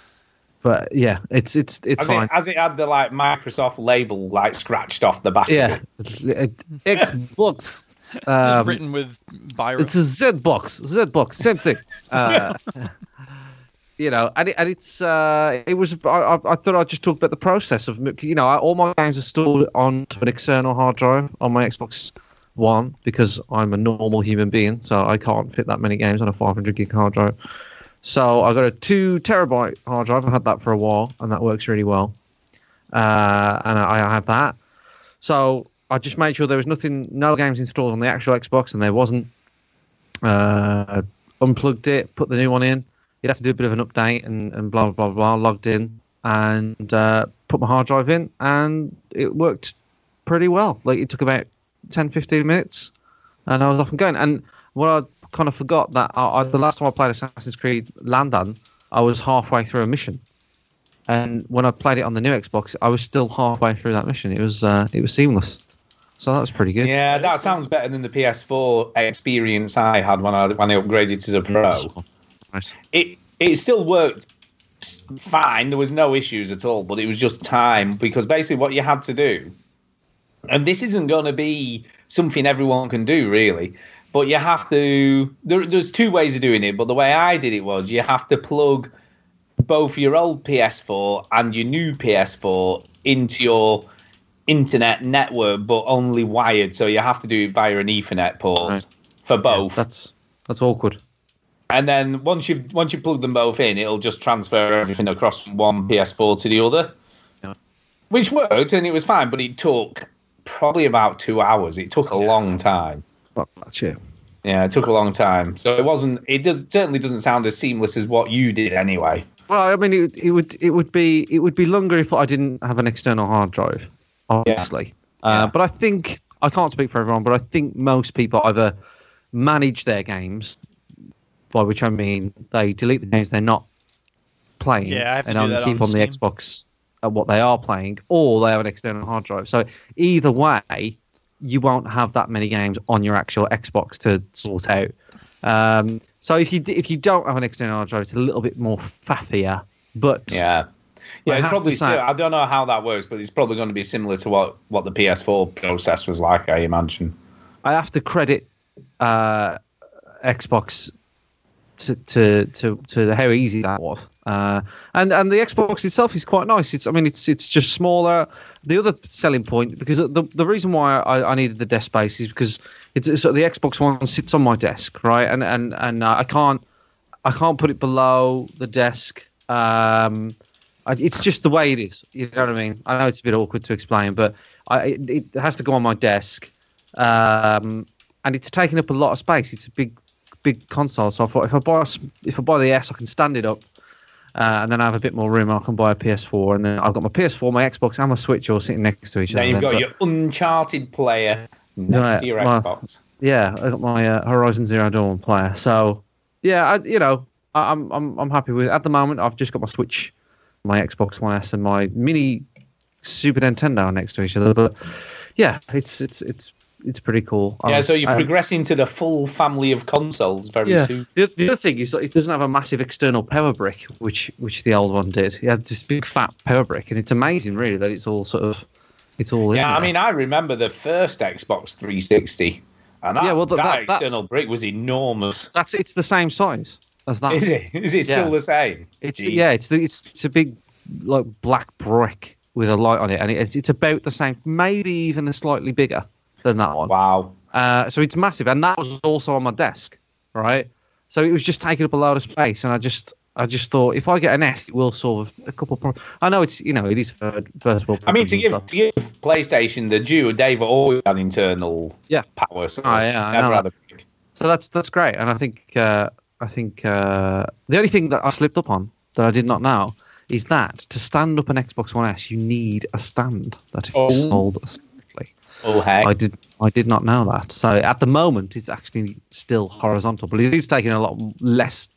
[SPEAKER 3] but yeah, it's it's it's
[SPEAKER 2] Has
[SPEAKER 3] fine.
[SPEAKER 2] it, has it had the like Microsoft label like scratched off the back?
[SPEAKER 3] yeah,
[SPEAKER 2] Of it?
[SPEAKER 3] it- Xbox.
[SPEAKER 1] Just
[SPEAKER 3] *laughs* Um,
[SPEAKER 1] written with Byron.
[SPEAKER 3] It's a Z box, Z box, same thing. Uh, you know, and, it, and it's uh, it was. I, I I thought I'd just talk about the process of you know, I, all my games are stored onto an external hard drive on my Xbox One because I'm a normal human being, so I can't fit that many games on a 500 gig hard drive. So I got a two terabyte hard drive. I had that for a while, and that works really well. Uh, and I, I have that. So I just made sure there was nothing, no games installed on the actual Xbox, and there wasn't. Uh, unplugged it, put the new one in. You'd have to do a bit of an update and, and blah, blah, blah, blah. Logged in and uh, put my hard drive in, and it worked pretty well. Like, it took about 10, 15 minutes, and I was off and going. And what I kind of forgot that I, I, the last time I played Assassin's Creed Landan, I was halfway through a mission. And when I played it on the new Xbox, I was still halfway through that mission. It was uh, it was seamless, so that was pretty good.
[SPEAKER 2] Yeah, that sounds better than the PS4 experience I had when I when I upgraded to the Pro.
[SPEAKER 3] Right.
[SPEAKER 2] It it still worked s- fine. There was no issues at all, but it was just time because basically what you had to do, and this isn't going to be something everyone can do really, but you have to. There, there's two ways of doing it, but the way I did it was you have to plug both your old PS4 and your new PS4 into your internet network, but only wired. So you have to do it via an Ethernet port for both.
[SPEAKER 3] that's that's awkward.
[SPEAKER 2] And then once you once you plug them both in, it'll just transfer everything across from one PS4 to the other,
[SPEAKER 3] Yeah.
[SPEAKER 2] which worked and it was fine. But it took probably about two hours. It took a long time.
[SPEAKER 3] Fuck that shit.
[SPEAKER 2] Yeah, it took a long time. So it wasn't. It does certainly doesn't sound as seamless as what you did anyway.
[SPEAKER 3] Well, I mean, it, it would it would be it would be longer if I didn't have an external hard drive, obviously. Uh, But I think I can't speak for everyone, but I think most people either manage their games, by which I mean they delete the games they're not playing
[SPEAKER 1] Yeah, I have to
[SPEAKER 3] and
[SPEAKER 1] do
[SPEAKER 3] only
[SPEAKER 1] that
[SPEAKER 3] keep
[SPEAKER 1] on
[SPEAKER 3] on, the
[SPEAKER 1] Steam.
[SPEAKER 3] Xbox at what they are playing, or they have an external hard drive. So either way, you won't have that many games on your actual Xbox to sort out. Um, so if you d- if you don't have an external hard drive, it's a little bit more faffier. But
[SPEAKER 2] Yeah.
[SPEAKER 3] I
[SPEAKER 2] Yeah, it's
[SPEAKER 3] have
[SPEAKER 2] probably.
[SPEAKER 3] to
[SPEAKER 2] si-
[SPEAKER 3] say-
[SPEAKER 2] I don't know how that works, but it's probably going to be similar to what, what the PS4 process was like, I imagine.
[SPEAKER 3] I have to credit uh, Xbox to, to to to how easy that was. Uh, and and the Xbox itself is quite nice. It's I mean it's it's just smaller. The other selling point because the the reason why I, I needed the desk space is because it's it's- so the Xbox One sits on my desk right and and and uh, I can't I can't put it below the desk. Um, I, it's just the way it is. You know what I mean? I know it's a bit awkward to explain, but I, it, it has to go on my desk, um, and it's taking up a lot of space. It's a big, big console. So I thought if I buy a s- if I buy the S, I can stand it up, uh, and then I have a bit more room. I can buy a PS4, and then I've got my PS4, my Xbox, and my Switch all sitting next to each
[SPEAKER 2] Now
[SPEAKER 3] other.
[SPEAKER 2] you've
[SPEAKER 3] then,
[SPEAKER 2] got
[SPEAKER 3] but-
[SPEAKER 2] your Uncharted player next
[SPEAKER 3] Right,
[SPEAKER 2] to your
[SPEAKER 3] well-
[SPEAKER 2] Xbox.
[SPEAKER 3] yeah, I got my uh, Horizon Zero Dawn player. So yeah, I, you know, I, I'm I'm I'm happy with it. At the moment, I've just got my Switch, my Xbox One S, and my mini Super Nintendo next to each other. But yeah, it's it's it's it's pretty cool.
[SPEAKER 2] yeah,
[SPEAKER 3] Um,
[SPEAKER 2] so you're
[SPEAKER 3] um,
[SPEAKER 2] progressing to the full family of consoles very
[SPEAKER 3] yeah.
[SPEAKER 2] soon.
[SPEAKER 3] The, the other thing is that it doesn't have a massive external power brick, which which the old one did. It had this big fat power brick, and it's amazing, really, that it's all sort of it's all in
[SPEAKER 2] Yeah, I
[SPEAKER 3] there.
[SPEAKER 2] mean, I remember the first Xbox 360, and that,
[SPEAKER 3] Yeah, well, that-
[SPEAKER 2] that
[SPEAKER 3] that- that-
[SPEAKER 2] external brick was enormous. *laughs*
[SPEAKER 3] that's it's the same size as that.
[SPEAKER 2] Is it? Is it still
[SPEAKER 3] Yeah.
[SPEAKER 2] the same?
[SPEAKER 3] It's
[SPEAKER 2] Jeez.
[SPEAKER 3] yeah, it's the, it's it's a big like black brick with a light on it, and it's it's about the same, maybe even a slightly bigger than that one.
[SPEAKER 2] Wow.
[SPEAKER 3] Uh, so it's massive, and that was also on my desk, right? So it was just taking up a lot of space, and I just I just thought if I get an S, it will solve a couple of problems. I know it's you know it is third- first world.
[SPEAKER 2] I mean, to
[SPEAKER 3] problems and
[SPEAKER 2] give,
[SPEAKER 3] stuff.
[SPEAKER 2] to give PlayStation the due, they've always had internal
[SPEAKER 3] yeah,
[SPEAKER 2] power source.
[SPEAKER 3] Oh, yeah,
[SPEAKER 2] It's
[SPEAKER 3] I
[SPEAKER 2] never
[SPEAKER 3] know.
[SPEAKER 2] had a brick.
[SPEAKER 3] so that's that's great, and I think uh, I think uh, the only thing that I slipped up on that I did not know is that to stand up an Xbox One S, you need a stand that is
[SPEAKER 2] Oh.
[SPEAKER 3] sold separately.
[SPEAKER 2] Oh, heck.
[SPEAKER 3] I did I did not know that. So at the moment, it's actually still horizontal, but it is taking a lot less.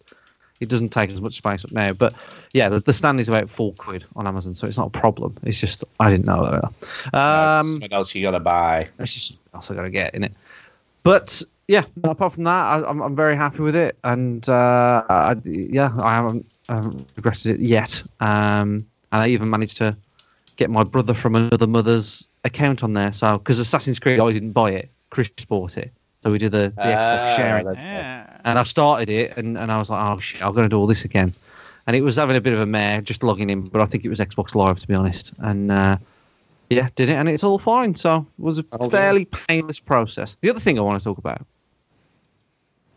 [SPEAKER 3] It doesn't take as much space up now. But yeah, the, the stand is about four quid on Amazon, so it's not a problem. It's just I didn't know that. Um,
[SPEAKER 2] what else you gotta buy?
[SPEAKER 3] It's just also gotta get in it. But yeah, apart from that, I, I'm, I'm very happy with it, and uh, I, yeah, I haven't, I haven't regretted it yet. Um, and I even managed to get my brother from another mother's account on there. So because Assassin's Creed, I didn't buy it. Chris bought it. So we did the, the Xbox
[SPEAKER 2] Ah,
[SPEAKER 3] sharing.
[SPEAKER 2] that's-
[SPEAKER 3] And I started it, and, and I was like, oh shit, I've got to do all this again. And it was having a bit of a mare just logging in, but I think it was Xbox Live to be honest. And uh, yeah, did it, and it's all fine. So it was a fairly painless process. The other thing I want to talk about.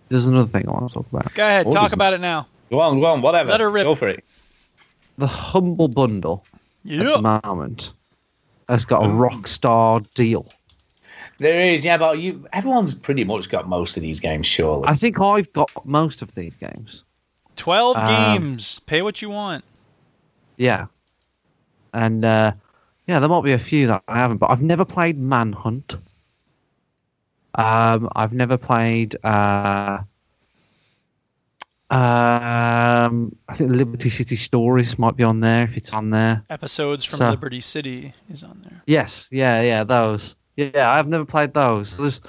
[SPEAKER 3] There's another thing I want to talk about.
[SPEAKER 1] Go ahead,
[SPEAKER 3] What
[SPEAKER 1] talk
[SPEAKER 3] is it?
[SPEAKER 1] about it now.
[SPEAKER 2] Go on, go on, whatever.
[SPEAKER 1] Let her rip.
[SPEAKER 2] Go for it.
[SPEAKER 3] The humble bundle
[SPEAKER 1] Yeah.
[SPEAKER 3] at the moment has got a rock star deal.
[SPEAKER 2] There is, yeah, but you, everyone's pretty much got most of these games, surely.
[SPEAKER 3] I think I've got most of these games.
[SPEAKER 1] Twelve
[SPEAKER 3] Um,
[SPEAKER 1] games. Pay what you want.
[SPEAKER 3] Yeah. And uh, yeah, there might be a few that I haven't, but I've never played Manhunt. Um, I've never played. Uh, um, I think Liberty City Stories might be on there if it's on there.
[SPEAKER 1] Episodes from
[SPEAKER 3] So-
[SPEAKER 1] Liberty City is on there.
[SPEAKER 3] Yes, yeah, yeah, those. Yeah, I've never played those. So there's,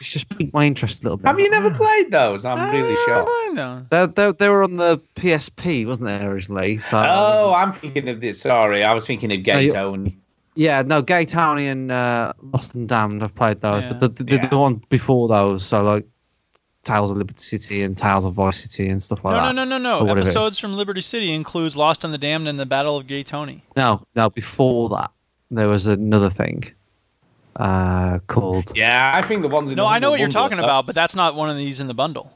[SPEAKER 3] it's just piqued my interest a little bit.
[SPEAKER 2] Have you
[SPEAKER 1] Uh,
[SPEAKER 2] never played those? I'm really shocked.
[SPEAKER 1] Oh, I know.
[SPEAKER 3] They, they, they were on the PSP, wasn't they originally? So
[SPEAKER 1] um,
[SPEAKER 2] Oh, I'm thinking of this. Sorry, I was thinking of Gate
[SPEAKER 3] you-
[SPEAKER 2] Only.
[SPEAKER 3] Yeah, no, Gay Townie and uh, Lost and Damned. I've played those,
[SPEAKER 1] Yeah.
[SPEAKER 3] but the, the, the one before those, so like Tales of Liberty City and Tales of Vice City and stuff like
[SPEAKER 1] No,
[SPEAKER 3] that.
[SPEAKER 1] no, no, no, no.
[SPEAKER 3] Or whatever it Oh, is.
[SPEAKER 1] Episodes from Liberty City includes Lost on the Damned and the Battle of Gay Tony.
[SPEAKER 3] No, no, before that there was another thing uh, called.
[SPEAKER 2] Yeah, I think the ones in
[SPEAKER 1] No,
[SPEAKER 2] the
[SPEAKER 1] I know what you're
[SPEAKER 2] Humble
[SPEAKER 1] talking
[SPEAKER 2] Bundle,
[SPEAKER 1] about, but that's not one of these in the bundle.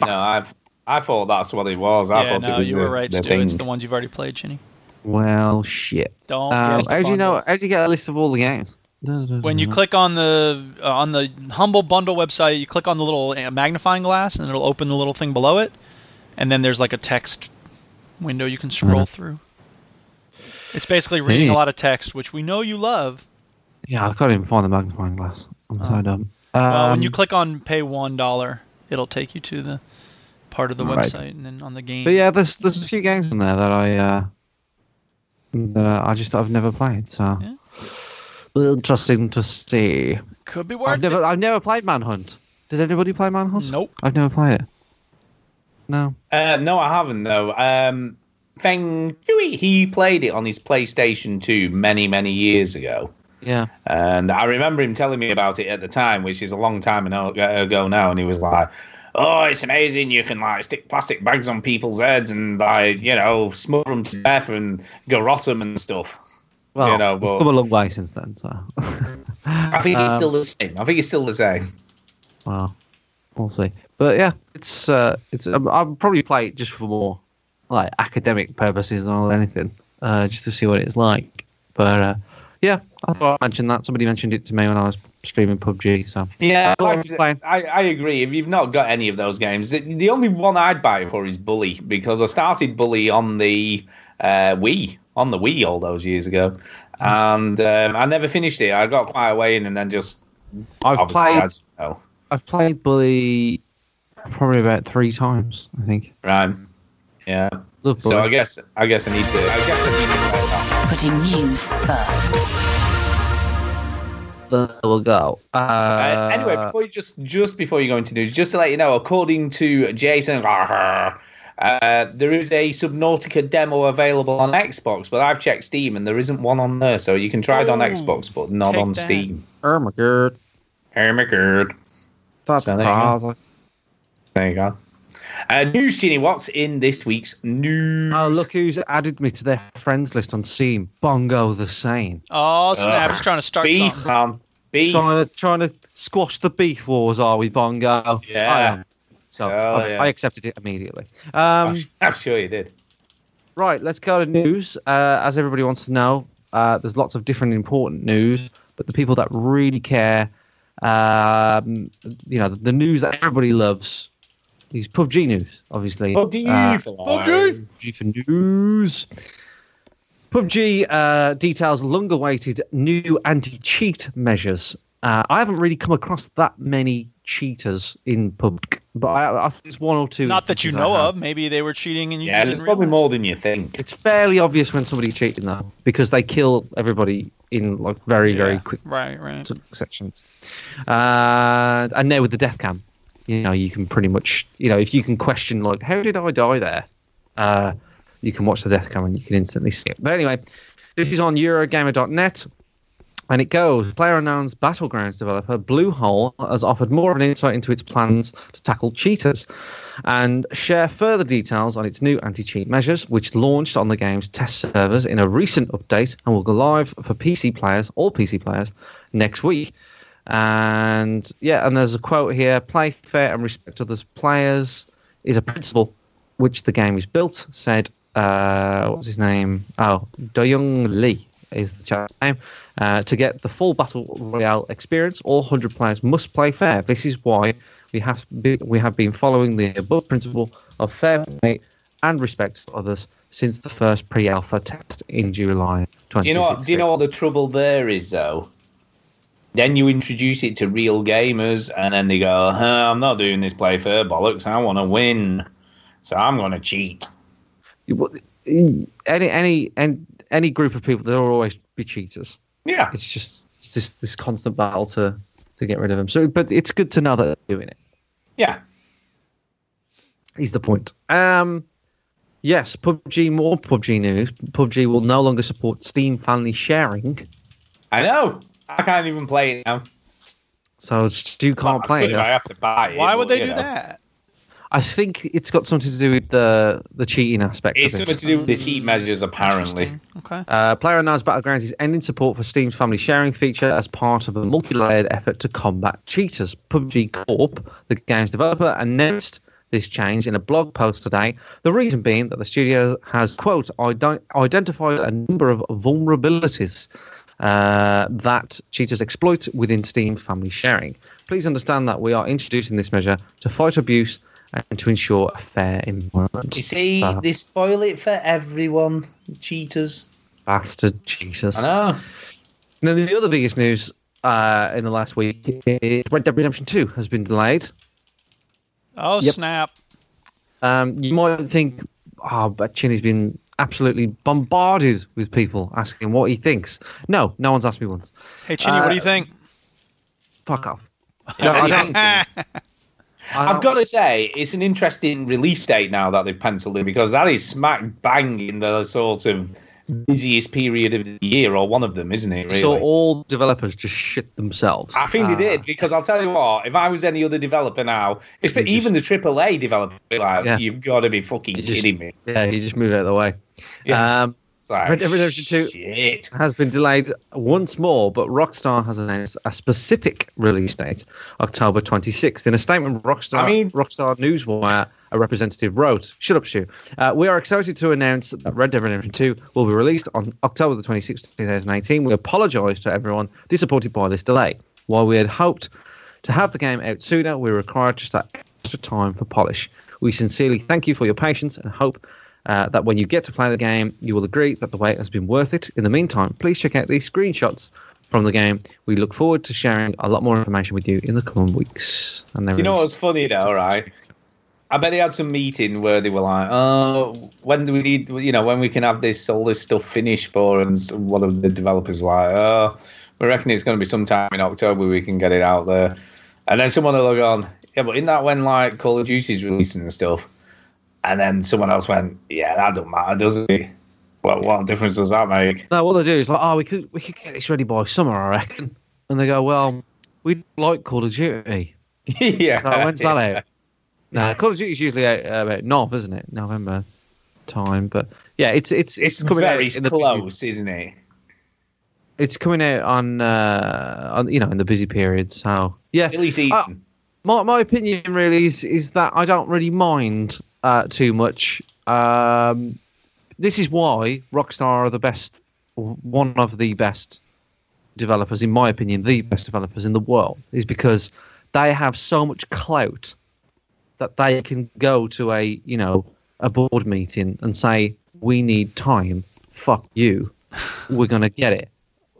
[SPEAKER 2] that- No, I've, I thought that's what it was. I
[SPEAKER 1] yeah,
[SPEAKER 2] thought
[SPEAKER 1] no,
[SPEAKER 2] it was
[SPEAKER 1] you
[SPEAKER 2] the,
[SPEAKER 1] were right,
[SPEAKER 2] the
[SPEAKER 1] Stu.
[SPEAKER 2] thing.
[SPEAKER 1] It's the ones you've already played, Shinny.
[SPEAKER 3] Well, shit.
[SPEAKER 1] Don't.
[SPEAKER 3] Um,
[SPEAKER 1] get the
[SPEAKER 3] how do you know? Mm-hmm.
[SPEAKER 1] bundle.
[SPEAKER 3] How do you get a list of all the games?
[SPEAKER 1] When you click on the uh, on the Humble Bundle website, you click on the little uh, magnifying glass, and it'll open the little thing below it, and then there's like a text window you can scroll
[SPEAKER 3] Uh-huh.
[SPEAKER 1] through. It's basically reading a
[SPEAKER 3] Hey.
[SPEAKER 1] lot of text, which we know you love.
[SPEAKER 3] Yeah, I can't even find the magnifying glass. I'm so
[SPEAKER 1] Oh.
[SPEAKER 3] dumb.
[SPEAKER 1] well, when you
[SPEAKER 3] Um,
[SPEAKER 1] click on pay one dollar, it'll take you to the part of the
[SPEAKER 3] Right.
[SPEAKER 1] website, and then on the game.
[SPEAKER 3] But yeah, there's there's a few games in there that I uh, that I just I've never played, so
[SPEAKER 1] Yeah.
[SPEAKER 3] Well, interesting to see.
[SPEAKER 1] could be worth
[SPEAKER 3] I've *laughs* never I've never played Manhunt. Did anybody play Manhunt?
[SPEAKER 1] it. Nope.
[SPEAKER 3] I've never played it. No.
[SPEAKER 2] Uh, no, I haven't though. Um, Feng Shui, he played it on his PlayStation 2 many, many years ago,
[SPEAKER 3] Yeah.
[SPEAKER 2] and I remember him telling me about it at the time, which is a long time ano- ago now. And he was like, "Oh, it's amazing! You can like stick plastic bags on people's heads and like you know smother them to death and garrot them and stuff."
[SPEAKER 3] Well,
[SPEAKER 2] You know,
[SPEAKER 3] we've
[SPEAKER 2] but-
[SPEAKER 3] come a long way since then, so.
[SPEAKER 2] I think he's
[SPEAKER 3] Um,
[SPEAKER 2] still the same. I think he's still the same.
[SPEAKER 3] Well, we'll see. But yeah, it's uh, it's um, I'll probably play it just for more like academic purposes than anything, uh, just to see what it's like. But uh, yeah, I thought I mentioned that. Somebody mentioned it to me when I was streaming PUBG. So
[SPEAKER 2] Yeah,
[SPEAKER 3] Go
[SPEAKER 2] like
[SPEAKER 3] on,
[SPEAKER 2] I, said,
[SPEAKER 3] fine.
[SPEAKER 2] I, I agree. If you've not got any of those games, the, the only one I'd buy for is Bully because I started Bully on the uh, Wii, on the Wii all those years ago,
[SPEAKER 3] Hmm.
[SPEAKER 2] and um, I never finished it. I got quite away in and then just
[SPEAKER 3] I've
[SPEAKER 2] obviously
[SPEAKER 3] played
[SPEAKER 2] as you know,
[SPEAKER 3] I've played Bully probably about three times. I think.
[SPEAKER 2] right? Yeah.
[SPEAKER 3] Love Bully.
[SPEAKER 2] So I guess I guess I need to. Mm. I guess I need to play that.
[SPEAKER 12] Putting news first.
[SPEAKER 3] There we go. Uh,
[SPEAKER 2] Uh, anyway, before you just just before you go into news, just to let you know, according to Jason, *laughs* uh, there is a Subnautica demo available on Xbox, but I've checked Steam and there isn't one on there, so you can try it on
[SPEAKER 1] Oh,
[SPEAKER 2] Xbox, but not
[SPEAKER 1] take
[SPEAKER 2] on
[SPEAKER 1] that.
[SPEAKER 2] Steam.
[SPEAKER 3] oh my god,
[SPEAKER 2] Oh my god!
[SPEAKER 3] that's
[SPEAKER 2] So there you go.
[SPEAKER 3] crazy.
[SPEAKER 2] There you go. Uh, news, Ginny, what's in this week's news?
[SPEAKER 3] Oh look who's added me to their friends list on Steam. Bongo the Sane.
[SPEAKER 1] Oh snap!
[SPEAKER 2] Ugh.
[SPEAKER 1] He's trying to start
[SPEAKER 2] beef,
[SPEAKER 1] something.
[SPEAKER 2] man, beef.
[SPEAKER 3] trying to trying to squash the beef wars, are we, Bongo?
[SPEAKER 2] Yeah.
[SPEAKER 3] I am. So
[SPEAKER 2] Oh,
[SPEAKER 3] I,
[SPEAKER 2] yeah.
[SPEAKER 3] I accepted it immediately. Um,
[SPEAKER 2] *laughs* I'm sure you did.
[SPEAKER 3] right, let's go to news. Uh, as everybody wants to know, uh, there's lots of different important news, but the people that really care, um, you know, the, the news that everybody loves, is PUBG news, obviously.
[SPEAKER 2] What do you?
[SPEAKER 3] Uh,
[SPEAKER 2] PUBG.
[SPEAKER 3] PUBG for news. PUBG uh, details long awaited new anti cheat measures Uh, I haven't really come across that many cheaters in public, but I, I think it's one or two.
[SPEAKER 1] Not that you
[SPEAKER 3] instances I
[SPEAKER 1] know
[SPEAKER 3] have.
[SPEAKER 1] of. Maybe they were cheating and you
[SPEAKER 2] Yeah,
[SPEAKER 1] just
[SPEAKER 2] there's
[SPEAKER 1] didn't realize.
[SPEAKER 2] probably more than you think.
[SPEAKER 3] It's fairly obvious when somebody's cheating though, because they kill everybody in like very very quick
[SPEAKER 1] Right, right.
[SPEAKER 3] sections. Uh, and now with the death cam, you know you can pretty much you know if you can question like how did I die there, uh, you can watch the death cam and you can instantly see it. But anyway, this is on Eurogamer.net. And it goes, PlayerUnknown's Battlegrounds developer Bluehole has offered more of an insight into its plans to tackle cheaters and share further details on its new anti-cheat measures, which launched on the game's test servers in a recent update and will go live for PC players, all PC players, next week. And yeah, and there's a quote here: "Play fair and respect others' players is a principle which the game is built." Said uh, what's his name? Oh, Doyoung Lee is the chap's name. Uh, to get the full battle royale experience, all 100 players must play fair. This is why we have be, we have been following the above principle of fair play and respect for others since the first pre-alpha test in July 2016.
[SPEAKER 2] Do you know what? Do you know what the trouble there is though? Then you introduce it to real gamers, and then they go, huh, "I'm not doing this play fair bollocks. I want to win, so I'm going to cheat."
[SPEAKER 3] uh, any any and any group of people there'll always be cheaters
[SPEAKER 2] yeah
[SPEAKER 3] it's just it's this this constant battle to to get rid of them so but it's good to know that they're doing it
[SPEAKER 2] Yeah.
[SPEAKER 3] is the point um yes pubg more pubg news pubg will no longer support steam family sharing
[SPEAKER 2] I know. I can't even play it now.
[SPEAKER 3] so stu can't play
[SPEAKER 2] Could if
[SPEAKER 3] it
[SPEAKER 2] I have to buy it.
[SPEAKER 1] Why would
[SPEAKER 2] but,
[SPEAKER 1] they
[SPEAKER 2] you
[SPEAKER 1] do
[SPEAKER 2] know.
[SPEAKER 1] that?
[SPEAKER 3] i think it's got something to do with the the cheating aspect
[SPEAKER 2] It's
[SPEAKER 3] of it.
[SPEAKER 2] something to do with the cheat measures, apparently.
[SPEAKER 1] Okay.
[SPEAKER 3] Uh, PlayerUnknown's Battlegrounds is ending support for Steam's family sharing feature as part of a multi-layered effort to combat cheaters. PUBG Corp, the game's developer, announced this change in a blog post today. The reason being that the studio has quote "ident- identified a number of vulnerabilities uh, that cheaters exploit within Steam family sharing. Please understand that we are introducing this measure to fight abuse and to ensure a fair environment.
[SPEAKER 2] You see,
[SPEAKER 3] So,
[SPEAKER 2] they spoil it for everyone. Cheaters.
[SPEAKER 3] bastard cheaters.
[SPEAKER 2] I know.
[SPEAKER 3] And then the other biggest news uh, in the last week is Red Dead Redemption 2 has been delayed.
[SPEAKER 1] Oh
[SPEAKER 3] Yep.
[SPEAKER 1] snap!
[SPEAKER 3] Um, you might think, oh, but Chinny's been absolutely bombarded with people asking what he thinks. No, no one's asked me once.
[SPEAKER 1] Hey Chinny, what do you
[SPEAKER 3] Uh,
[SPEAKER 1] think?
[SPEAKER 3] Fuck off.
[SPEAKER 2] *laughs* Yeah,
[SPEAKER 3] I
[SPEAKER 2] you
[SPEAKER 3] don't-
[SPEAKER 2] I've got to say, it's an interesting release date now that they've penciled in because that is smack bang in the sort of busiest period of the year, or one of them, isn't it? Really?
[SPEAKER 3] So all developers just shit themselves.
[SPEAKER 2] I think
[SPEAKER 3] Uh,
[SPEAKER 2] they did because I'll tell you what, if I was any other developer now, it's but even the AAA developer, like
[SPEAKER 3] Yeah.
[SPEAKER 2] you've got to be fucking kidding me.
[SPEAKER 3] Yeah, you just move out of the way. Um,
[SPEAKER 2] It's like,
[SPEAKER 3] Red Dead Redemption 2
[SPEAKER 2] shit.
[SPEAKER 3] has been delayed once more, but Rockstar has announced a specific release date, October 26th. In a statement, Rockstar,
[SPEAKER 2] I mean-
[SPEAKER 3] Rockstar Newswire, a representative wrote, "Shut up, Stu. Uh, we are excited to announce that Red Dead Redemption 2 will be released on October the 26th, 2018. We apologise to everyone disappointed by this delay. While we had hoped to have the game out sooner, we required just that extra time for polish. We sincerely thank you for your patience and hope uh, that when you get to play the game, you will agree that the wait has been worth it. In the meantime, please check out these screenshots from the game. We look forward to sharing a lot more information with you in the coming weeks. And there
[SPEAKER 2] Do you know
[SPEAKER 3] is-
[SPEAKER 2] what's funny though, right? I bet they had some meeting where they were like, "Oh, when do we need? You know, when we can have this all this stuff finished for?" And s- one of the developers was like, "Oh, we reckon it's going to be sometime in October we can get it out there." And then someone will go on, "Yeah, but isn't that when like Call of Duty's releasing and stuff?" And then someone else went, "Yeah, that don't matter, does it? What what difference does that make?" *laughs*
[SPEAKER 3] No, what they do is like, oh, we could we could get this ready by summer, I reckon. And they go, well, we like Call of Duty.
[SPEAKER 2] yeah. *laughs*
[SPEAKER 3] So when's that out? No, Call of Duty's usually out uh, about Nov, isn't it? November time, but yeah, it's it's
[SPEAKER 2] It's
[SPEAKER 3] coming out
[SPEAKER 2] very
[SPEAKER 3] in the
[SPEAKER 2] close, isn't it?
[SPEAKER 3] it's coming out on uh on you know in the busy period so yeah
[SPEAKER 2] Silly
[SPEAKER 3] *laughs*
[SPEAKER 2] season.
[SPEAKER 3] Uh, my, my opinion really is is that i don't really mind uh too much um this is why rockstar are the best one of the best developers in my opinion the best developers in the world is because they have so much clout that they can go to a you know a board meeting and say we need time fuck you we're gonna get it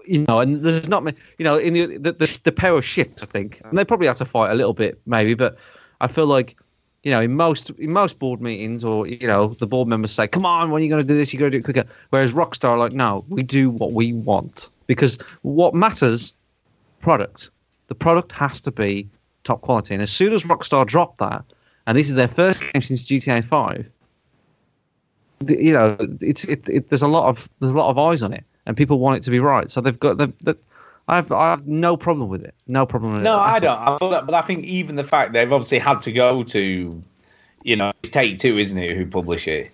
[SPEAKER 3] you know, and there's not many, you know, in the the, the the pair of ships, I think, and they probably had to fight a little bit, maybe, but I feel like, you know, in most in most board meetings, or you know, the board members say, "Come on, when are you going to do this? You're going to do it quicker." Whereas Rockstar, are like, no, we do what we want because what matters, product. The product has to be top quality, and as soon as Rockstar dropped that, and this is their first game since GTA 5, the- you know, it's it, it, there's a lot of there's a lot of eyes on it, and people want it to be right. So they've got they've, they I've I have no problem with it. No problem with it.
[SPEAKER 2] No,
[SPEAKER 3] at
[SPEAKER 2] I
[SPEAKER 3] all.
[SPEAKER 2] don't. I feel that, but I think even the fact they've obviously had to go to, you know, it's Take Two, isn't it, who publish it?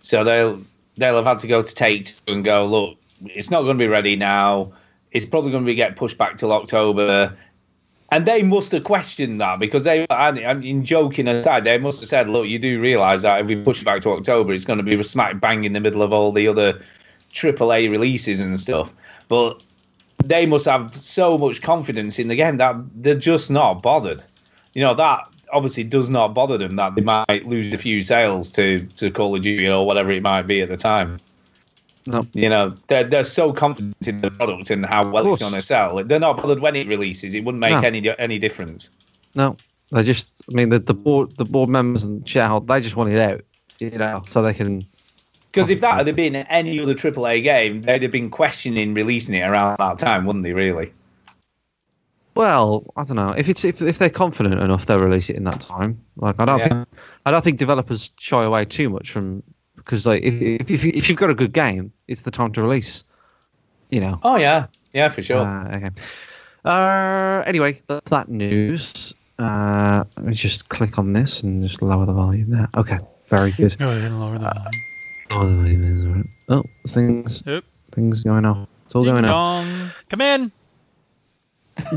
[SPEAKER 2] So they'll they'll have had to go to Take Two and go, look, it's not going to be ready now. It's probably going to be get pushed back till October. And they must have questioned that because they, I mean, joking aside, they must have said, look, you do realise that if we push it back to October, it's going to be smack bang in the middle of all the other AAA releases and stuff. But they must have so much confidence in the game that they're just not bothered. You know, that obviously does not bother them that they might lose a few sales to, to Call of Duty or whatever it might be at the time.
[SPEAKER 3] No.
[SPEAKER 2] You know, they're, they're so confident in the product and how well it's going to sell. They're not bothered when it releases. It wouldn't make
[SPEAKER 3] No.
[SPEAKER 2] any any difference.
[SPEAKER 3] No, they just. I mean, the, the board, the board members and shareholders, they just want it out, you know, so they can.
[SPEAKER 2] Because if that had been any other AAA game, they'd have been questioning releasing it around that time, wouldn't they, really?
[SPEAKER 3] Well, I don't know. If it's if, if they're confident enough, they'll release it in that time. Like I don't
[SPEAKER 2] Yeah.
[SPEAKER 3] think I don't think developers shy away too much from because like if if if, you, if you've got a good game, it's the time to release. You know.
[SPEAKER 2] Oh, yeah. Yeah, for sure.
[SPEAKER 3] Uh, okay. Uh, anyway, that's that news. Uh, let me just click on this and just lower the volume there. Okay, very good.
[SPEAKER 1] Go ahead and lower
[SPEAKER 2] Uh,
[SPEAKER 1] the volume.
[SPEAKER 3] Oh, the volume is all right. Oh, things
[SPEAKER 1] Yep.
[SPEAKER 3] things going off. It's all going off.
[SPEAKER 1] Dong. Come in.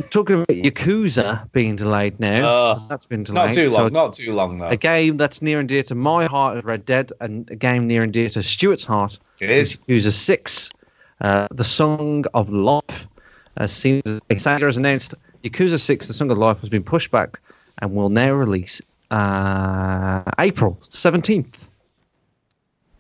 [SPEAKER 3] Talking about Yakuza being delayed now.
[SPEAKER 2] Uh,
[SPEAKER 3] that's been delayed.
[SPEAKER 2] Not too
[SPEAKER 3] so
[SPEAKER 2] long, not too long, though.
[SPEAKER 3] a game that's near and dear to my heart is Red Dead, and a game near and dear to Stuart's heart
[SPEAKER 2] It is.
[SPEAKER 3] Yakuza 6, uh, The Song of Life. As soon as Sega has announced, Yakuza 6, The Song of Life, has been pushed back and will now release uh, April 17th.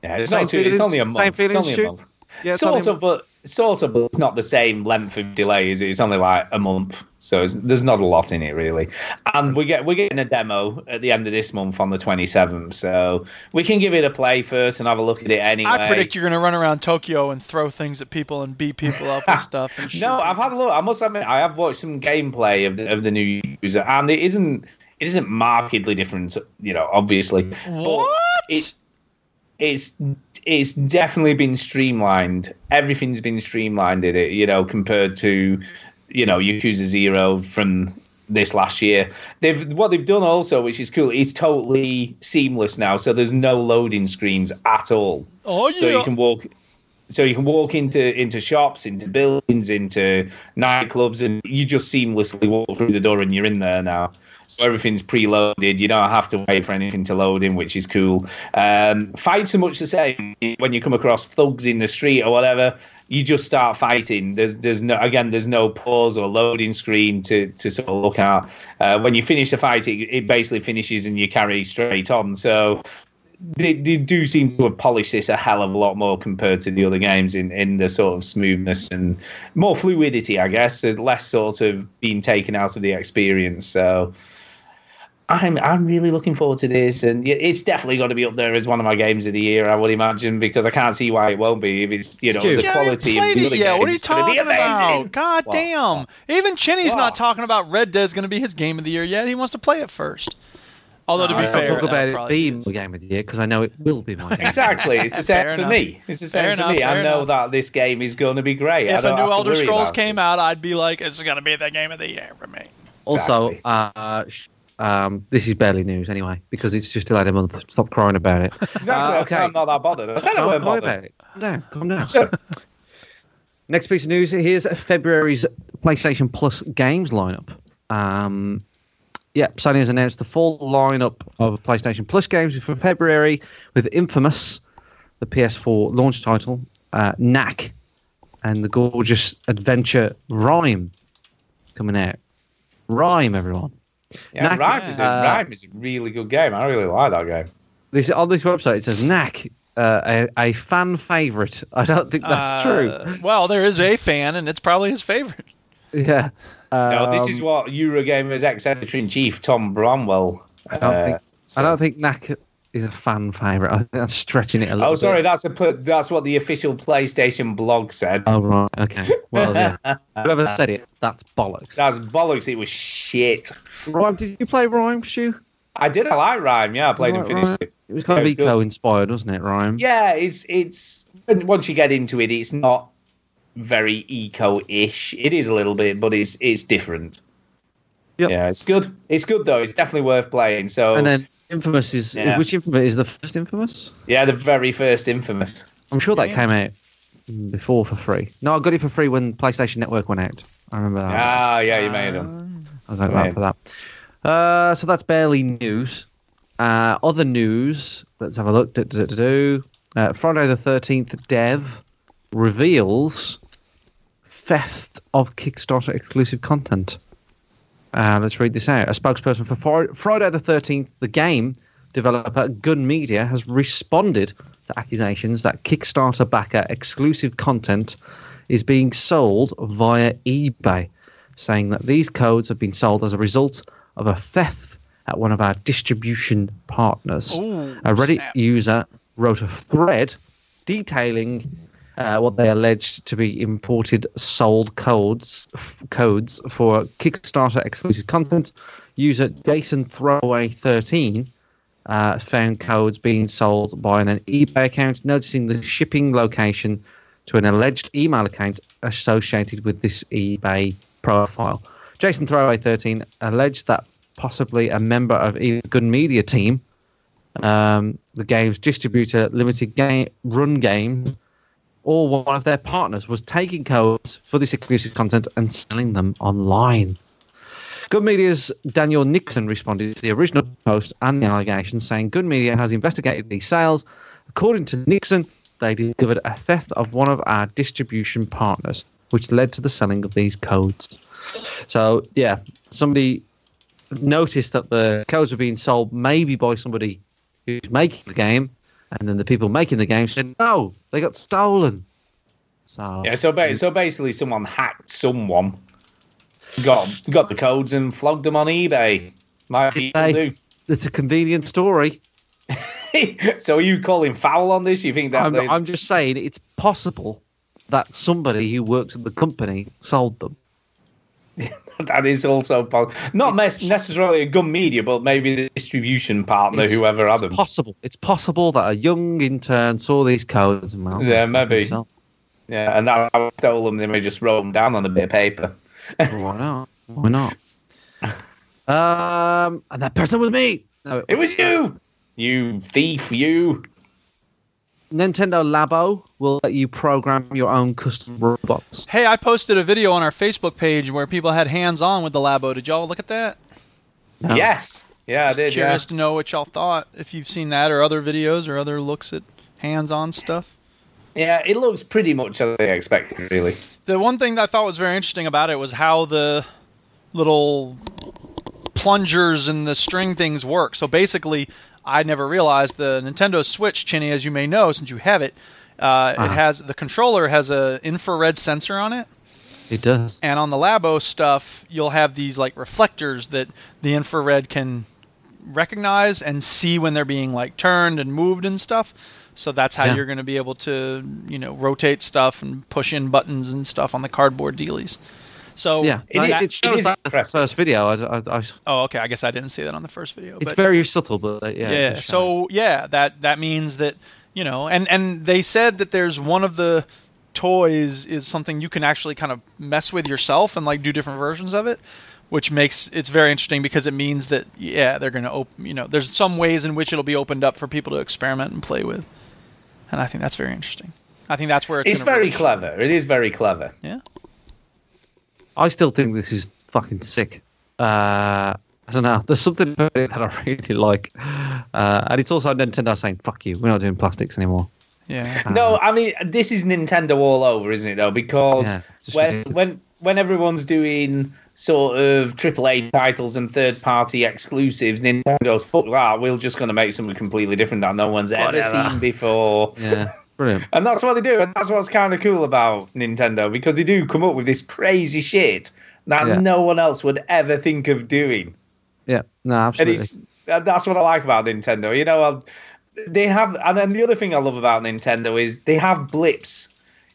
[SPEAKER 2] Yeah, it's
[SPEAKER 3] Same
[SPEAKER 2] not too. It's
[SPEAKER 3] feelings-
[SPEAKER 2] only a
[SPEAKER 3] same
[SPEAKER 2] month.
[SPEAKER 3] feelings,
[SPEAKER 2] it's only
[SPEAKER 3] Stu?
[SPEAKER 2] a month.
[SPEAKER 3] Yeah, it's
[SPEAKER 2] sort
[SPEAKER 3] only a
[SPEAKER 2] of, but sort of, but it's not the same length of delay, is it? It's only like a month, so it's, there's not a lot in it really. And we get we're getting a demo at the end of this month on the 27th, so we can give it a play first and have a look at it anyway.
[SPEAKER 1] I predict you're going to run around Tokyo and throw things at people and beat people up
[SPEAKER 2] *laughs*
[SPEAKER 1] and stuff. And shoot
[SPEAKER 2] No, I've
[SPEAKER 1] people.
[SPEAKER 2] had a look. I must admit, I have watched some gameplay of the, of the new user, and it isn't it isn't markedly different. You know, obviously,
[SPEAKER 1] What?
[SPEAKER 2] it, it's it's definitely been streamlined. Everything's been streamlined in it, you know, compared to you know Yakuza Zero from this last year. They've what they've done also, which is cool, is totally seamless now. So there's no loading screens at all.
[SPEAKER 1] Oh,
[SPEAKER 2] So
[SPEAKER 1] yeah.
[SPEAKER 2] you can walk. So you can walk into into shops, into buildings, into nightclubs, and you just seamlessly walk through the door and you're in there now. So everything's preloaded. You don't have to wait for anything to load in, which is cool. Um, fights are much the same. When you come across thugs in the street or whatever, you just start fighting. There's there's no again there's no pause or loading screen to, to sort of look at. Uh, when you finish the fight, it, it basically finishes and you carry straight on. So they, they do seem to have polished this a hell of a lot more compared to the other games in, in the sort of smoothness and more fluidity, I guess, and less sort of being taken out of the experience. So I'm I'm really looking forward to this, and yeah, it's definitely got to be up there as one of my games of the year, I would imagine, because I can't see why it won't be if it's you know
[SPEAKER 3] Stu.
[SPEAKER 2] the
[SPEAKER 1] Yeah, I haven't
[SPEAKER 2] quality. of
[SPEAKER 1] played
[SPEAKER 2] the
[SPEAKER 1] it
[SPEAKER 2] other
[SPEAKER 1] yet. What
[SPEAKER 2] games
[SPEAKER 1] are you
[SPEAKER 2] is gonna
[SPEAKER 1] talking
[SPEAKER 2] be
[SPEAKER 1] about?
[SPEAKER 2] amazing.
[SPEAKER 1] God
[SPEAKER 2] Well,
[SPEAKER 1] damn! Even Chinny's
[SPEAKER 2] Well.
[SPEAKER 1] not talking about Red Dead's going to be his game of the year yet. He wants to play it first. Although to be
[SPEAKER 3] I don't
[SPEAKER 1] fair,
[SPEAKER 3] talk
[SPEAKER 1] that
[SPEAKER 3] about it
[SPEAKER 1] probably
[SPEAKER 3] being
[SPEAKER 1] is.
[SPEAKER 3] my game of the year because I know it will be my game.
[SPEAKER 2] Exactly,
[SPEAKER 1] *laughs*
[SPEAKER 2] it's the
[SPEAKER 1] Fair
[SPEAKER 2] same for
[SPEAKER 1] enough.
[SPEAKER 2] me. It's the same
[SPEAKER 1] Fair
[SPEAKER 2] for
[SPEAKER 1] enough,
[SPEAKER 2] me. I
[SPEAKER 1] fair
[SPEAKER 2] know
[SPEAKER 1] enough.
[SPEAKER 2] that this game is going to be great. I
[SPEAKER 1] If
[SPEAKER 2] don't
[SPEAKER 1] a
[SPEAKER 2] have
[SPEAKER 1] new
[SPEAKER 2] to
[SPEAKER 1] Elder
[SPEAKER 2] worry
[SPEAKER 1] Scrolls
[SPEAKER 2] about it.
[SPEAKER 1] came out, I'd be like, "It's going to be the game of the year for me."
[SPEAKER 3] Also,
[SPEAKER 2] Exactly.
[SPEAKER 3] uh, sh- um, this is barely news anyway because it's just delayed a month. Stop crying about it.
[SPEAKER 2] Exactly.
[SPEAKER 1] Ah,
[SPEAKER 3] Uh,
[SPEAKER 2] that's why I'm not that bothered. I said I
[SPEAKER 3] Calm
[SPEAKER 2] weren't
[SPEAKER 3] down,
[SPEAKER 2] bothered.
[SPEAKER 3] Calm down. Calm down. Next piece of news here's February's PlayStation Plus games lineup. Um, yeah, Sony has announced the full lineup of PlayStation Plus games for February with Infamous, the PS4 launch title, uh, Knack, and the gorgeous adventure Rhyme coming out. Rhyme, everyone.
[SPEAKER 2] Yeah,
[SPEAKER 3] Knack-
[SPEAKER 2] Rhyme is, a,
[SPEAKER 3] uh,
[SPEAKER 2] Rhyme is a really good game. I really like that game.
[SPEAKER 3] this on this website it says knack uh, a, a fan favorite. *laughs* I don't think
[SPEAKER 1] Uh,
[SPEAKER 3] that's true.
[SPEAKER 1] Well, there is a fan, and it's probably his favorite.
[SPEAKER 3] Yeah.
[SPEAKER 2] no, this is
[SPEAKER 3] Um,
[SPEAKER 2] what Eurogamer's ex-editor in chief Tom Bramwell.
[SPEAKER 3] I don't
[SPEAKER 2] uh,
[SPEAKER 3] think I don't think Knack is a fan favorite. I think that's stretching it a little.
[SPEAKER 2] Oh, sorry,
[SPEAKER 3] Bit.
[SPEAKER 2] that's a pl- that's what the official PlayStation blog said.
[SPEAKER 3] Oh right. Okay. Well, yeah. Whoever said it, that's
[SPEAKER 2] *laughs*
[SPEAKER 3] bollocks.
[SPEAKER 2] That's bollocks. It was shit.
[SPEAKER 3] Rhyme? Did you play Rhyme, Shoe?
[SPEAKER 2] I did. I like Rhyme. Yeah, I played and
[SPEAKER 3] Right,
[SPEAKER 2] finished
[SPEAKER 3] right.
[SPEAKER 2] it.
[SPEAKER 3] It was kind of
[SPEAKER 2] Yeah, it was
[SPEAKER 3] eco inspired, wasn't it, Rhyme?
[SPEAKER 2] Yeah, it's it's and once you get into it, it's not very eco-ish. It is a little bit, but it's it's different. Yeah, it's good. It's good though. It's definitely worth playing. So
[SPEAKER 3] And then Infamous is
[SPEAKER 2] Yeah.
[SPEAKER 3] which Infamous is the first Infamous?
[SPEAKER 2] yeah, the very first Infamous.
[SPEAKER 3] I'm sure that came out before for free. No, I got it for free when PlayStation Network went out. I remember that.
[SPEAKER 2] Ah, yeah, you may have done.
[SPEAKER 3] I was like that for that. Uh, so that's barely news. Uh, other news. Let's have a look. Do-do-do-do-do. Uh, Friday the 13th dev reveals theft of Kickstarter exclusive content. Uh, let's read this out. A spokesperson for Fri- Friday the 13th, the game developer Gun Media has responded to accusations that Kickstarter backer exclusive content is being sold via eBay, saying that these codes have been sold as a result of a theft at one of our distribution partners.
[SPEAKER 1] Ooh,
[SPEAKER 3] a Reddit
[SPEAKER 1] snap.
[SPEAKER 3] user wrote a thread detailing uh, what they alleged to be imported sold codes codes for Kickstarter exclusive content. User Jason Throwaway 13 uh, found codes being sold by an eBay account, noticing the shipping location to an alleged email account associated with this eBay profile. Jason Throwaway 13 alleged that possibly a member of either Gun Media team, um, the game's distributor, Limited Game Run Games, or one of their partners was taking codes for this exclusive content and selling them online. Good Media's Daniel Nixon responded to the original post and the allegations, saying Good Media has investigated these sales. According to Nixon, they discovered a theft of one of our distribution partners, which led to the selling of these codes. So, yeah, somebody noticed that the codes were being sold maybe by somebody who's making the game, and then the people making the game said, no, they got stolen. So,
[SPEAKER 2] Yeah, so ba- so basically, someone hacked someone, got got the codes and flogged them on eBay. My people do.
[SPEAKER 3] it's a convenient story.
[SPEAKER 2] *laughs* so are you calling foul on this? You think that?
[SPEAKER 3] I'm,
[SPEAKER 2] they-
[SPEAKER 3] I'm just saying it's possible that somebody who works at the company sold them.
[SPEAKER 2] *laughs* that is also po- not mes- necessarily a gun media, but maybe the distribution partner,
[SPEAKER 3] It's-
[SPEAKER 2] whoever had
[SPEAKER 3] it's
[SPEAKER 2] them.
[SPEAKER 3] possible. It's possible that a young intern saw these codes and well,
[SPEAKER 2] Yeah, maybe.
[SPEAKER 3] so,
[SPEAKER 2] Yeah, and that I stole them. They may just wrote them down on a bit of paper.
[SPEAKER 3] why not? Why not?
[SPEAKER 2] *laughs*
[SPEAKER 3] Um, and that person was me. No,
[SPEAKER 2] It was you, you thief, you.
[SPEAKER 3] Nintendo Labo will let you program your own custom robots.
[SPEAKER 1] Hey, I posted a video on our Facebook page where people had hands on with the Labo. Did y'all look at that?
[SPEAKER 3] No.
[SPEAKER 2] Yes, yeah, I did.
[SPEAKER 1] Curious
[SPEAKER 2] yeah.
[SPEAKER 1] to know what y'all thought if you've seen that or other videos or other looks at hands on stuff.
[SPEAKER 2] Yeah, it looks pretty much as I expected, really.
[SPEAKER 1] The one thing that I thought was very interesting about it was how the little plungers and the string things work. So basically, I never realized the Nintendo Switch, Chinny, as you may know, since you have it, uh, it
[SPEAKER 3] Uh-huh.
[SPEAKER 1] has the controller has a infrared sensor on it,
[SPEAKER 3] It does.
[SPEAKER 1] and on the Labo stuff, you'll have these like reflectors that the infrared can recognize and see when they're being like turned and moved and stuff. So that's how
[SPEAKER 3] Yeah.
[SPEAKER 1] you're going to be able to, you know, rotate stuff and push in buttons and stuff on the cardboard dealies. So
[SPEAKER 3] yeah,
[SPEAKER 2] it is-
[SPEAKER 3] it,
[SPEAKER 2] it
[SPEAKER 3] it shows
[SPEAKER 2] is
[SPEAKER 3] that in the
[SPEAKER 2] interesting.
[SPEAKER 3] first video. I, I, I,
[SPEAKER 1] oh, okay, I guess I didn't see that on the first video.
[SPEAKER 3] it's
[SPEAKER 1] but,
[SPEAKER 3] very subtle, but uh,
[SPEAKER 1] yeah.
[SPEAKER 3] yeah. it does show it.
[SPEAKER 1] So yeah, that that means that you know, and and they said that there's one of the toys is something you can actually kind of mess with yourself and like do different versions of it, which makes it's very interesting because it means that yeah, they're gonna open. You know, there's some ways in which it'll be opened up for people to experiment and play with, and I think that's very interesting. I think that's where it's.
[SPEAKER 2] It's
[SPEAKER 1] gonna
[SPEAKER 2] very
[SPEAKER 1] really shine.
[SPEAKER 2] clever. It is very clever.
[SPEAKER 1] Yeah.
[SPEAKER 3] I still think this is fucking sick. Uh, I don't know. *laughs* There's something about it that I really like, uh, and it's also Nintendo saying "fuck you." We're not doing plastics anymore.
[SPEAKER 1] Yeah.
[SPEAKER 3] Ah.
[SPEAKER 2] No, I mean this is Nintendo all over, isn't it? Though because
[SPEAKER 3] Yeah, it's just
[SPEAKER 2] when
[SPEAKER 3] ridiculous.
[SPEAKER 2] when when everyone's doing sort of AAA titles and third party exclusives. Nintendo's fuck that. We're just going to make something completely different that no one's ever
[SPEAKER 3] Whatever.
[SPEAKER 2] seen before.
[SPEAKER 3] Yeah. *laughs* Brilliant.
[SPEAKER 2] And that's what they do, and that's what's kind of cool about Nintendo because they do come up with this crazy shit that
[SPEAKER 3] Yeah.
[SPEAKER 2] no one else would ever think of doing.
[SPEAKER 3] Yeah. No,
[SPEAKER 2] And
[SPEAKER 3] absolutely.
[SPEAKER 2] it's and that's what I like about Nintendo. You know, um, they have, and then the other thing I love about Nintendo is they have blips.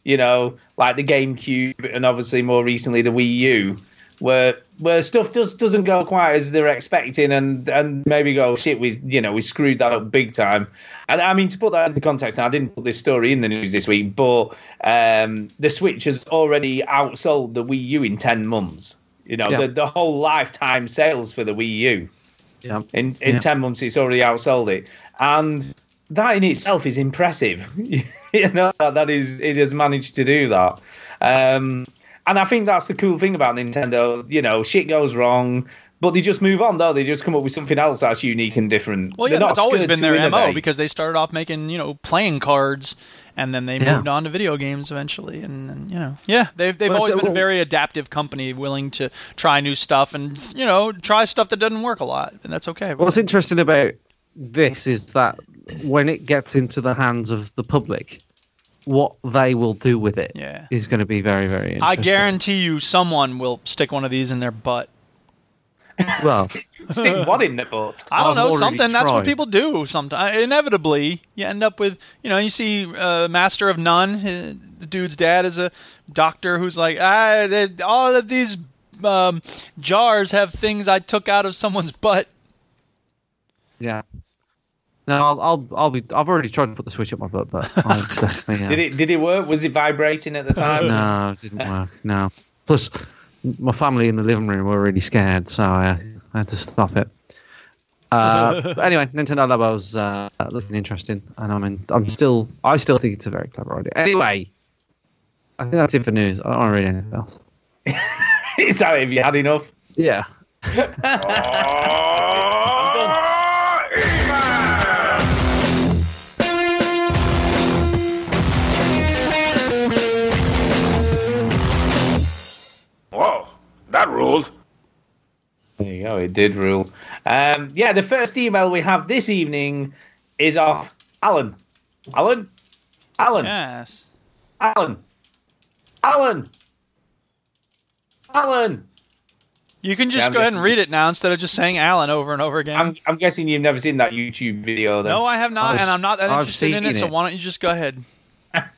[SPEAKER 2] You know, like the GameCube, and obviously more recently the Wii U, where where stuff just doesn't go quite as they're expecting, and and maybe go "Oh, shit, we you know we screwed that up big time. And I mean to put that into context, now I didn't put this story in the news this week, but um, the Switch has already outsold the Wii U in ten months. You know,
[SPEAKER 3] Yeah.
[SPEAKER 2] the the whole lifetime sales for the Wii U.
[SPEAKER 3] Yeah.
[SPEAKER 2] In in
[SPEAKER 3] Yeah.
[SPEAKER 2] ten months, it's already outsold it, and that in itself is impressive. *laughs* you know that is it has managed to do that, um, and I think that's the cool thing about Nintendo. You know, shit goes wrong, but they just move on. Though they just come up with something else that's unique and different.
[SPEAKER 1] Well, yeah,
[SPEAKER 2] They're not
[SPEAKER 1] that's always
[SPEAKER 2] scared
[SPEAKER 1] been
[SPEAKER 2] to
[SPEAKER 1] their mo
[SPEAKER 2] innovate.
[SPEAKER 1] because they started off making you know playing cards, and then they
[SPEAKER 2] Yeah.
[SPEAKER 1] moved on to video games eventually, and, and you know yeah, they've they've
[SPEAKER 3] Well,
[SPEAKER 1] always
[SPEAKER 3] so-
[SPEAKER 1] been a
[SPEAKER 3] well-
[SPEAKER 1] very adaptive company, willing to try new stuff and you know try stuff that doesn't work a lot, and that's okay.
[SPEAKER 3] What's interesting about this is that when it gets into the hands of the public, what they will do with it is
[SPEAKER 1] Yeah.
[SPEAKER 3] going to be very, very interesting.
[SPEAKER 1] I guarantee you, someone will stick one of these in their butt.
[SPEAKER 3] Well,
[SPEAKER 2] Stick one in the butt.
[SPEAKER 1] *laughs* I don't
[SPEAKER 3] I've
[SPEAKER 1] know
[SPEAKER 3] already
[SPEAKER 1] something. That's what
[SPEAKER 3] tried.
[SPEAKER 1] people do. Sometimes inevitably, you end up with you know you see uh, Master of None. uh, The dude's dad is a doctor who's like, ah, they, all of these um, jars have things I took out of someone's *laughs* butt.
[SPEAKER 3] yeah. No, I'll, I'll, I'll be. I've already tried to put the switch up my butt, but
[SPEAKER 1] *laughs*
[SPEAKER 3] I definitely.
[SPEAKER 2] Did it did it work? Was it vibrating at the time?
[SPEAKER 3] *laughs*
[SPEAKER 2] *laughs*
[SPEAKER 3] No, it didn't work. No. Plus, my family in the living room were really scared, so I, I had to stop it. Uh, but anyway, Nintendo Labo was uh, looking interesting, and I'm in, I'm still I still think it's a very clever idea. Anyway, I think that's it for news. I don't want to read anything else.
[SPEAKER 2] Sorry, have you had enough? *laughs*
[SPEAKER 3] Yeah.
[SPEAKER 7] Whoa, that ruled.
[SPEAKER 2] There you go. It did rule. Um, yeah, the first email we have this evening is off Alan. Alan.
[SPEAKER 3] Hmm.
[SPEAKER 2] Alan.
[SPEAKER 1] Yes.
[SPEAKER 2] Alan. Alan. Alan.
[SPEAKER 1] You can
[SPEAKER 2] Yeah,
[SPEAKER 1] just
[SPEAKER 2] I'm
[SPEAKER 1] go ahead and
[SPEAKER 2] guessing-
[SPEAKER 1] read it now instead of just saying Alan over and over again.
[SPEAKER 2] I'm, I'm guessing you've never seen that YouTube video. Then.
[SPEAKER 1] no, I have not,
[SPEAKER 3] I've-
[SPEAKER 1] and I'm not that
[SPEAKER 3] I've
[SPEAKER 1] interested in
[SPEAKER 3] seen
[SPEAKER 1] it, So
[SPEAKER 3] it.
[SPEAKER 1] why don't you just go ahead?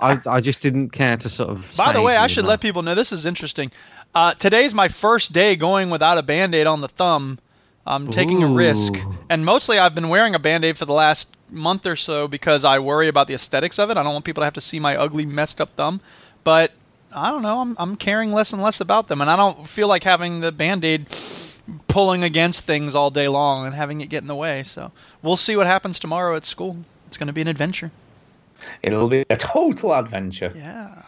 [SPEAKER 3] I I just didn't care to sort of.
[SPEAKER 1] By the
[SPEAKER 3] say
[SPEAKER 1] way, I
[SPEAKER 3] anything
[SPEAKER 1] should
[SPEAKER 3] about
[SPEAKER 1] let
[SPEAKER 3] it.
[SPEAKER 1] people know this is interesting. Uh, today's my first day going without a band aid on the thumb. I'm taking a risk.
[SPEAKER 3] Ooh.
[SPEAKER 1] And mostly I've been wearing a band aid for the last month or so because I worry about the aesthetics of it. I don't want people to have to see my ugly, messed up thumb. But I don't know. I'm, I'm caring less and less about them. And I don't feel like having the band aid pulling against things all day long and having it get in the way. So we'll see what happens tomorrow at school. It's going to be an adventure.
[SPEAKER 2] It'll be a total adventure.
[SPEAKER 1] Yeah.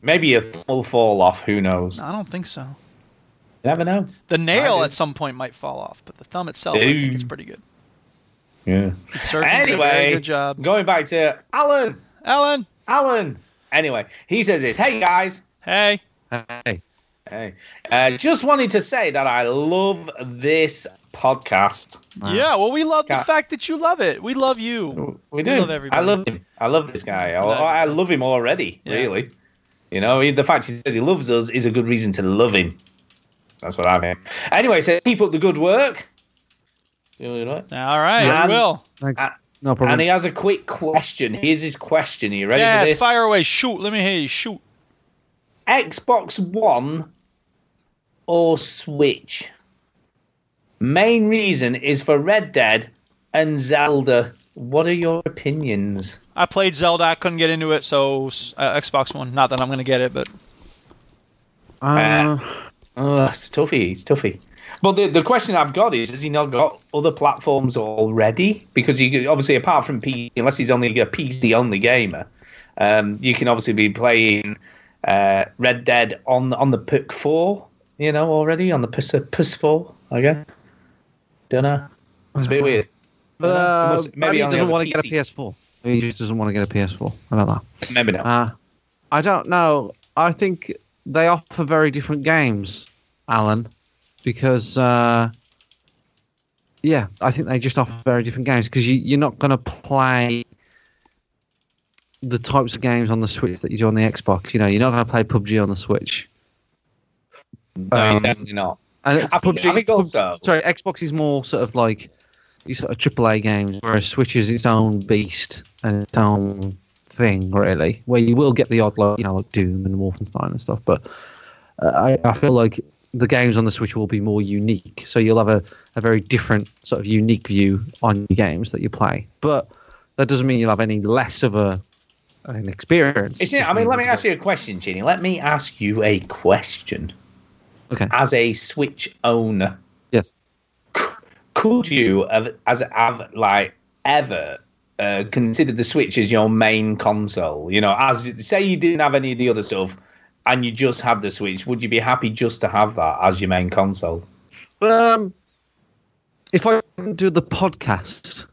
[SPEAKER 2] Maybe a full fall off. Who knows?
[SPEAKER 1] No, I don't think so.
[SPEAKER 2] You never know.
[SPEAKER 1] The
[SPEAKER 2] I
[SPEAKER 1] nail
[SPEAKER 2] do.
[SPEAKER 1] at some point might fall off, but the thumb itself, I think, is
[SPEAKER 2] Ooh.
[SPEAKER 1] pretty good.
[SPEAKER 2] Yeah.
[SPEAKER 1] The surgeon did a very
[SPEAKER 2] anyway,
[SPEAKER 1] good job.
[SPEAKER 2] going back to Alan.
[SPEAKER 1] Alan,
[SPEAKER 2] Alan. Anyway, he says this. Hey guys.
[SPEAKER 1] hey,
[SPEAKER 3] Hey.
[SPEAKER 2] Hey. Uh, just wanted to say that I love this podcast.
[SPEAKER 1] yeah. Well, we love the
[SPEAKER 2] Yeah.
[SPEAKER 1] fact that you love it. We love you.
[SPEAKER 2] We do.
[SPEAKER 1] love everybody.
[SPEAKER 2] I love him. I love this guy. I,
[SPEAKER 1] Love
[SPEAKER 2] I love him already,
[SPEAKER 1] Yeah.
[SPEAKER 2] really. You know, he- the fact he says he loves us is a good reason to love him. That's what I mean. Anyway, so keep up the good work. Really right.
[SPEAKER 1] All right,
[SPEAKER 2] Man.
[SPEAKER 1] we will.
[SPEAKER 3] Thanks.
[SPEAKER 2] I-
[SPEAKER 3] no problem.
[SPEAKER 2] And he has a quick question. Here's his question. Are you ready
[SPEAKER 1] Yeah,
[SPEAKER 2] for this?
[SPEAKER 1] fire away. Shoot. Let me hear you. Shoot.
[SPEAKER 2] Xbox One or Switch? Main reason is for Red Dead and Zelda. What are your opinions?
[SPEAKER 1] I played Zelda. I couldn't get into it, so uh, Xbox One. Not that I'm gonna get it, but
[SPEAKER 3] Uh,
[SPEAKER 2] Oh, it's toughy. It's toughy. But the, the question I've got is, has he not got other platforms already? Because you could- obviously, apart from PC, unless he's only a PC only gamer, um, you can obviously be playing uh, Red Dead on on the PUC four, you know, already on the PS PS four, I guess. Don't know. It's a bit weird.
[SPEAKER 3] but, uh,
[SPEAKER 2] Unless-
[SPEAKER 3] maybe he
[SPEAKER 2] only
[SPEAKER 3] doesn't
[SPEAKER 2] has
[SPEAKER 3] want to get a
[SPEAKER 2] PC.
[SPEAKER 3] PS4. Maybe he just doesn't want to get a PS4. How about that?
[SPEAKER 2] Maybe not.
[SPEAKER 3] Uh, I don't know. I think they offer very different games, Alan. because uh, yeah, I think they just offer very different games because you, you're not going to play the types of games on the Switch that you do on the Xbox. You know, you're not going to play PUBG on the Switch.
[SPEAKER 2] No, definitely not.
[SPEAKER 3] And
[SPEAKER 2] I think- I think also-
[SPEAKER 3] sorry, Xbox is more sort of like these sort of AAA games, whereas Switch is its own beast and its own thing, really. Where you will get the odd, like you know, like Doom and Wolfenstein and stuff, but uh, I, I feel like the games on the Switch will be more unique. So you'll have a, a very different sort of unique view on your games that you play, but that doesn't mean you'll have any less of a an experience.
[SPEAKER 2] Is it? I mean, let me ask you a question, Ginny. Let me ask you a question.
[SPEAKER 3] Okay.
[SPEAKER 2] As a Switch owner,
[SPEAKER 3] yes,
[SPEAKER 2] could you have, as have like ever uh, considered the Switch as your main console? You know, as say you didn't have any of the other stuff and you just had the Switch, would you be happy just to have that as your main console?
[SPEAKER 3] Um, if I didn't do the podcast,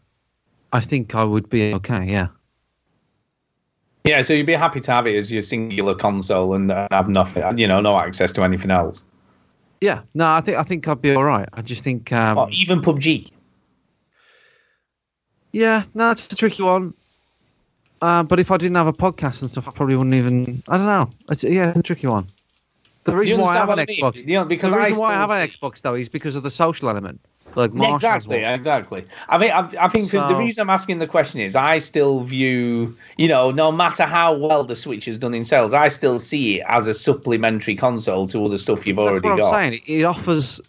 [SPEAKER 3] I think I would be okay. Yeah.
[SPEAKER 2] Yeah, so you'd be happy to have it as your singular console and uh, have nothing, you know, no access to anything else.
[SPEAKER 3] Yeah, no, I think I think I'd be all right. I just think um,
[SPEAKER 2] Or even PUBG.
[SPEAKER 3] yeah, no, it's a tricky one. Uh, but if I didn't have a podcast and stuff, I probably wouldn't even. I don't know. It's, yeah, it's a tricky one. The
[SPEAKER 2] You
[SPEAKER 3] reason why I
[SPEAKER 2] understand
[SPEAKER 3] have an
[SPEAKER 2] what I mean?
[SPEAKER 3] Xbox,
[SPEAKER 2] You know, because
[SPEAKER 3] the
[SPEAKER 2] I
[SPEAKER 3] reason why I have
[SPEAKER 2] still
[SPEAKER 3] an Xbox though is because of the social element. Like Marshall's
[SPEAKER 2] exactly,
[SPEAKER 3] one.
[SPEAKER 2] exactly. I mean, I, I think the
[SPEAKER 3] So-
[SPEAKER 2] reason I'm asking the question is I still view, you know, no matter how well the Switch has done in sales, I still see it as a supplementary console to all the stuff you've
[SPEAKER 3] That's
[SPEAKER 2] already
[SPEAKER 3] what I'm
[SPEAKER 2] got.
[SPEAKER 3] saying. It- It offers,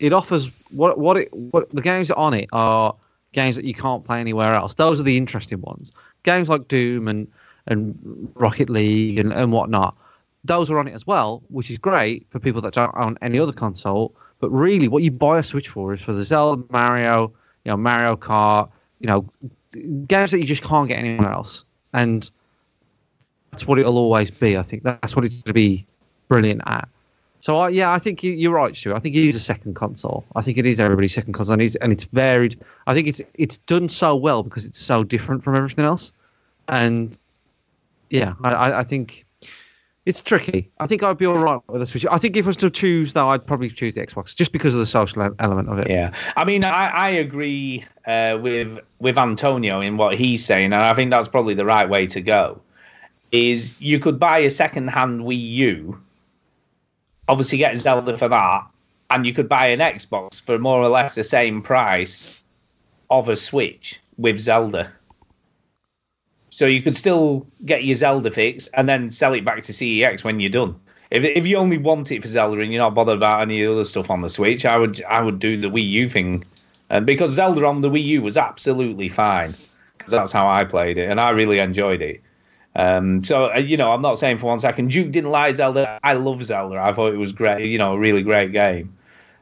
[SPEAKER 3] it offers what what it what the games that are on it are games that you can't play anywhere else. Those are the interesting ones. Games like Doom and and Rocket League and, and whatnot. Those are on it as well, which is great for people that don't own any other console. But really, what you buy a Switch for is for the Zelda, Mario, you know, Mario Kart, you know, games that you just can't get anywhere else. And that's what it'll always be. I think that's what it's going to be brilliant at. So I, yeah, I think you, you're right, Stu. I think it is a second console. I think it is everybody's second console, and it's, and it's varied. I think it's it's done so well because it's so different from everything else, and yeah, I- I, I think it's tricky. I think I'd be all right with the Switch. I think if I was to choose, though, I'd probably choose the Xbox just because of the social e- element of it.
[SPEAKER 2] Yeah, I mean, I, I agree uh, with with Antonio in what he's saying, and I think that's probably the right way to go. Is you could buy a second hand Wii U, obviously get Zelda for that, and you could buy an Xbox for more or less the same price of a Switch with Zelda. So you could still get your Zelda fix and then sell it back to CEX when you're done. If, if you only want it for Zelda and you're not bothered about any other stuff on the Switch, I would I would do the Wii U thing, uh, because Zelda on the Wii U was absolutely fine, 'cause that's how I played it and I really enjoyed it. Um, so uh, you know, I'm not saying for one second Duke didn't like Zelda. I love Zelda. I thought it was great. You know, a really great game.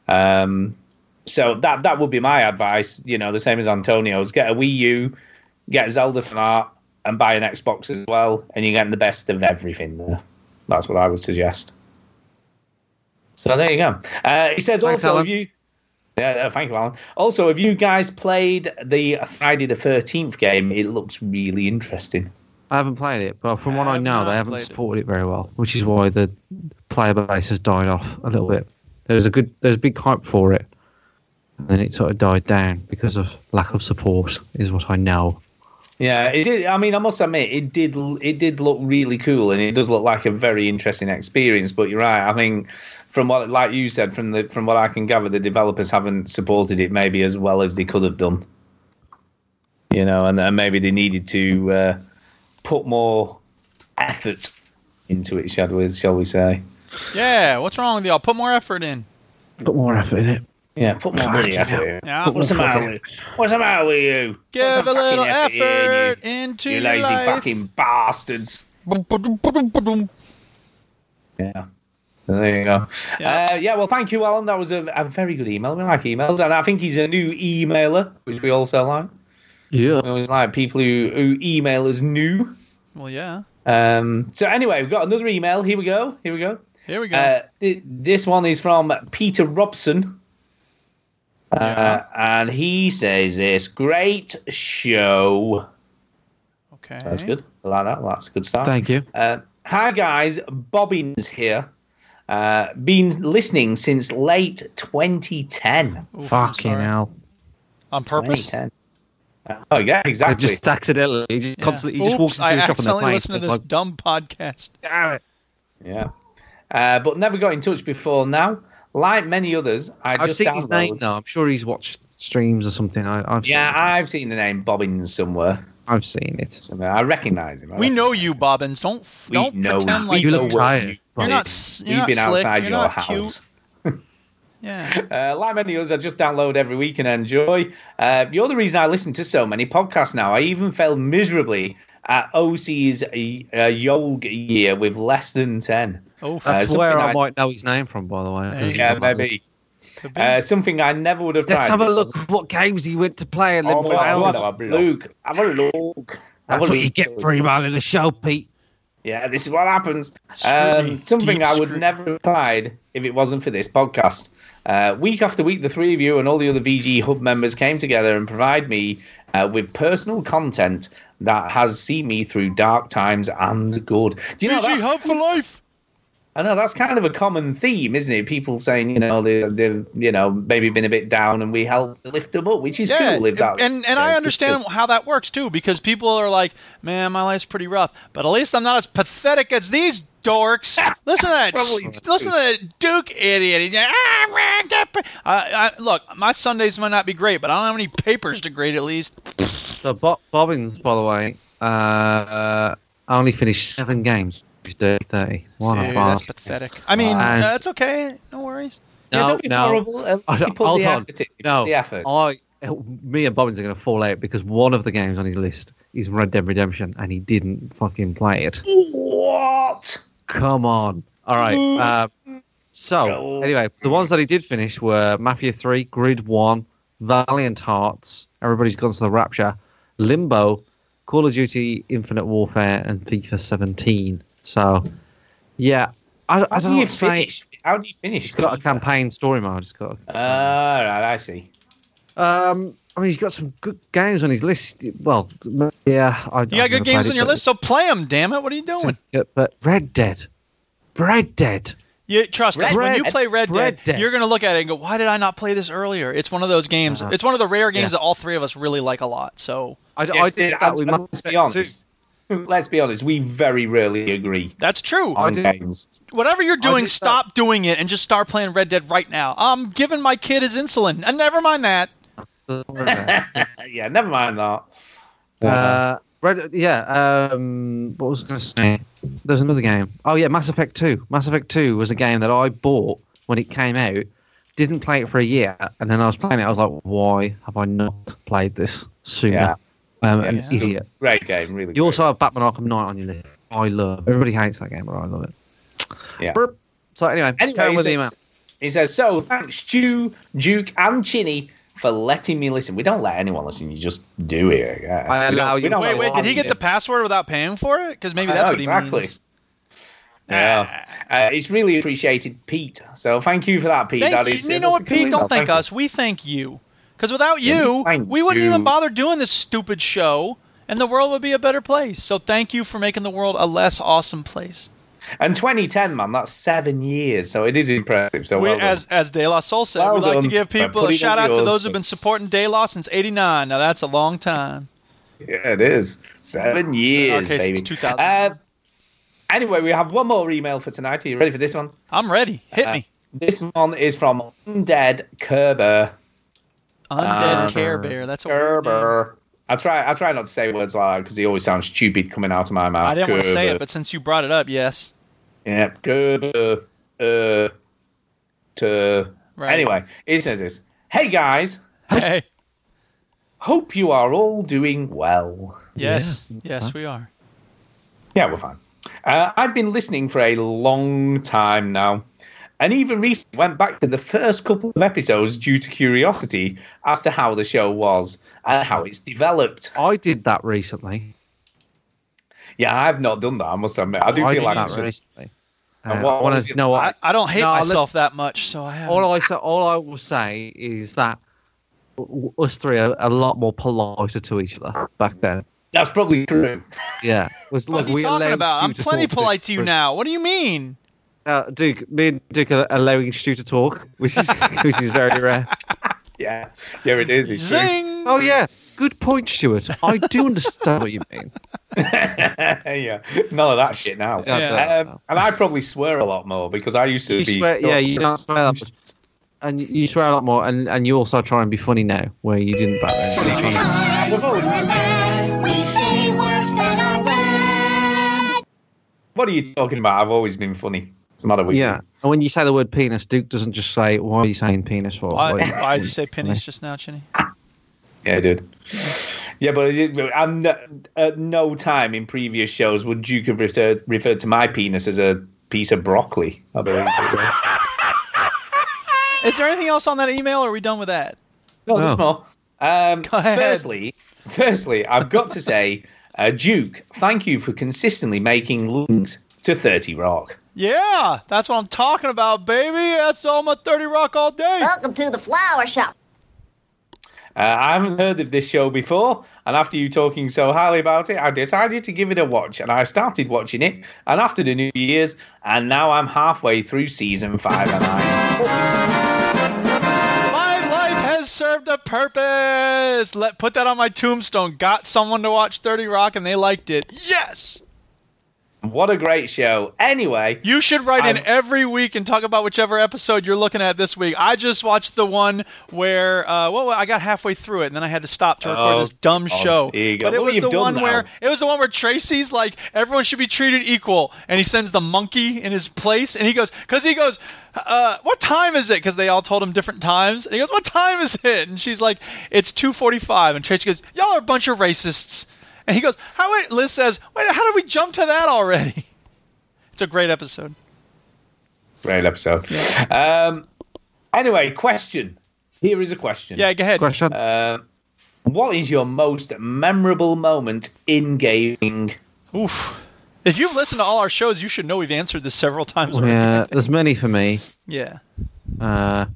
[SPEAKER 2] Um, so that that would be my advice. You know, the same as Antonio's. Get a Wii U, get Zelda for that, and buy an Xbox as well, and you're getting the best of everything there. That's what I would suggest. So there you go. Uh, he says
[SPEAKER 3] Thanks,
[SPEAKER 2] also,
[SPEAKER 3] Alan.
[SPEAKER 2] have you? Yeah, yeah, thank you, Alan. Also, have you guys played the Friday the Thirteenth game? It looks really interesting.
[SPEAKER 3] I haven't played it, but from what I
[SPEAKER 1] not
[SPEAKER 3] know, they haven't
[SPEAKER 1] Uh, played it.
[SPEAKER 3] supported it. very well, which is why the player base has died off a little bit. There was a good, there's a big hype for it, and then it sort of died down because of lack of support, is what I know.
[SPEAKER 2] Yeah, it did. I mean, I must admit, it did. It did look really cool, and it does look like a very interesting experience. But you're right. I think, from what, like you said, from the from what I can gather, the developers haven't supported it maybe as well as they could have done. You know, and, and maybe they needed to uh, put more effort into it. Shall we? Shall we say?
[SPEAKER 1] Yeah, what's wrong with y'all? Put more effort in.
[SPEAKER 3] Put more effort in it.
[SPEAKER 2] Yeah, put more bloody
[SPEAKER 3] Fucking
[SPEAKER 2] effort. in.
[SPEAKER 1] Yeah.
[SPEAKER 2] What's the matter with? What's the matter with you?
[SPEAKER 1] Give
[SPEAKER 2] Put
[SPEAKER 1] a
[SPEAKER 2] some
[SPEAKER 1] little
[SPEAKER 2] fucking effort in, you-
[SPEAKER 1] effort into
[SPEAKER 2] You
[SPEAKER 1] your
[SPEAKER 2] lazy
[SPEAKER 1] life.
[SPEAKER 2] fucking bastards.
[SPEAKER 1] Ba-dum-ba-dum-ba-dum.
[SPEAKER 2] Yeah. There you go. Yeah. Uh, yeah, well, thank you, Alan. That was a, a very good email. We like emails, and I think he's a new emailer, which we also like.
[SPEAKER 3] Yeah.
[SPEAKER 1] Oh,
[SPEAKER 2] We always like people who, who email us new.
[SPEAKER 1] Well, yeah.
[SPEAKER 2] Um, so anyway, we've got another email. Here we go. Here we go.
[SPEAKER 1] Here we go.
[SPEAKER 2] Uh, th- this one is from Peter Robson. Uh, and he says this great show.
[SPEAKER 1] okay.
[SPEAKER 2] Uh, That's good. I like that. That's a good start.
[SPEAKER 3] Thank you.
[SPEAKER 2] Uh, hi guys, Bobbins here. Uh, been listening since late 2010.
[SPEAKER 1] Oof, I'm
[SPEAKER 3] Fucking
[SPEAKER 1] sorry.
[SPEAKER 3] hell.
[SPEAKER 1] On purpose.
[SPEAKER 2] 2010. Oh yeah, exactly.
[SPEAKER 3] I just accidentally, he just
[SPEAKER 1] Yeah.
[SPEAKER 3] constantly, he just
[SPEAKER 1] Oops,
[SPEAKER 3] walks into
[SPEAKER 1] I
[SPEAKER 3] a shop and
[SPEAKER 1] accidentally
[SPEAKER 3] they're
[SPEAKER 1] listened to this dumb podcast.
[SPEAKER 3] Damn it.
[SPEAKER 2] Yeah. Uh, but never got in touch before now. Like many others, I
[SPEAKER 3] I've
[SPEAKER 2] just
[SPEAKER 3] seen
[SPEAKER 2] download.
[SPEAKER 3] his name though. I'm sure he's watched streams or something. I, I've
[SPEAKER 2] Yeah,
[SPEAKER 3] seen,
[SPEAKER 2] I've seen the name Bobbins somewhere.
[SPEAKER 3] I've seen it.
[SPEAKER 2] somewhere. I recognise him. I
[SPEAKER 1] We know you, Bobbins. Don't f-
[SPEAKER 2] We
[SPEAKER 1] don't
[SPEAKER 2] know
[SPEAKER 1] pretend
[SPEAKER 2] you.
[SPEAKER 1] like
[SPEAKER 2] We
[SPEAKER 3] You look
[SPEAKER 2] know what
[SPEAKER 3] tired.
[SPEAKER 2] you
[SPEAKER 1] You're not
[SPEAKER 2] did.
[SPEAKER 1] s- you're
[SPEAKER 2] We've
[SPEAKER 1] not
[SPEAKER 2] been
[SPEAKER 1] slick,
[SPEAKER 2] outside
[SPEAKER 1] you're
[SPEAKER 2] your
[SPEAKER 1] not
[SPEAKER 2] house.
[SPEAKER 1] cute. *laughs*
[SPEAKER 2] *laughs*
[SPEAKER 1] yeah.
[SPEAKER 2] Uh, like many others, I just download every week and enjoy. Uh, you're the reason I listen to so many podcasts now. I even failed miserably at OC's uh, Yolg year with less than 10.
[SPEAKER 1] Oh,
[SPEAKER 2] Uh,
[SPEAKER 3] That's
[SPEAKER 2] something
[SPEAKER 3] where I,
[SPEAKER 2] I-
[SPEAKER 3] might know his name from, by the way.
[SPEAKER 1] Yeah,
[SPEAKER 3] It doesn't
[SPEAKER 2] Yeah,
[SPEAKER 3] come up.
[SPEAKER 2] maybe.
[SPEAKER 1] could be.
[SPEAKER 2] Uh, something I never would have tried.
[SPEAKER 3] Let's have a look what games he went to play and then
[SPEAKER 2] Oh,
[SPEAKER 3] find
[SPEAKER 2] well,
[SPEAKER 3] out.
[SPEAKER 2] have a look. Have a look. Have
[SPEAKER 3] That's
[SPEAKER 2] a
[SPEAKER 3] what you
[SPEAKER 2] look.
[SPEAKER 3] get for emailing the show, Pete.
[SPEAKER 2] Yeah, this is what happens.
[SPEAKER 1] Scrutiny.
[SPEAKER 2] Um, something
[SPEAKER 1] Deep
[SPEAKER 2] I would
[SPEAKER 1] scrutiny.
[SPEAKER 2] never have tried if it wasn't for this podcast. Uh, week after week, the three of you and all the other VG Hub members came together and provide me uh, with personal content that has seen me through dark times and good. Do you know
[SPEAKER 1] BG
[SPEAKER 2] that's,
[SPEAKER 1] Hub for life.
[SPEAKER 2] I know that's kind of a common theme, isn't it? People saying, you know, they, they've, you know, maybe been a bit down, and we help lift them up, which is
[SPEAKER 1] Yeah,
[SPEAKER 2] cool. If that,
[SPEAKER 1] and and I understand how that works too, because people are like, "Man, my life's pretty rough, but at least I'm not as pathetic as these
[SPEAKER 2] *laughs*
[SPEAKER 1] dorks." Listen to that,
[SPEAKER 2] Probably
[SPEAKER 1] listen to that Duke idiot. He's like, "Ah, man, get pa-" I, I, look, my Sundays might not be great, but I don't have any papers to grade at least.
[SPEAKER 3] So Bob, Bobbins, by the way, uh, uh, only finished seven games. He's dirty thirty. What
[SPEAKER 1] Dude,
[SPEAKER 3] a
[SPEAKER 1] that's
[SPEAKER 3] bastard.
[SPEAKER 1] pathetic. I mean,
[SPEAKER 3] Wow.
[SPEAKER 1] that's okay. No worries.
[SPEAKER 2] Yeah,
[SPEAKER 3] No,
[SPEAKER 2] don't be
[SPEAKER 3] no.
[SPEAKER 2] horrible. At
[SPEAKER 3] I-
[SPEAKER 2] least you put
[SPEAKER 3] hold
[SPEAKER 2] the
[SPEAKER 3] on.
[SPEAKER 2] effort in. You
[SPEAKER 3] No,
[SPEAKER 2] put the effort.
[SPEAKER 3] I, me and Bobbins are going to fall out because one of the games on his list is Red Dead Redemption, and he didn't fucking play it.
[SPEAKER 2] What?
[SPEAKER 3] Come on. All right.
[SPEAKER 1] Mm.
[SPEAKER 3] Uh,
[SPEAKER 2] Go.
[SPEAKER 3] so anyway, the ones that he did finish were Mafia Three, Grid One, Valiant Hearts, Everybody's Gone to the Rapture, Limbo, Call of Duty Infinite Warfare, and FIFA 17. So, yeah, I,
[SPEAKER 2] How
[SPEAKER 3] I
[SPEAKER 2] do
[SPEAKER 3] don't know
[SPEAKER 2] you
[SPEAKER 3] what to say.
[SPEAKER 2] finish? How do you finish?
[SPEAKER 3] It's got a campaign story mode. It's got.
[SPEAKER 2] Ah, right, I see.
[SPEAKER 3] Um, I mean, he's got some good games on his list. Well, yeah, I.
[SPEAKER 1] You got good games on your list, so play them. Damn it, what are you *laughs* doing?
[SPEAKER 3] But Red Dead, Red Dead.
[SPEAKER 1] You trust us. When
[SPEAKER 3] Red-
[SPEAKER 1] you play Red Dead,
[SPEAKER 3] Red Dead.
[SPEAKER 1] you're gonna look at it and go, "Why did I not play this earlier?" It's one of those games.
[SPEAKER 3] Uh-huh.
[SPEAKER 1] It's one of the rare games
[SPEAKER 3] Yeah.
[SPEAKER 1] that all three of us really like a lot. So
[SPEAKER 3] I,
[SPEAKER 2] Yes,
[SPEAKER 3] I did
[SPEAKER 2] and-
[SPEAKER 3] that with
[SPEAKER 2] and
[SPEAKER 3] Mass
[SPEAKER 2] let's
[SPEAKER 3] Effect
[SPEAKER 2] be *laughs*
[SPEAKER 3] 2.
[SPEAKER 2] honest. Let's be honest. We very rarely agree
[SPEAKER 1] that's true.
[SPEAKER 2] on
[SPEAKER 3] did-
[SPEAKER 2] games. *laughs*
[SPEAKER 1] Whatever you're doing,
[SPEAKER 3] did
[SPEAKER 1] stop doing it and just start playing Red Dead right now. I'm giving my kid his insulin, and never mind that.
[SPEAKER 2] *laughs*
[SPEAKER 3] Don't worry about it.
[SPEAKER 2] yeah, never mind that.
[SPEAKER 3] Uh, Red, yeah. Um, what was I going to say? There's another game. Oh yeah, Mass Effect Two. Mass Effect Two was a game that I bought when it came out. Didn't play it for a year, and then I was playing it. I was like, why have I not played this
[SPEAKER 2] Yeah.
[SPEAKER 3] sooner? Um,
[SPEAKER 2] Yeah,
[SPEAKER 3] an
[SPEAKER 2] it's
[SPEAKER 3] idiot.
[SPEAKER 2] Great game, really.
[SPEAKER 3] You
[SPEAKER 2] great.
[SPEAKER 3] also have Batman Arkham Knight on your list. I love. Everybody hates that game, but I love it.
[SPEAKER 2] Yeah.
[SPEAKER 3] Burp. So anyway,
[SPEAKER 2] Anyway,
[SPEAKER 3] carry on
[SPEAKER 2] he,
[SPEAKER 3] with the email.
[SPEAKER 2] says, he says, so thanks, Stu, Duke, and Chinny for letting me listen. We don't let anyone listen. You just do it. I guess.
[SPEAKER 3] I
[SPEAKER 2] We don't-
[SPEAKER 3] allow
[SPEAKER 2] we
[SPEAKER 3] you-
[SPEAKER 2] don't
[SPEAKER 1] Wait, wait,
[SPEAKER 2] allow
[SPEAKER 1] did he get
[SPEAKER 2] you.
[SPEAKER 1] the password without paying for it? Because maybe
[SPEAKER 2] I
[SPEAKER 1] that's
[SPEAKER 2] know,
[SPEAKER 1] what he
[SPEAKER 2] exactly.
[SPEAKER 1] means.
[SPEAKER 2] Yeah,
[SPEAKER 3] Ah.
[SPEAKER 2] uh, it's really appreciated, Pete. So thank you for that, Pete.
[SPEAKER 1] Thank
[SPEAKER 2] That
[SPEAKER 1] you.
[SPEAKER 2] is-
[SPEAKER 1] you know
[SPEAKER 2] that's a
[SPEAKER 1] what,
[SPEAKER 2] good
[SPEAKER 1] Pete?
[SPEAKER 2] email.
[SPEAKER 1] Don't thank
[SPEAKER 2] you.
[SPEAKER 1] us. We thank you. Because without
[SPEAKER 2] Yeah, we
[SPEAKER 1] you,
[SPEAKER 2] thank
[SPEAKER 1] we wouldn't
[SPEAKER 2] you.
[SPEAKER 1] even bother doing this stupid show, and the world would be a better place. So thank you for making the world a less awesome place.
[SPEAKER 2] And 2010, man, that's seven years, so it is impressive. So
[SPEAKER 1] we,
[SPEAKER 2] well done.
[SPEAKER 1] as as De La Soul said,
[SPEAKER 2] Well
[SPEAKER 1] we like to
[SPEAKER 2] done
[SPEAKER 1] give
[SPEAKER 2] for
[SPEAKER 1] people a
[SPEAKER 2] putting on
[SPEAKER 1] shout out to
[SPEAKER 2] yours
[SPEAKER 1] those who've
[SPEAKER 2] for
[SPEAKER 1] been supporting
[SPEAKER 2] s-
[SPEAKER 1] De La since '89. Now that's a long time.
[SPEAKER 2] yeah, it is seven years,
[SPEAKER 1] case,
[SPEAKER 2] baby.
[SPEAKER 1] it's 2000.
[SPEAKER 2] Uh, anyway, we have one more email for tonight. Are you ready for this one?
[SPEAKER 1] I'm ready. Hit
[SPEAKER 2] Uh,
[SPEAKER 1] me,
[SPEAKER 2] This one is from Undead Kerber.
[SPEAKER 1] Undead
[SPEAKER 2] um,
[SPEAKER 1] Care Bear. That's a weird name.
[SPEAKER 2] Kerber. I try. I try not to say words like because they always sound stupid coming out of my mouth.
[SPEAKER 1] I didn't want to say
[SPEAKER 2] Kerber.
[SPEAKER 1] it, but since you brought it up, yes.
[SPEAKER 2] Yeah, Gerber, uh, to.
[SPEAKER 1] Right.
[SPEAKER 2] Anyway, it says this. Hey guys,
[SPEAKER 1] Hey,
[SPEAKER 2] hope you are all doing well.
[SPEAKER 1] yes,
[SPEAKER 3] Yeah.
[SPEAKER 1] yes, we are.
[SPEAKER 2] Yeah, we're fine. Uh, I've been listening for a long time now, and even recently went back to the first couple of episodes due to curiosity as to how the show was and how it's developed.
[SPEAKER 3] I did that recently.
[SPEAKER 2] Yeah, I've not done that. I must admit, I do
[SPEAKER 3] I
[SPEAKER 2] feel
[SPEAKER 3] did
[SPEAKER 2] like I
[SPEAKER 3] that
[SPEAKER 2] should-
[SPEAKER 3] recently. Uh,
[SPEAKER 2] And what
[SPEAKER 3] I wanna
[SPEAKER 2] was it
[SPEAKER 3] know
[SPEAKER 1] I,
[SPEAKER 3] what,
[SPEAKER 1] I don't hate
[SPEAKER 3] No, I li-
[SPEAKER 1] myself that much, so I have.
[SPEAKER 3] all I say, all I will say is that w- w- us three are a lot more politer to each other back then.
[SPEAKER 2] that's probably true.
[SPEAKER 3] Yeah, was
[SPEAKER 1] what
[SPEAKER 3] like
[SPEAKER 1] are you
[SPEAKER 3] we
[SPEAKER 1] talking
[SPEAKER 3] allowed
[SPEAKER 1] about?
[SPEAKER 3] you
[SPEAKER 1] I'm
[SPEAKER 3] to
[SPEAKER 1] plenty
[SPEAKER 3] talk
[SPEAKER 1] polite to you
[SPEAKER 3] different-
[SPEAKER 1] now. What do you mean?
[SPEAKER 3] uh, Duke, me and Duke are allowing Stu to talk, which is *laughs* which is very rare.
[SPEAKER 2] Yeah, yeah, it is. It's true.
[SPEAKER 1] Zing!
[SPEAKER 3] Oh yeah, good point, Stuart. I do understand what you mean.
[SPEAKER 2] *laughs* yeah, none of that shit now.
[SPEAKER 3] Yeah.
[SPEAKER 1] Yeah.
[SPEAKER 2] Um, and I probably swear a lot more because I used to
[SPEAKER 3] You
[SPEAKER 2] be.
[SPEAKER 3] swear, yeah, you don't swear that much. and you swear a lot more, and, and you also try and be funny now, where you didn't back then. You're trying to-
[SPEAKER 2] *laughs* What are you talking about? I've always been funny. It's a matter with
[SPEAKER 3] Yeah, and when you say the word penis, Duke doesn't just say, "Why are you saying penis for?"
[SPEAKER 1] Why, *laughs*
[SPEAKER 3] Why are you-
[SPEAKER 1] why did you say pennies just now, Chinny?
[SPEAKER 2] you. Yeah, I did. Yeah, but it- I'm n- at no time in previous shows would Duke have referred, referred to my penis as a piece of broccoli. I believe.
[SPEAKER 1] *laughs* Oh. Is there anything else on that email, or are we done with that?
[SPEAKER 2] No,
[SPEAKER 3] Oh.
[SPEAKER 2] there's more. Um,
[SPEAKER 1] Go ahead.
[SPEAKER 2] firstly, firstly, I've got to say, uh, Duke, thank you for consistently making links to 30 Rock.
[SPEAKER 1] Yeah, that's what I'm talking about, baby. That's all my 30 Rock all day.
[SPEAKER 5] Welcome to the flower shop.
[SPEAKER 2] Uh, I haven't heard of this show before, and after you talking so highly about it, I decided to give it a watch, and I started watching it, and after the New Year's, and now I'm halfway through season five, and I.
[SPEAKER 1] My life has served a purpose. Let put that on my tombstone. Got someone to watch 30 Rock, and they liked it. Yes.
[SPEAKER 2] What a great show! Anyway,
[SPEAKER 1] You should write in
[SPEAKER 2] I'm-
[SPEAKER 1] every week and talk about whichever episode you're looking at this week. I just watched the one where, uh, well, I got halfway through it and then I had to stop to record
[SPEAKER 2] Oh,
[SPEAKER 1] this dumb
[SPEAKER 2] oh,
[SPEAKER 1] show.
[SPEAKER 2] there you go.
[SPEAKER 1] But it
[SPEAKER 2] Look what
[SPEAKER 1] was
[SPEAKER 2] you've
[SPEAKER 1] the
[SPEAKER 2] done
[SPEAKER 1] one
[SPEAKER 2] now.
[SPEAKER 1] where it was the one where Tracy's like everyone should be treated equal, and he sends the monkey in his place, and he goes because he goes, uh, what time is it? Because they all told him different times, and he goes, what time is it? And she's like, it's 2:45, and Tracy goes, y'all are a bunch of racists, and he goes, how? It, Liz says, wait, how did we jump to that already? *laughs* It's a great episode.
[SPEAKER 2] great episode. Um, anyway, question. Here is a question.
[SPEAKER 1] Yeah, go ahead.
[SPEAKER 3] Question.
[SPEAKER 2] Uh, what is your most memorable moment in gaming?
[SPEAKER 1] Oof. If you've listened to all our shows, you should know we've answered this several times already.
[SPEAKER 3] yeah, there's many for me.
[SPEAKER 1] Yeah.
[SPEAKER 3] Uh,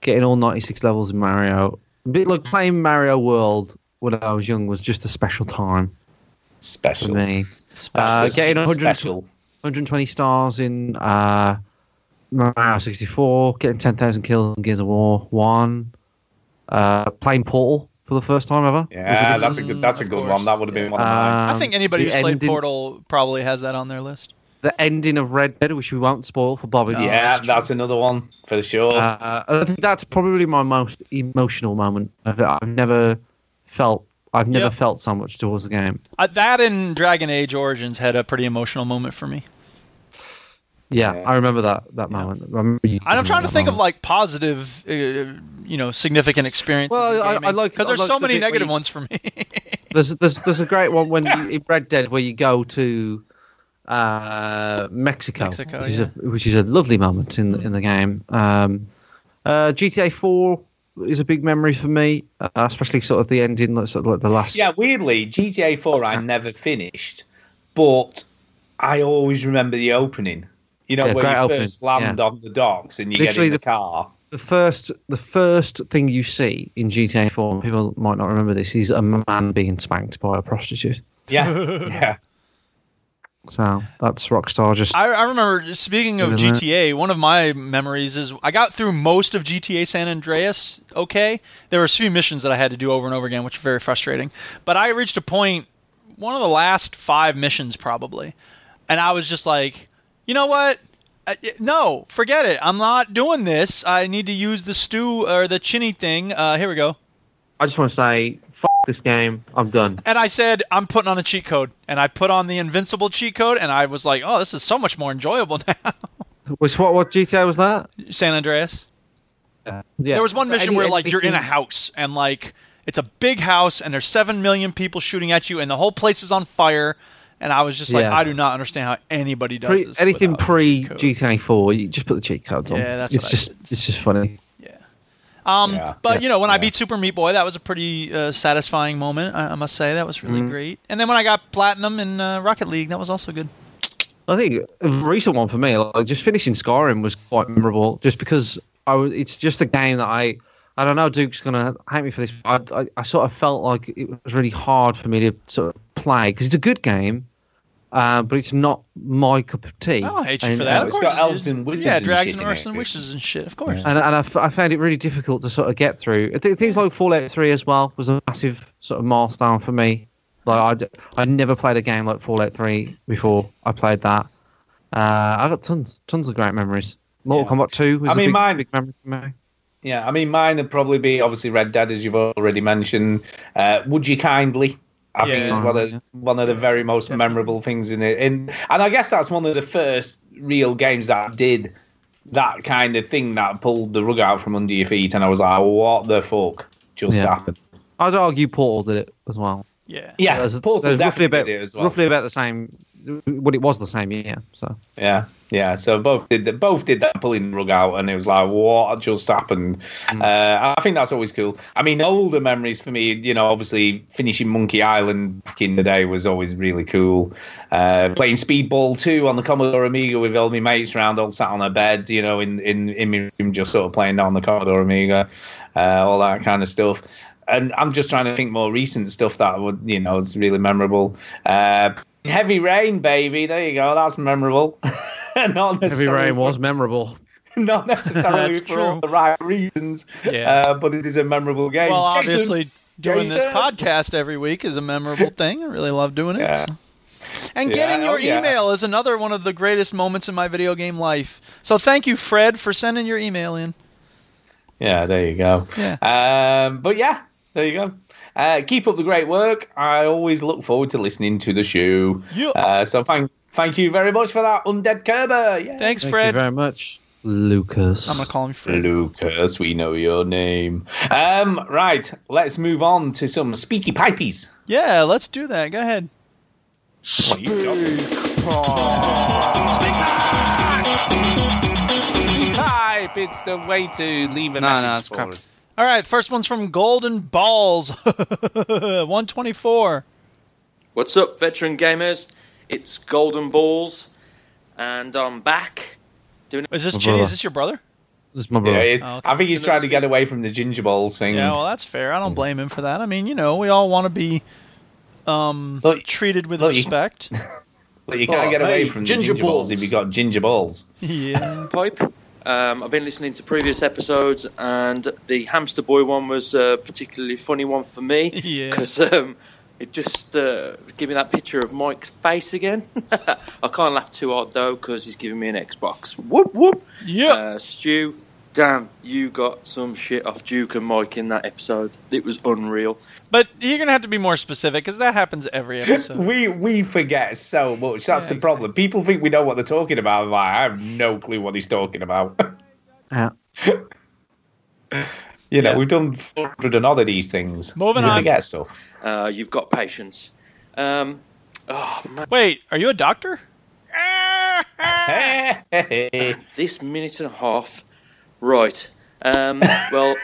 [SPEAKER 3] getting all 96 levels in Mario, a bit like playing Mario World when I was young was just a special time for
[SPEAKER 2] Special.
[SPEAKER 3] me.
[SPEAKER 1] *laughs*
[SPEAKER 3] Uh, getting 100,
[SPEAKER 2] special.
[SPEAKER 3] 120 stars in uh, Mario 64, getting 10,000 kills in Gears of War 1, uh, playing Portal for the first time ever.
[SPEAKER 2] Yeah, that's a
[SPEAKER 1] Mm,
[SPEAKER 2] good. That's a
[SPEAKER 1] of
[SPEAKER 2] good
[SPEAKER 1] course.
[SPEAKER 2] one. That would have been one of mine.
[SPEAKER 3] Uh, Um,
[SPEAKER 1] I think anybody
[SPEAKER 3] the
[SPEAKER 1] who's played
[SPEAKER 3] ending-
[SPEAKER 1] Portal probably has that on their list.
[SPEAKER 3] The ending of Red Dead, which we won't spoil for Bobby.
[SPEAKER 2] yeah, that's, another one for sure.
[SPEAKER 3] Uh, I think that's probably my most emotional moment. Of it. I've never felt I've never
[SPEAKER 1] Yep.
[SPEAKER 3] felt so much towards the game.
[SPEAKER 1] Uh, that and Dragon Age Origins had a pretty emotional moment for me.
[SPEAKER 3] Yeah,
[SPEAKER 2] Yeah.
[SPEAKER 3] I remember that that moment. I remember you
[SPEAKER 1] And I'm
[SPEAKER 3] talking
[SPEAKER 1] trying to
[SPEAKER 3] about
[SPEAKER 1] think
[SPEAKER 3] that
[SPEAKER 1] of
[SPEAKER 3] moment.
[SPEAKER 1] like positive, uh, you know, significant experiences.
[SPEAKER 3] Well, I- I like-
[SPEAKER 1] because
[SPEAKER 3] I
[SPEAKER 1] there's
[SPEAKER 3] like
[SPEAKER 1] so
[SPEAKER 3] the
[SPEAKER 1] many
[SPEAKER 3] bit where
[SPEAKER 1] negative
[SPEAKER 3] you-
[SPEAKER 1] ones for me. *laughs*
[SPEAKER 3] there's there's there's a great one when you, in Red Dead where you go to uh, Mexico,
[SPEAKER 1] Mexico,
[SPEAKER 3] which, is a, which is a lovely moment in the, in the game. Um, uh, GTA 4 is a big memory for me, uh, especially sort of the ending, like, sort of like the last.
[SPEAKER 2] yeah, weirdly, GTA 4
[SPEAKER 3] uh,
[SPEAKER 2] I never finished, but I always remember the opening. You know,
[SPEAKER 3] Yeah,
[SPEAKER 2] where
[SPEAKER 3] great
[SPEAKER 2] you
[SPEAKER 3] opening,
[SPEAKER 2] first land
[SPEAKER 3] yeah.
[SPEAKER 2] on the docks and you
[SPEAKER 3] Literally
[SPEAKER 2] get in the,
[SPEAKER 3] the-
[SPEAKER 2] car.
[SPEAKER 3] the first the first thing you see in GTA 4, people might not remember this, is a man being spanked by a prostitute.
[SPEAKER 2] Yeah, yeah.
[SPEAKER 3] So that's Rockstar just.
[SPEAKER 1] I, I remember speaking of
[SPEAKER 3] Remember that?
[SPEAKER 1] GTA, one of my memories is I got through most of GTA San Andreas okay. There were a few missions that I had to do over and over again, which were very frustrating. But I reached a point, one of the last five missions probably, and I was just like, you know what? I- it- No, forget it. I'm not doing this. I need to use the stew or the chinny thing. Uh, here we go.
[SPEAKER 3] I just want to say, f this game, I'm done.
[SPEAKER 1] And I said, I'm putting on a cheat code. And I put on the invincible cheat code, and I was like, oh, this is so much more enjoyable *laughs* now.
[SPEAKER 3] Which what what GTA was that?
[SPEAKER 1] San Andreas.
[SPEAKER 3] Yeah.
[SPEAKER 1] There was one mission
[SPEAKER 3] Any-
[SPEAKER 1] where like you're in a
[SPEAKER 3] anything-
[SPEAKER 1] house and like it's a big house and there's seven million people shooting at you and the whole place is on fire. And I was just like,
[SPEAKER 3] Yeah.
[SPEAKER 1] I do not understand how anybody does
[SPEAKER 3] Pre,
[SPEAKER 1] this.
[SPEAKER 3] anything
[SPEAKER 1] without a
[SPEAKER 3] pre
[SPEAKER 1] cheat code.
[SPEAKER 3] GTA 4, you just put the cheat codes on.
[SPEAKER 1] Yeah, that's
[SPEAKER 3] it's
[SPEAKER 1] what I
[SPEAKER 3] just it's just funny.
[SPEAKER 1] Yeah. Um,
[SPEAKER 2] Yeah.
[SPEAKER 1] but
[SPEAKER 3] Yeah.
[SPEAKER 1] you know, when I
[SPEAKER 2] Yeah.
[SPEAKER 1] beat Super Meat Boy, that was a pretty uh, satisfying moment. I, I must say that was
[SPEAKER 3] Mm-hmm.
[SPEAKER 1] really great. And then when I got platinum in uh, Rocket League, that was also good.
[SPEAKER 3] Mm-hmm. I think a recent one for me, like just finishing Skyrim was quite memorable, just because I was. It's just a game that I. I don't know. Duke's gonna hate me for this. But I, I, I sort of felt like it was really hard for me to sort of play because it's a good game, uh, but it's not my cup of tea.
[SPEAKER 1] Oh, I don't hate you
[SPEAKER 3] And- uh,
[SPEAKER 1] for that.
[SPEAKER 3] and-
[SPEAKER 1] of
[SPEAKER 2] it's
[SPEAKER 1] course
[SPEAKER 2] got
[SPEAKER 1] it
[SPEAKER 2] elves
[SPEAKER 1] is.
[SPEAKER 2] and wizards
[SPEAKER 1] Yeah,
[SPEAKER 2] and
[SPEAKER 1] drags
[SPEAKER 2] shit
[SPEAKER 1] and
[SPEAKER 2] in
[SPEAKER 1] orcs
[SPEAKER 2] it.
[SPEAKER 1] and wishes and shit. Of course.
[SPEAKER 3] And, and I, f- I found it really difficult to sort of get through. I think things like Fallout 3 as well was a massive sort of milestone for me. Like I'd, I'd never played a game like Fallout 3 before I played that. Uh, I got tons tons of great memories. Mortal Kombat 2 was
[SPEAKER 2] I
[SPEAKER 3] a
[SPEAKER 2] mean,
[SPEAKER 3] big,
[SPEAKER 2] mine-
[SPEAKER 3] big memory for me.
[SPEAKER 2] Yeah, I mean, mine would probably be obviously Red Dead, as you've already mentioned. Uh, Would you kindly? I think
[SPEAKER 3] Yeah.
[SPEAKER 2] is one of one of the very most memorable things in it, and and I guess that's one of the first real games that did that kind of thing that pulled the rug out from under your feet, and I was like, what the fuck just
[SPEAKER 3] Yeah.
[SPEAKER 2] happened?
[SPEAKER 3] I'd argue Portal did it as well.
[SPEAKER 1] Yeah.
[SPEAKER 2] Yeah,
[SPEAKER 3] There's-
[SPEAKER 2] Portal
[SPEAKER 3] there's
[SPEAKER 2] definitely
[SPEAKER 3] roughly about
[SPEAKER 2] did it as well.
[SPEAKER 3] roughly about the same. Well, it was the same year. So
[SPEAKER 2] Yeah, yeah. So both did that. Both did that pulling the rug out, and it was like, what just happened? Uh, I think that's always cool. I mean, older memories for me, you know, obviously finishing Monkey Island back in the day was always really cool. Uh, playing Speedball 2 on the Commodore Amiga with all my mates around, all sat on a bed, you know, in in in my room, just sort of playing on the Commodore Amiga, uh, all that kind of stuff and I'm just trying to think more recent stuff that would you know is really memorable. Uh, Heavy Rain, baby, there you go, that's memorable. *laughs* not
[SPEAKER 3] Heavy
[SPEAKER 2] necessarily
[SPEAKER 3] Rain
[SPEAKER 2] for-
[SPEAKER 3] was memorable.
[SPEAKER 2] *laughs* not necessarily
[SPEAKER 1] That's
[SPEAKER 2] for all
[SPEAKER 1] true.
[SPEAKER 2] the right reasons,
[SPEAKER 1] Yeah.
[SPEAKER 2] uh, but it is a memorable game.
[SPEAKER 1] Well,
[SPEAKER 2] Jason,
[SPEAKER 1] obviously, doing this
[SPEAKER 2] Jason.
[SPEAKER 1] podcast every week is a
[SPEAKER 2] *laughs*
[SPEAKER 1] memorable thing. I really love doing it.
[SPEAKER 2] Yeah.
[SPEAKER 1] so. And
[SPEAKER 2] Yeah,
[SPEAKER 1] getting your
[SPEAKER 2] oh, yeah.
[SPEAKER 1] email is another one of the greatest moments in my video game life. So thank you, Fred, for sending your email in.
[SPEAKER 2] Yeah, there you go. Um, but yeah, there you go. Uh, keep up the great work. I always look forward to listening to the show.
[SPEAKER 1] Yeah.
[SPEAKER 2] Uh, so thank thank you very much for that, Undead Kerber. Yeah.
[SPEAKER 1] Thanks,
[SPEAKER 3] Thank you
[SPEAKER 1] Fred.
[SPEAKER 3] very much, Lucas.
[SPEAKER 1] I'm gonna call him Fred.
[SPEAKER 2] Lucas, we know your name. Um, right, let's move on to some speaky pipies.
[SPEAKER 1] Yeah, let's do that. Go ahead.
[SPEAKER 2] Pipe, it's the way to leave a
[SPEAKER 9] No,
[SPEAKER 2] message
[SPEAKER 9] no, it's
[SPEAKER 2] for
[SPEAKER 9] crap.
[SPEAKER 2] us.
[SPEAKER 1] All right, first one's from Golden Balls *laughs* 124.
[SPEAKER 13] What's up, veteran gamers? It's Golden Balls, and I'm back. Doing
[SPEAKER 1] Is
[SPEAKER 2] this My Chitty? brother. Is this
[SPEAKER 1] your brother?
[SPEAKER 3] This is my
[SPEAKER 2] Yeah,
[SPEAKER 3] brother.
[SPEAKER 2] he's- I think he's trying to get away from the ginger balls thing.
[SPEAKER 1] Yeah, well, that's fair.
[SPEAKER 2] Mm.
[SPEAKER 1] I don't blame him for that. I mean, you know, we all want to be um, treated with
[SPEAKER 2] *laughs*
[SPEAKER 1] respect.
[SPEAKER 2] but you can't
[SPEAKER 13] Oh,
[SPEAKER 2] get away
[SPEAKER 13] hey,
[SPEAKER 2] from the
[SPEAKER 13] ginger
[SPEAKER 2] ginger balls.
[SPEAKER 13] balls.
[SPEAKER 2] if you got ginger balls.
[SPEAKER 1] yeah.
[SPEAKER 13] Pipe. Um, I've been listening to previous episodes, and the hamster boy one was a particularly funny one for me
[SPEAKER 1] *laughs* Yeah.
[SPEAKER 13] because um, it just uh, gave me that picture of Mike's face again. *laughs* I can't laugh too hard though because he's giving me an Xbox. Whoop whoop.
[SPEAKER 1] Yeah.
[SPEAKER 13] Uh, Stu, damn, you got some shit off Duke and Mike in that episode. It was unreal.
[SPEAKER 1] But you're going to have to be more specific because that happens every episode.
[SPEAKER 2] *laughs* We we forget so much. That's the problem. People think we know what they're talking about. Like, I have no clue what he's talking about. *laughs* you
[SPEAKER 3] Yeah.
[SPEAKER 2] know, we've done 400 and odd of these things.
[SPEAKER 1] Moving
[SPEAKER 2] we
[SPEAKER 1] on.
[SPEAKER 2] forget stuff. *laughs*
[SPEAKER 13] Uh, you've got patience. Um, oh, man.
[SPEAKER 1] Wait, are you a doctor?
[SPEAKER 13] this minute and a half. Right. Um, well,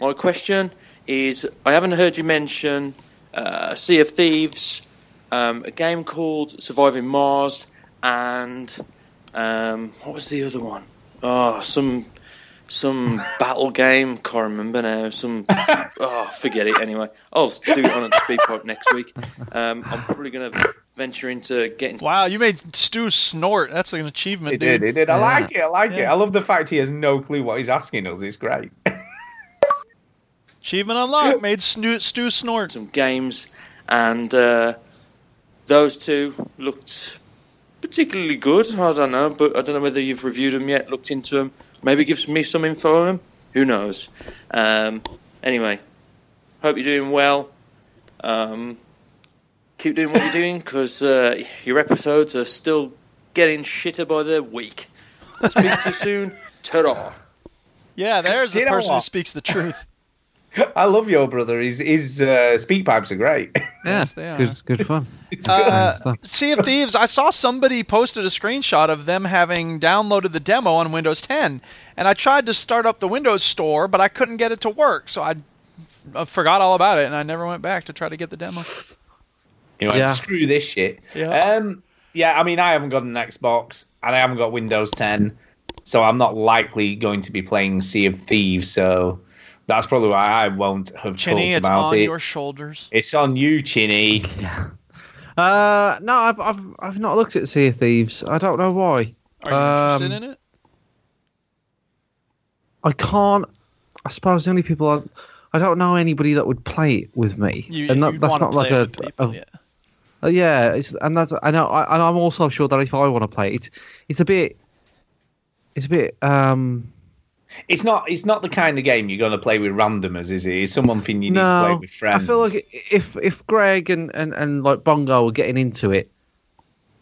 [SPEAKER 13] my question is I haven't heard you mention uh, Sea of Thieves, um, a game called Surviving Mars, and um, what was the other one? Oh, some some battle game. Can't remember now. Some oh, forget it anyway. I'll do it on a speed pipe next week. Um, I'm probably going to venture into getting
[SPEAKER 1] Wow, you made Stu snort. That's an achievement,
[SPEAKER 2] It
[SPEAKER 1] dude.
[SPEAKER 2] did. It did. I like it. I like it.
[SPEAKER 1] Yeah.
[SPEAKER 2] I love the fact he has no clue what he's asking us. It's great. *laughs*
[SPEAKER 1] Achievement unlocked. Made Stu, Stu snort.
[SPEAKER 13] some games, and uh, those two looked particularly good. I don't know, but I don't know whether you've reviewed them yet, looked into them, maybe gives me some info on them. Who knows? Um, anyway, hope you're doing well. Um, keep doing what you're doing because uh, your episodes are still getting shitter by the week. Speak to you soon. Ta-ra.
[SPEAKER 1] Yeah, there's
[SPEAKER 13] You
[SPEAKER 1] a
[SPEAKER 13] know
[SPEAKER 1] person who
[SPEAKER 13] what?
[SPEAKER 1] speaks the truth.
[SPEAKER 2] I love your brother. His his uh, speak pipes are great.
[SPEAKER 3] *laughs*
[SPEAKER 2] *laughs*
[SPEAKER 3] Yeah,
[SPEAKER 1] Yes, they are.
[SPEAKER 3] good, good fun.
[SPEAKER 1] Uh,
[SPEAKER 3] Good stuff.
[SPEAKER 1] sea of Thieves. I saw somebody posted a screenshot of them having downloaded the demo on Windows 10, and I tried to start up the Windows Store, but I couldn't get it to work, so I I forgot all about it, and I never went back to try to get the demo.
[SPEAKER 2] You went,
[SPEAKER 1] Yeah.
[SPEAKER 2] screw this shit.
[SPEAKER 1] Yeah.
[SPEAKER 2] Um, yeah, I mean, I haven't got an Xbox and I haven't got Windows 10, so I'm not likely going to be playing Sea of Thieves. So that's probably why I won't have
[SPEAKER 1] Chinny,
[SPEAKER 2] talked
[SPEAKER 1] it's
[SPEAKER 2] about
[SPEAKER 1] on
[SPEAKER 2] it.
[SPEAKER 1] your shoulders.
[SPEAKER 2] It's on you, Chinny.
[SPEAKER 3] Uh, no, I've, I've I've not looked at Sea of Thieves. I don't know why.
[SPEAKER 1] Are you interested
[SPEAKER 3] Um,
[SPEAKER 1] in it?
[SPEAKER 3] I can't. I suppose the only people I, I don't know anybody that would play it with me,
[SPEAKER 1] You-
[SPEAKER 3] and that,
[SPEAKER 1] you'd
[SPEAKER 3] that's
[SPEAKER 1] wanna
[SPEAKER 3] not
[SPEAKER 1] play
[SPEAKER 3] like
[SPEAKER 1] it
[SPEAKER 3] a.
[SPEAKER 1] with people,
[SPEAKER 3] a-
[SPEAKER 1] yeah.
[SPEAKER 3] uh, yeah, it's, and that's I know, I, and I'm also sure that if I want to play it, it's, it's a bit, it's a bit. Um,
[SPEAKER 2] It's not. It's not the kind of game you're going to play with randomers, is it? It's something you need to play
[SPEAKER 3] no,
[SPEAKER 2] with
[SPEAKER 3] I
[SPEAKER 2] friends.
[SPEAKER 3] feel like if if Greg and, and, and like Bongo were getting into it,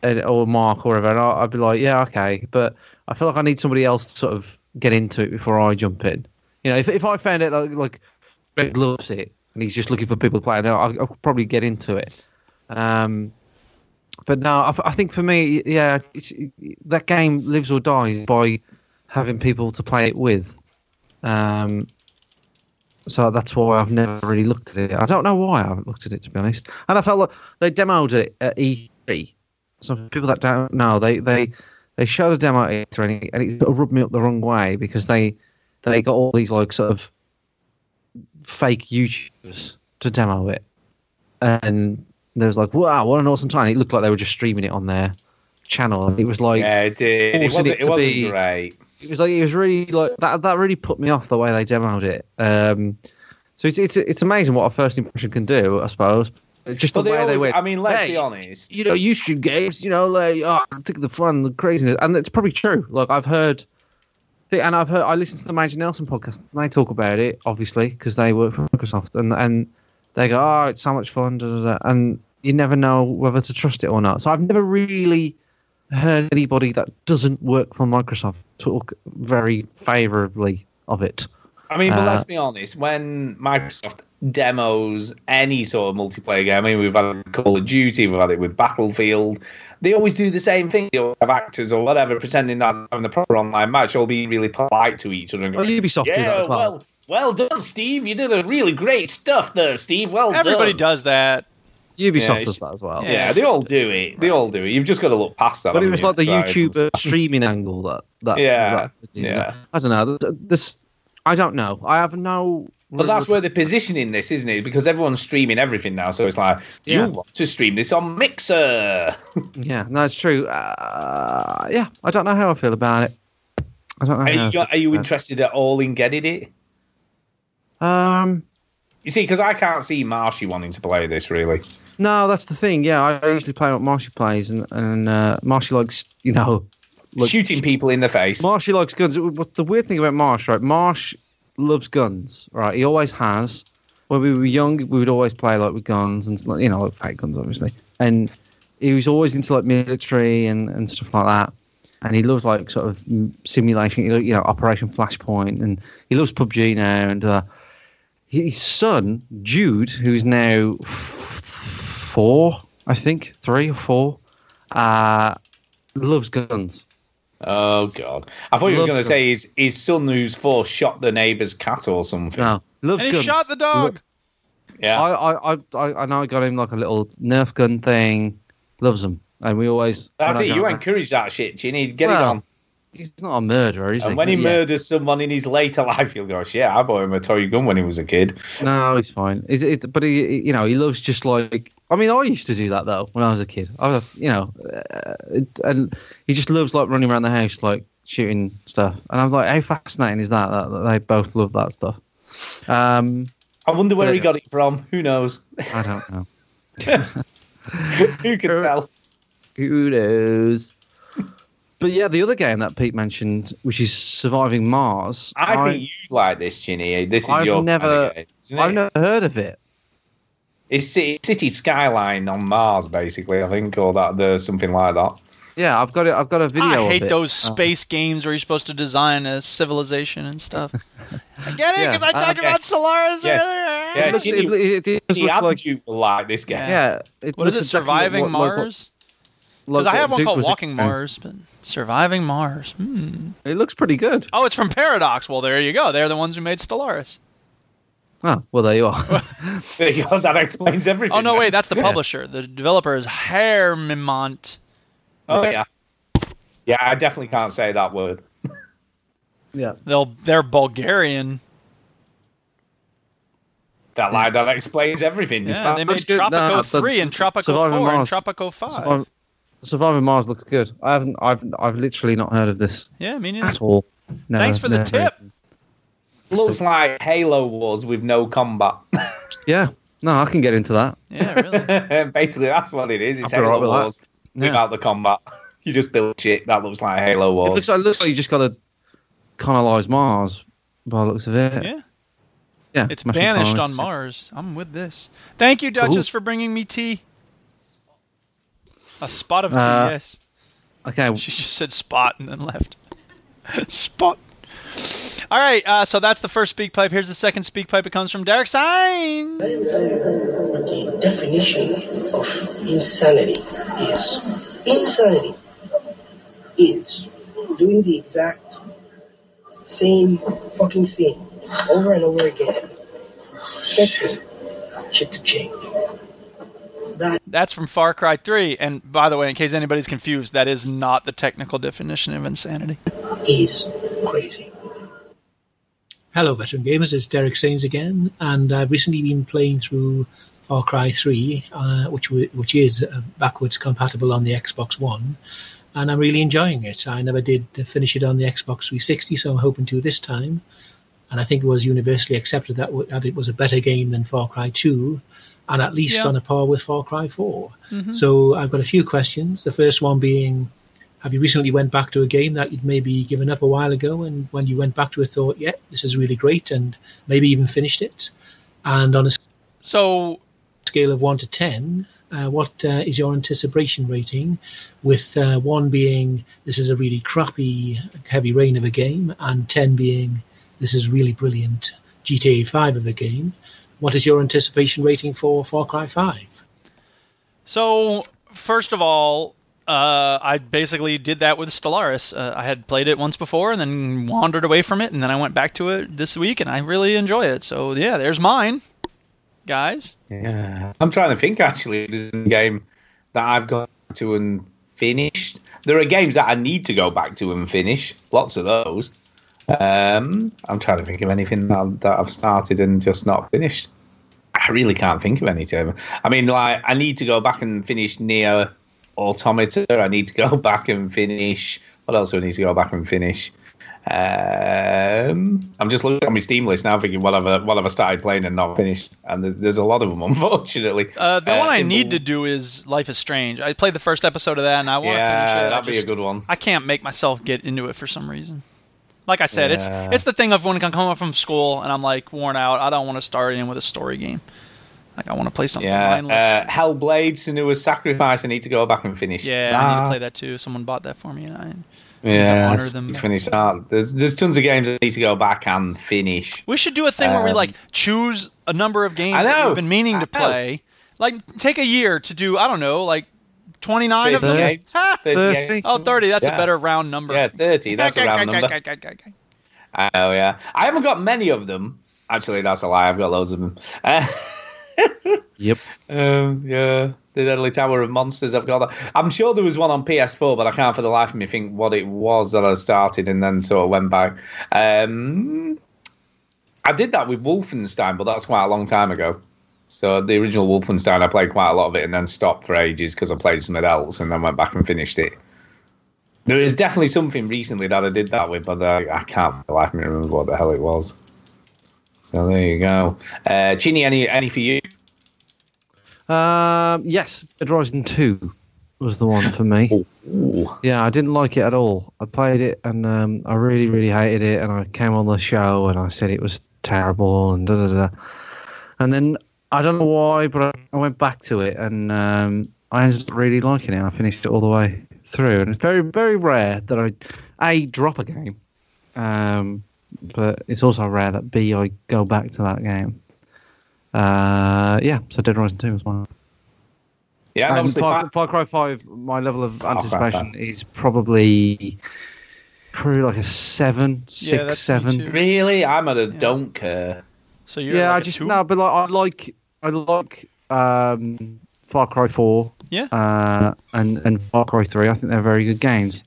[SPEAKER 3] and or Mark or whatever, and I, I'd be like, yeah, okay, but I feel like I need somebody else to sort of get into it before I jump in. You know, if if I found it like, like Greg loves it and he's just looking for people playing, then I'll, I'll probably get into it. Um, but no, I, I think for me, yeah, it's, that game lives or dies by having people to play it with. Um, so that's why I've never really looked at it. I don't know why I haven't looked at it to be honest. And I felt like they demoed it at E3. So for people that don't know, they they they showed a demo at E3 and it- and it sort of rubbed me up the wrong way because they they got all these like sort of fake YouTubers to demo it, and there was like, wow, what an awesome time! It looked like they were just streaming it on their channel. and It was like
[SPEAKER 2] yeah, it did. It
[SPEAKER 3] forcing
[SPEAKER 2] wasn't. It,
[SPEAKER 3] to
[SPEAKER 2] wasn't
[SPEAKER 3] be-
[SPEAKER 2] great.
[SPEAKER 3] it was like it was really like that. That really put me off the way they demoed it. Um, so it's it's it's amazing what a first impression can do, I suppose. Just
[SPEAKER 2] But
[SPEAKER 3] the
[SPEAKER 2] they
[SPEAKER 3] way they
[SPEAKER 2] always-
[SPEAKER 3] went.
[SPEAKER 2] I mean, let's
[SPEAKER 3] "Hey,
[SPEAKER 2] be honest.
[SPEAKER 3] You know, YouTube games. You know, like oh, think of the fun, the craziness, and it's probably true. Like I've heard, and I've heard. I listened to the Magic Nelson podcast. And they talk about it, obviously, because they work for Microsoft, and and they go, oh, it's so much fun, da, da, da, and you never know whether to trust it or not. So I've never really heard anybody that doesn't work for Microsoft talk very favourably of it.
[SPEAKER 2] I mean, but
[SPEAKER 3] Uh,
[SPEAKER 2] let's be honest. When Microsoft demos any sort of multiplayer game, I mean, we've had it with Call of Duty, we've had it with Battlefield. They always do the same thing. They always have actors or whatever pretending that they're having a proper online match, all being really polite to each other. And
[SPEAKER 3] Well,
[SPEAKER 2] going,
[SPEAKER 3] Ubisoft do that
[SPEAKER 2] "Yeah,
[SPEAKER 3] as well.
[SPEAKER 2] well, well done, Steve. You did a really great stuff there, Steve. Well
[SPEAKER 1] Everybody
[SPEAKER 2] done.
[SPEAKER 1] does that.
[SPEAKER 2] Yeah,
[SPEAKER 3] Ubisoft
[SPEAKER 2] it's-
[SPEAKER 3] does that as well.
[SPEAKER 2] Yeah, they all do it. They all do it. You've just got to look past that.
[SPEAKER 3] But it
[SPEAKER 2] haven't
[SPEAKER 3] was
[SPEAKER 2] you?
[SPEAKER 3] like the
[SPEAKER 2] Right.
[SPEAKER 3] YouTuber streaming angle that that
[SPEAKER 2] Yeah,
[SPEAKER 3] that-
[SPEAKER 2] yeah.
[SPEAKER 3] I don't know. th- This I don't know. I have no.
[SPEAKER 2] But that's where they're positioning this, isn't it? Because everyone's streaming everything now, so it's like
[SPEAKER 3] Yeah.
[SPEAKER 2] you want to stream this on Mixer.
[SPEAKER 3] *laughs* Yeah, no, it's true. Uh, yeah, I don't know how I feel about it. I don't
[SPEAKER 2] Are
[SPEAKER 3] know. how I
[SPEAKER 2] you,
[SPEAKER 3] feel
[SPEAKER 2] are you
[SPEAKER 3] about
[SPEAKER 2] interested at all in getting it?
[SPEAKER 3] it. Um,
[SPEAKER 2] You see, because I can't see Marshy wanting to play this really.
[SPEAKER 3] no, that's the thing. Yeah, I I usually play what Marshy plays, and and uh, Marshy likes you know
[SPEAKER 2] shooting people in the face.
[SPEAKER 3] Marshy likes guns. What the weird thing about Marsh, right? Marsh loves guns, right? He always has. When we were young, we would always play like with guns and like, you know, like fake guns, obviously. And he was always into like military and, and stuff like that. And he loves like sort of mm, simulation, you know, you know, Operation Flashpoint, and he loves PUBG now. And uh, his son Jude, who's now four, I think, three or four, uh, loves guns.
[SPEAKER 2] Oh God! I thought you were
[SPEAKER 3] Loves
[SPEAKER 2] going to
[SPEAKER 3] guns.
[SPEAKER 2] say his his son who's four shot the neighbour's cat or something.
[SPEAKER 3] No, loves
[SPEAKER 1] And he
[SPEAKER 3] guns.
[SPEAKER 1] shot the dog.
[SPEAKER 2] Yeah.
[SPEAKER 3] I, I, I- I, I know I got him like a little Nerf gun thing. Loves them, and we always.
[SPEAKER 2] That's
[SPEAKER 3] when I
[SPEAKER 2] it.
[SPEAKER 3] go
[SPEAKER 2] You
[SPEAKER 3] around-
[SPEAKER 2] encourage that shit, Ginny. Get
[SPEAKER 3] Well,
[SPEAKER 2] it on.
[SPEAKER 3] He's not a murderer, is he?
[SPEAKER 2] And when he
[SPEAKER 3] But yeah.
[SPEAKER 2] murders someone in his later *laughs* life, you'll go, "Shit, I bought him a toy gun when he was a kid."
[SPEAKER 3] No, he's fine. Is it? But he, he- you know, he loves just like. I mean, I used to do that though when I was a kid. I was, you know, uh, it- and he just loves like running around the house, like shooting stuff. And I was like, how fascinating is that? That, that they both love that stuff. Um,
[SPEAKER 2] I wonder where
[SPEAKER 3] But
[SPEAKER 2] he
[SPEAKER 3] anyway.
[SPEAKER 2] got it from. Who knows? *laughs*
[SPEAKER 3] I don't know.
[SPEAKER 2] Who can tell?
[SPEAKER 3] Kudos. But yeah, the other game that Pete mentioned, which is Surviving Mars.
[SPEAKER 2] I think you like this, Ginny. This is
[SPEAKER 3] I've
[SPEAKER 2] your kind of
[SPEAKER 3] never-
[SPEAKER 2] game, isn't
[SPEAKER 3] I've
[SPEAKER 2] it?
[SPEAKER 3] never heard of it.
[SPEAKER 2] It's Ci- City Skyline on Mars, basically. I think, or that the something like that.
[SPEAKER 3] Yeah, I've got it. I've got a video.
[SPEAKER 1] I
[SPEAKER 3] of
[SPEAKER 1] hate
[SPEAKER 3] it.
[SPEAKER 1] those
[SPEAKER 3] Uh,
[SPEAKER 1] space games where you're supposed to design a civilization and
[SPEAKER 3] *laughs*
[SPEAKER 1] stuff. I get it
[SPEAKER 3] Yeah,
[SPEAKER 1] because I
[SPEAKER 3] uh,
[SPEAKER 1] talked
[SPEAKER 3] okay.
[SPEAKER 1] about Solaris
[SPEAKER 2] Yeah.
[SPEAKER 1] earlier.
[SPEAKER 2] Yeah,
[SPEAKER 3] it looks-
[SPEAKER 2] Ginny,
[SPEAKER 3] it- it- it does
[SPEAKER 2] Ginny
[SPEAKER 3] look
[SPEAKER 2] and
[SPEAKER 3] like-
[SPEAKER 2] you will like this game.
[SPEAKER 3] yeah. It
[SPEAKER 1] What is it?
[SPEAKER 3] looks exactly like
[SPEAKER 1] Surviving
[SPEAKER 3] what- like what-
[SPEAKER 1] Mars?
[SPEAKER 3] like
[SPEAKER 1] Because I
[SPEAKER 3] what
[SPEAKER 1] have one
[SPEAKER 3] Duke
[SPEAKER 1] called
[SPEAKER 3] was
[SPEAKER 1] Walking
[SPEAKER 3] exploring.
[SPEAKER 1] Mars, but Surviving Mars. Hmm.
[SPEAKER 3] It looks pretty good.
[SPEAKER 1] Oh, it's from Paradox. Well, there you go. They're the ones who made Stellaris.
[SPEAKER 3] Oh, well, there
[SPEAKER 1] *laughs*
[SPEAKER 3] you are.
[SPEAKER 2] There you go, *laughs* that explains everything.
[SPEAKER 1] Oh no,
[SPEAKER 2] then.
[SPEAKER 1] wait, that's the
[SPEAKER 3] Yeah.
[SPEAKER 1] publisher. The developer is Hermimont.
[SPEAKER 2] Oh yeah, yeah. I definitely can't say that word.
[SPEAKER 3] yeah.
[SPEAKER 1] They'll they're Bulgarian.
[SPEAKER 2] That line that explains everything. It's
[SPEAKER 1] Yeah,
[SPEAKER 2] fine.
[SPEAKER 1] they made
[SPEAKER 2] It's good.
[SPEAKER 1] Tropico
[SPEAKER 3] Nah, the-
[SPEAKER 1] 3 and Tropico 4
[SPEAKER 3] Surviving
[SPEAKER 1] and
[SPEAKER 3] Mars.
[SPEAKER 1] Tropico 5.
[SPEAKER 3] Surviving, Surviving Mars looks good. I haven't. I've. I've literally not heard of this
[SPEAKER 1] Yeah, me neither.
[SPEAKER 3] at all. No,
[SPEAKER 1] Thanks for the
[SPEAKER 3] no.
[SPEAKER 1] tip.
[SPEAKER 2] Looks like Halo Wars with no combat.
[SPEAKER 3] Yeah. No, I can get into that.
[SPEAKER 1] *laughs*
[SPEAKER 2] *laughs*
[SPEAKER 1] Yeah,
[SPEAKER 2] really. Basically, that's what it is. It's
[SPEAKER 3] I'll be
[SPEAKER 2] Halo
[SPEAKER 3] right with that.
[SPEAKER 2] Wars without the combat. *laughs* You just build shit. That looks like Halo
[SPEAKER 3] It
[SPEAKER 2] Wars.
[SPEAKER 3] looks, like, it looks like you just got to colonize Mars by the looks of it.
[SPEAKER 1] Yeah.
[SPEAKER 3] Yeah.
[SPEAKER 1] It's
[SPEAKER 3] smash and
[SPEAKER 1] banished
[SPEAKER 3] colonize.
[SPEAKER 1] on Mars. I'm with this. Thank you, Duchess, for bringing me tea. A spot of tea,
[SPEAKER 3] Uh,
[SPEAKER 1] yes.
[SPEAKER 3] Okay.
[SPEAKER 1] She just said spot and then left. *laughs* spot. All right, uh, so that's the first speak pipe. Here's the second speak pipe. It comes from Derek Sine.
[SPEAKER 14] The definition of insanity is insanity is doing the exact same fucking thing over and over again, expecting shit to change.
[SPEAKER 1] That's from Far Cry 3. And by the way, in case anybody's confused, that is not the technical definition of insanity.
[SPEAKER 14] He's crazy.
[SPEAKER 15] Hello, veteran gamers. It's Derek Sains again, and I've recently been playing through Far Cry 3, uh, which w- which is uh, backwards compatible on the Xbox One, and I'm really enjoying it. I never did finish it on the Xbox 360, so I'm hoping to this time. And I think it was universally accepted that, w- that it was a better game than Far Cry 2, and at least
[SPEAKER 16] Yeah.
[SPEAKER 15] on a par with Far Cry 4.
[SPEAKER 16] Mhm.
[SPEAKER 15] So I've got a few questions. The first one being, have you recently went back to a game that you'd maybe given up a while ago and when you went back to it thought yeah this is really great and maybe even finished it and on a s-
[SPEAKER 1] so
[SPEAKER 15] scale of 1 to 10 uh, what uh, is your anticipation rating with uh, 1 being this is a really crappy heavy rain of a game and 10 being this is really brilliant gta 5 of a game what is your anticipation rating for far cry 5
[SPEAKER 1] So, first of all, uh, I basically did that with Stellaris. Uh, I had played it once before and then wandered away from it, and then I went back to it this week, and I really enjoy it. So, yeah, there's mine, guys.
[SPEAKER 2] Yeah. I'm trying to think actually. if There's a game that I've gone to and finished. There are games that I need to go back to and finish. Lots of those. Um, I'm trying to think of anything that, that I've started and just not finished. I really can't think of any term. I mean, like I need to go back and finish Neo Automata. I need to go *laughs* back and finish. What else do I need to go back and finish? Um, I'm just looking at my Steam list now, thinking what have I, what have I started playing and not finished? And there's, there's a lot of them, *laughs* unfortunately.
[SPEAKER 1] Uh, the one I
[SPEAKER 2] in the-
[SPEAKER 1] need to do is Life is Strange. I played the first episode of that, and I want to
[SPEAKER 2] Yeah,
[SPEAKER 1] finish it. I
[SPEAKER 2] that'd be a
[SPEAKER 1] just-
[SPEAKER 2] good one.
[SPEAKER 1] I can't make myself get into it for some reason. Like I said,
[SPEAKER 2] Yeah.
[SPEAKER 1] it's it's the thing of when I come home from school and I'm like worn out. I don't want to start in with a story game. Like I want to play something mindless.
[SPEAKER 2] yeah, uh, Hellblade, Senua's Sacrifice. I need to go back and finish.
[SPEAKER 1] Yeah, I need to
[SPEAKER 2] that.
[SPEAKER 1] play that too. Someone bought that for me, and I
[SPEAKER 2] Yeah,
[SPEAKER 1] honor
[SPEAKER 2] it's-
[SPEAKER 1] them.
[SPEAKER 2] it's finished that. There's there's tons of games I need to go back and finish.
[SPEAKER 1] we should do a thing where we
[SPEAKER 2] Um,
[SPEAKER 1] like choose a number of games
[SPEAKER 2] I
[SPEAKER 1] that
[SPEAKER 2] know,
[SPEAKER 1] we've been meaning
[SPEAKER 2] I
[SPEAKER 1] to
[SPEAKER 2] know.
[SPEAKER 1] play. Like take a year to do. I don't know, like. 29 of
[SPEAKER 2] 30
[SPEAKER 1] them?
[SPEAKER 2] games.
[SPEAKER 1] Ha!
[SPEAKER 2] 30 games.
[SPEAKER 1] *laughs* Oh, 30. That's a
[SPEAKER 2] Yeah.
[SPEAKER 1] better round number. Yeah,
[SPEAKER 2] 30. That's a round number. Oh yeah, I haven't got many of them. Actually, that's a lie. I've got loads of them. Uh, *laughs*
[SPEAKER 3] Yep.
[SPEAKER 2] um, yeah, the Deadly Tower of Monsters. I've got. That. I'm sure there was one on PS4, but I can't for the life of me think what it was that I started and then sort of went back. Um, I did that with Wolfenstein, but that's quite a long time ago. So the original Wolfenstein, I played quite a lot of it and then stopped for ages because I played something else and then went back and finished it. There is definitely something recently that I did that with, but uh, I, I can't for the life of me remember what the hell it was. So there you go. Uh, Chini, any any for you?
[SPEAKER 3] Um, yes, Dead Rising 2 was the one for me. Yeah, I didn't like it at all. I played it and um, I really, really hated it. And I came on the show and I said it was terrible and da da da. And then I don't know why, but I- I went back to it and um, I ended up really liking it. I finished it all the way through. And it's very, very rare that I a drop a game, um, but it's also rare that b I go back to that game. Uh, yeah, so Dead Rising 2 was one.
[SPEAKER 2] Yeah,
[SPEAKER 3] Um,
[SPEAKER 2] obviously.
[SPEAKER 3] Far,
[SPEAKER 2] Far-
[SPEAKER 3] Far Cry 5, my level of
[SPEAKER 2] Far Cry
[SPEAKER 3] anticipation is probably probably like a 7, 6, 7.
[SPEAKER 2] Really, I'm at a don't care.
[SPEAKER 1] *laughs* So
[SPEAKER 3] yeah, I just no, but like, I like I like um, Far Cry Four.
[SPEAKER 1] Yeah.
[SPEAKER 3] Uh, and and Far Cry Three. I think they're very good games,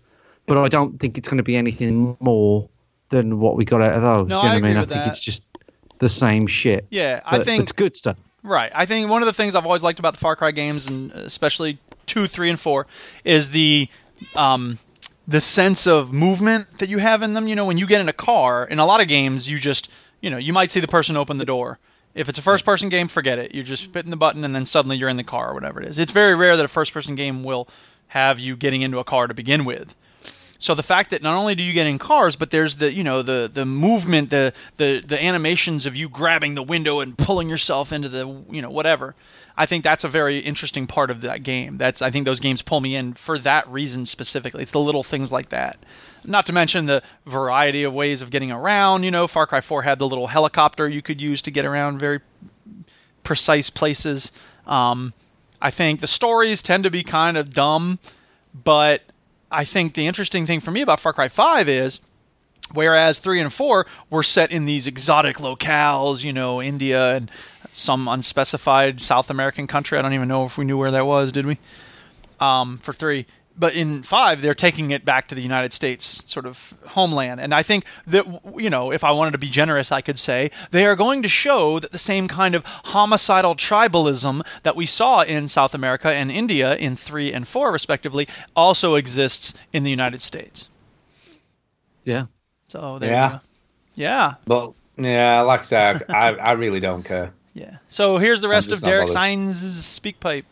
[SPEAKER 3] but I don't think it's going to be anything more than what we got out of those.
[SPEAKER 1] No,
[SPEAKER 3] Do you know
[SPEAKER 1] I
[SPEAKER 3] what I mean?
[SPEAKER 1] agree
[SPEAKER 3] I
[SPEAKER 1] with
[SPEAKER 3] think
[SPEAKER 1] that.
[SPEAKER 3] it's just the same shit.
[SPEAKER 1] Yeah, I
[SPEAKER 3] But
[SPEAKER 1] think-
[SPEAKER 3] it's good stuff.
[SPEAKER 1] Right. I think one of the things I've always liked about the Far Cry games, and especially two, three, and four, is the um, the sense of movement that you have in them. You know, when you get in a car, in a lot of games, you just you know you might see the person open the door. If it's a first-person game, forget it. You're just hitting the button, and then suddenly you're in the car or whatever it is. It's very rare that a first-person game will have you getting into a car to begin with. So the fact that not only do you get in cars, but there's the you know the the movement, the the the animations of you grabbing the window and pulling yourself into the you know whatever. I think that's a very interesting part of that game. That's I think those games pull me in for that reason specifically. It's the little things like that. Not to mention the variety of ways of getting around. You know, Far Cry 4 had the little helicopter you could use to get around very precise places. Um, I think the stories tend to be kind of dumb, but I think the interesting thing for me about Far Cry 5 is whereas 3 and 4 were set in these exotic locales, you know, India and some unspecified South American country. I don't even know if we knew where that was, did we? Um, for 3. But in 5, they're taking it back to the United States sort of homeland. And I think that, w- you know, if I wanted to be generous, I could say they are going to show that the same kind of homicidal tribalism that we saw in South America and India in 3 and 4, respectively, also exists in the United States.
[SPEAKER 3] Yeah.
[SPEAKER 1] So there
[SPEAKER 2] Yeah.
[SPEAKER 1] you go. Yeah.
[SPEAKER 2] But yeah, like I said, I, I really don't care.
[SPEAKER 1] Yeah. So here's the
[SPEAKER 2] I'm
[SPEAKER 1] rest
[SPEAKER 2] just
[SPEAKER 1] of
[SPEAKER 2] not
[SPEAKER 1] Derek
[SPEAKER 2] bothered.
[SPEAKER 1] Sines' speak pipe.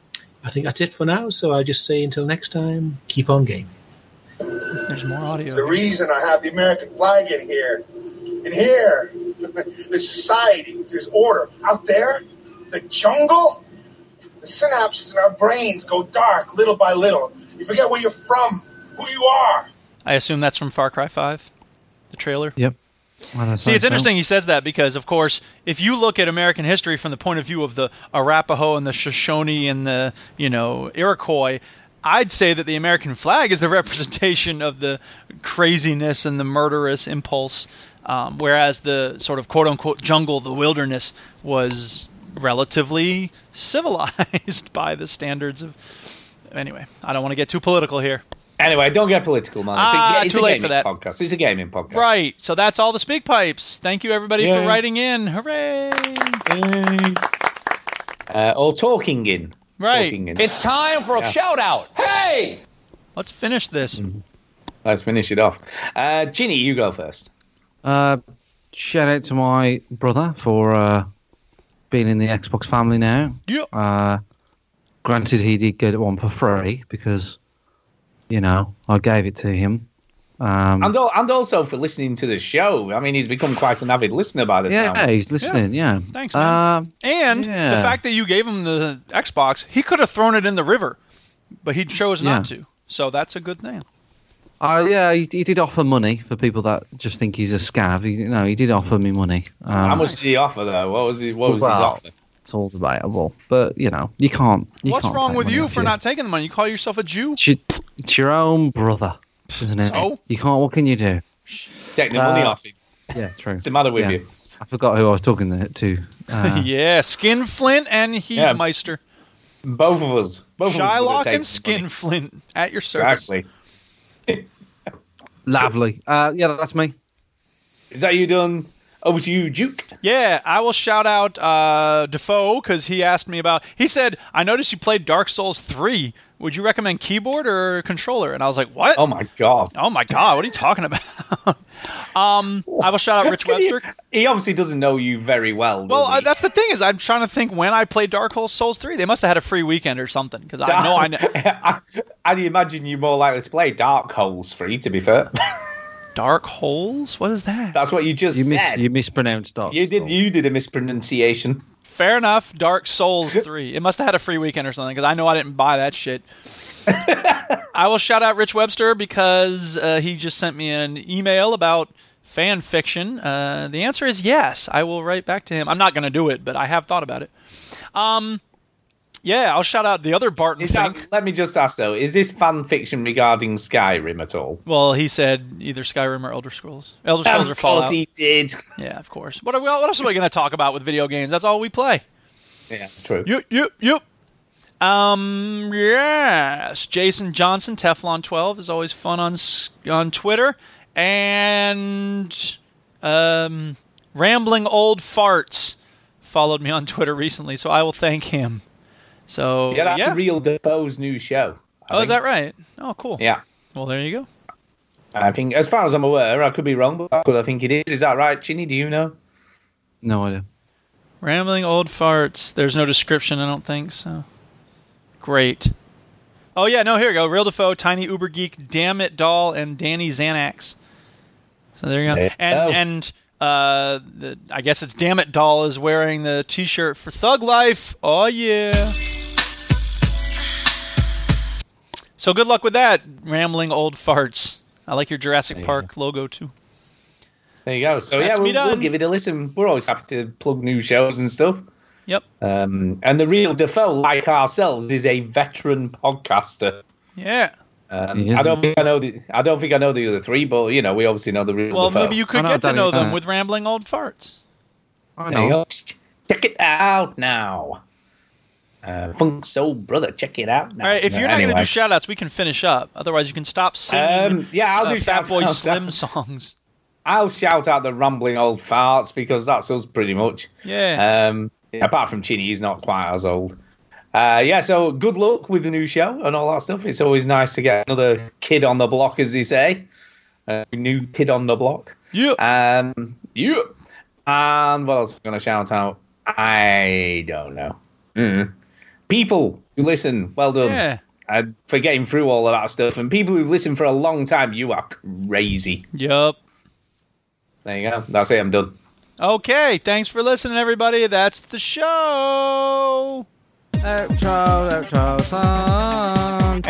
[SPEAKER 15] I think that's it for now. So I'll just say until next time, keep on gaming.
[SPEAKER 1] There's more audio.
[SPEAKER 16] It's the reason I have the American flag in here. In here, *laughs* there's society, there's order. Out there, the jungle, the synapses in our brains go dark little by little. You forget where you're from, who you are.
[SPEAKER 1] I assume that's from Far Cry 5, the trailer.
[SPEAKER 3] *laughs* Yep. Well, that's
[SPEAKER 1] See, it's
[SPEAKER 3] nice, no?
[SPEAKER 1] interesting he says that because, of course, if you look at American history from the point of view of the Arapaho and the Shoshone and the, you know, Iroquois, I'd say that the American flag is the *laughs* representation of the craziness and the murderous impulse, um, whereas the sort of quote unquote jungle, the wilderness, was relatively civilized *laughs* by the standards of. Anyway, I don't want to get too political here.
[SPEAKER 2] Anyway, don't get political, man. It's a-
[SPEAKER 1] Ah,
[SPEAKER 2] it's a,
[SPEAKER 1] too late
[SPEAKER 2] gaming
[SPEAKER 1] for that.
[SPEAKER 2] Podcast. It's a gaming podcast.
[SPEAKER 1] Right. So that's all the speak pipes. Thank you everybody
[SPEAKER 2] Yay.
[SPEAKER 1] for writing in. Hooray!
[SPEAKER 2] Uh, or talking in.
[SPEAKER 1] Right.
[SPEAKER 2] Talking in.
[SPEAKER 17] It's time for a
[SPEAKER 2] Yeah.
[SPEAKER 17] shout out. Hey!
[SPEAKER 1] Let's finish this.
[SPEAKER 2] Let's finish it off. Uh, Ginny, you go first.
[SPEAKER 3] Uh, shout out to my brother for uh, being in the Xbox family now.
[SPEAKER 1] Yeah.
[SPEAKER 3] Uh, granted, he did get one for free because, you know, I gave it to him. Um,
[SPEAKER 2] And, al- and also for listening to the show. I mean, he's become quite an avid listener by the
[SPEAKER 3] yeah,
[SPEAKER 2] time.
[SPEAKER 3] he's listening. Yeah.
[SPEAKER 1] Thanks, man.
[SPEAKER 3] Um,
[SPEAKER 1] and the
[SPEAKER 3] yeah.
[SPEAKER 1] fact that you gave him the Xbox, he could have thrown it in the river, but he chose not
[SPEAKER 3] Yeah.
[SPEAKER 1] to. So that's a good thing.
[SPEAKER 3] Uh, yeah, he, he did offer money for people that just think he's a scav. He, no, he did offer me money. Um,
[SPEAKER 2] How much did he offer though? What was he? What was his
[SPEAKER 3] Well,
[SPEAKER 2] offer?
[SPEAKER 3] It's all debatable, but you know, you can't. You
[SPEAKER 1] What's
[SPEAKER 3] can't
[SPEAKER 1] wrong
[SPEAKER 3] take
[SPEAKER 1] with
[SPEAKER 3] money
[SPEAKER 1] you
[SPEAKER 3] off
[SPEAKER 1] for not taking the money? You call yourself a Jew?
[SPEAKER 3] *laughs* It's your, it's your own brother, isn't it?
[SPEAKER 1] So?
[SPEAKER 3] You can't. What can you do?
[SPEAKER 2] Take the money
[SPEAKER 3] Uh,
[SPEAKER 2] off him.
[SPEAKER 3] Yeah, true. What's
[SPEAKER 2] the matter with
[SPEAKER 3] Yeah.
[SPEAKER 2] you?
[SPEAKER 3] I forgot who I was talking to. to.
[SPEAKER 1] *laughs*
[SPEAKER 3] Uh,
[SPEAKER 1] yeah, Skinflint and Heatmeister.
[SPEAKER 2] Both of us. Both
[SPEAKER 1] Shylock
[SPEAKER 2] of
[SPEAKER 1] and
[SPEAKER 2] us would have taken
[SPEAKER 1] Skinflint at your
[SPEAKER 2] the money.
[SPEAKER 1] service.
[SPEAKER 2] Exactly.
[SPEAKER 3] Lovely. Uh, yeah, that's me.
[SPEAKER 2] Is that you done? Over to you, Duke.
[SPEAKER 1] Yeah, I will shout out uh, Defoe because he asked me about. He said, "I noticed you played Dark Souls 3. Would you recommend keyboard or controller?" And I was like, "What?
[SPEAKER 2] Oh my god.
[SPEAKER 1] Oh my god, what are you talking about?" *laughs* um, I will shout out Rich Webster.
[SPEAKER 2] He obviously doesn't know you very well. Does
[SPEAKER 1] Well,
[SPEAKER 2] he?
[SPEAKER 1] I,
[SPEAKER 2] *laughs*
[SPEAKER 1] that's the thing is, I'm trying to think when I played Dark Souls 3. They must have had a free weekend or something because I know I know.
[SPEAKER 2] *laughs* I, I'd imagine you're more likely to play Dark Holes free. To be fair, *laughs*
[SPEAKER 1] Dark Holes? What is that?
[SPEAKER 2] that's what you just
[SPEAKER 3] You mis-
[SPEAKER 2] said.
[SPEAKER 3] you mispronounced Doc. Oh,
[SPEAKER 2] You did. You did a mispronunciation.
[SPEAKER 1] Fair enough. Dark Souls 3. It must have had a free weekend or something because I know I didn't buy that shit. I will shout out Rich Webster because uh, he just sent me an email about fan fiction. Uh, the answer is yes. I will write back to him. I'm not going to do it, but I have thought about it. Um, yeah, I'll shout out the other Barton
[SPEAKER 2] Is
[SPEAKER 1] Fink.
[SPEAKER 2] that, let me just ask though: Is this fan fiction regarding Skyrim at all?
[SPEAKER 1] Well, he said either Skyrim or Elder Scrolls. Elder Scrolls
[SPEAKER 2] Of
[SPEAKER 1] or
[SPEAKER 2] course
[SPEAKER 1] Fallout.
[SPEAKER 2] he did.
[SPEAKER 1] Yeah, of course. What, are we, what else are we going to talk about with video games? That's all we play.
[SPEAKER 2] Yeah, true.
[SPEAKER 1] Yep, yep, yep. Um, yes. Jason Johnson, Teflon12 is always fun on s- on Twitter, and um, Rambling Old Farts followed me on *laughs* Twitter recently, so I will thank him. So
[SPEAKER 2] yeah, that's
[SPEAKER 1] yeah.
[SPEAKER 2] a real Defoe's new show. I
[SPEAKER 1] oh, is that
[SPEAKER 2] think.
[SPEAKER 1] right? Oh, cool.
[SPEAKER 2] Yeah.
[SPEAKER 1] Well, there you go.
[SPEAKER 2] I think, as far as I'm aware, I could be wrong, but that's what I think it is. Is that right, Chinny? Do you know?
[SPEAKER 3] No idea.
[SPEAKER 1] Rambling Old Farts. There's no description, I don't think so. Great. Oh yeah, no, here we go. Real Defoe, Tiny Uber Geek, Damn It Doll, and Danny Xanax. So there you go.
[SPEAKER 2] There you go.
[SPEAKER 1] and and uh, the, I guess it's Damn It Doll is wearing the T-shirt for Thug Life. Oh yeah. So good luck with that, Rambling Old Farts. I like your Jurassic Park logo too.
[SPEAKER 2] There you go. So
[SPEAKER 1] That's
[SPEAKER 2] yeah,
[SPEAKER 1] me
[SPEAKER 2] we'll, we'll
[SPEAKER 1] done.
[SPEAKER 2] give it a listen. We're always happy to plug new shows and stuff.
[SPEAKER 1] Yep.
[SPEAKER 2] Um, and the real Defoe, like ourselves, is a veteran podcaster.
[SPEAKER 1] Yeah.
[SPEAKER 2] Um, I don't think I know the I don't think I know the other three, but you know we obviously know the real.
[SPEAKER 1] Well,
[SPEAKER 2] Defoe.
[SPEAKER 1] maybe you could get to know them with Rambling Old Farts.
[SPEAKER 2] There you go. Check it out now. Uh, Funk Soul Brother, check it out now.
[SPEAKER 1] All right, if
[SPEAKER 2] No,
[SPEAKER 1] you're not going to
[SPEAKER 2] anyway.
[SPEAKER 1] do shout outs, we can finish up. Otherwise, you can stop singing
[SPEAKER 2] Um, yeah, I'll
[SPEAKER 1] uh,
[SPEAKER 2] do
[SPEAKER 1] Fat Boy
[SPEAKER 2] shout-outs.
[SPEAKER 1] Slim
[SPEAKER 2] *laughs*
[SPEAKER 1] songs.
[SPEAKER 2] I'll shout out the rumbling old farts because that's us pretty much.
[SPEAKER 1] Yeah.
[SPEAKER 2] *laughs* Um, apart from Chinny, he's not quite as old. Uh, yeah, so good luck with the new show and all that stuff. It's always nice to get another kid on the block, as they say. A new kid on the block. Yeah. Um, yeah. And what else am I going to shout out? I don't know. Mm. People who listen, well done.
[SPEAKER 1] Yeah.
[SPEAKER 2] Uh, for getting through all of that stuff. And people who've listened for a long time, you are crazy.
[SPEAKER 1] Yup.
[SPEAKER 2] There you go. That's it. I'm done.
[SPEAKER 1] Okay, thanks for listening, everybody. That's the show.
[SPEAKER 3] Outro, outro song.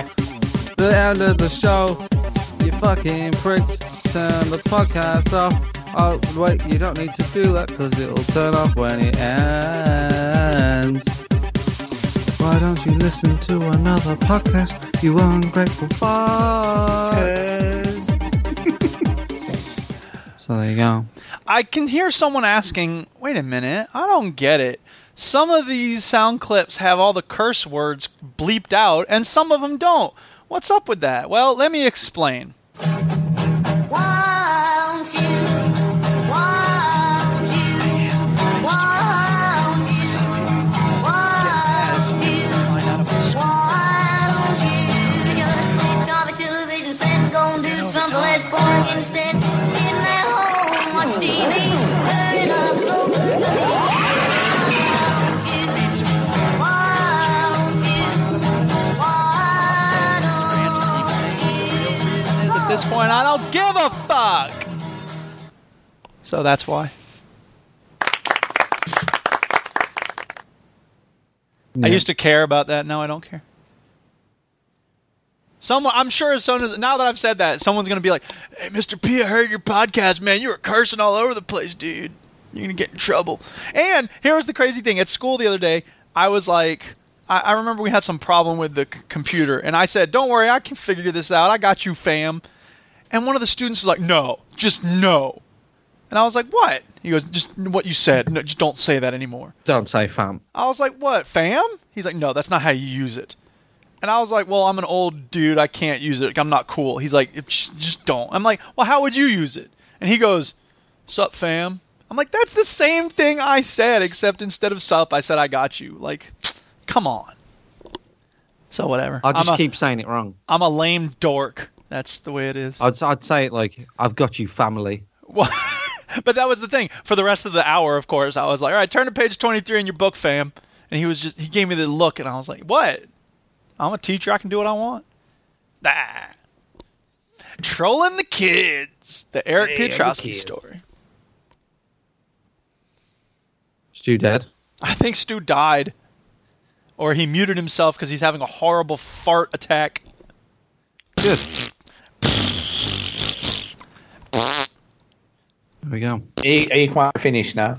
[SPEAKER 3] The end of the show. You fucking pricks. Turn the podcast off. Oh, wait, you don't need to do that because it'll turn off when it ends. Why don't you listen to another podcast, you ungrateful fuck? *laughs* so there you go.
[SPEAKER 1] I can hear someone asking, wait a minute, I don't get it. Some of these sound clips have all the curse words bleeped out, and some of them don't. What's up with that? Well, let me explain. At this point, I don't give a fuck. So that's why. I used to care about that. Now I don't care. Someone, I'm sure as soon as now that I've said that, someone's gonna be like, "Hey, Mr. P, I heard your podcast, man. You were cursing all over the place, dude. You're gonna get in trouble." And here was the crazy thing: at school the other day, I was like, I, I remember we had some problem with the c- computer, and I said, "Don't worry, I can figure this out. I got you, fam." And one of the students was like, "No, just no." And I was like, "What?" He goes, "Just what you said. No, just don't say that anymore."
[SPEAKER 3] Don't say fam.
[SPEAKER 1] I was like, "What, fam?" He's like, "No, that's not how you use it." And I was like, "Well, I'm an old dude. I can't use it. I'm not cool." He's like, "It- "Just, just don't." I'm like, "Well, how would you use it?" And he goes, "Sup, fam." I'm like, "That's the same thing I said, except instead of sup, I said I got you." Like, come on. So whatever.
[SPEAKER 3] I'll just
[SPEAKER 1] I'm a,
[SPEAKER 3] keep saying it wrong.
[SPEAKER 1] I'm a lame dork. That's the way it is.
[SPEAKER 3] I'd, I'd say it like, I've got you, family.
[SPEAKER 1] Well, *laughs* but that was the thing. For the rest of the hour, of course, I was like, all right, turn to page 23 in your book, fam. And he was just, he gave me the look, and I was like, what? I'm a teacher. I can do what I want. Ah. Trolling the kids. The Eric
[SPEAKER 3] Hey, I'm a
[SPEAKER 1] Pietrowski
[SPEAKER 3] kid.
[SPEAKER 1] story.
[SPEAKER 3] Stu dead.
[SPEAKER 1] I think Stu died. Or he muted himself because he's having a horrible fart attack.
[SPEAKER 3] Good. There we go.
[SPEAKER 2] Are you, are you quite finished now?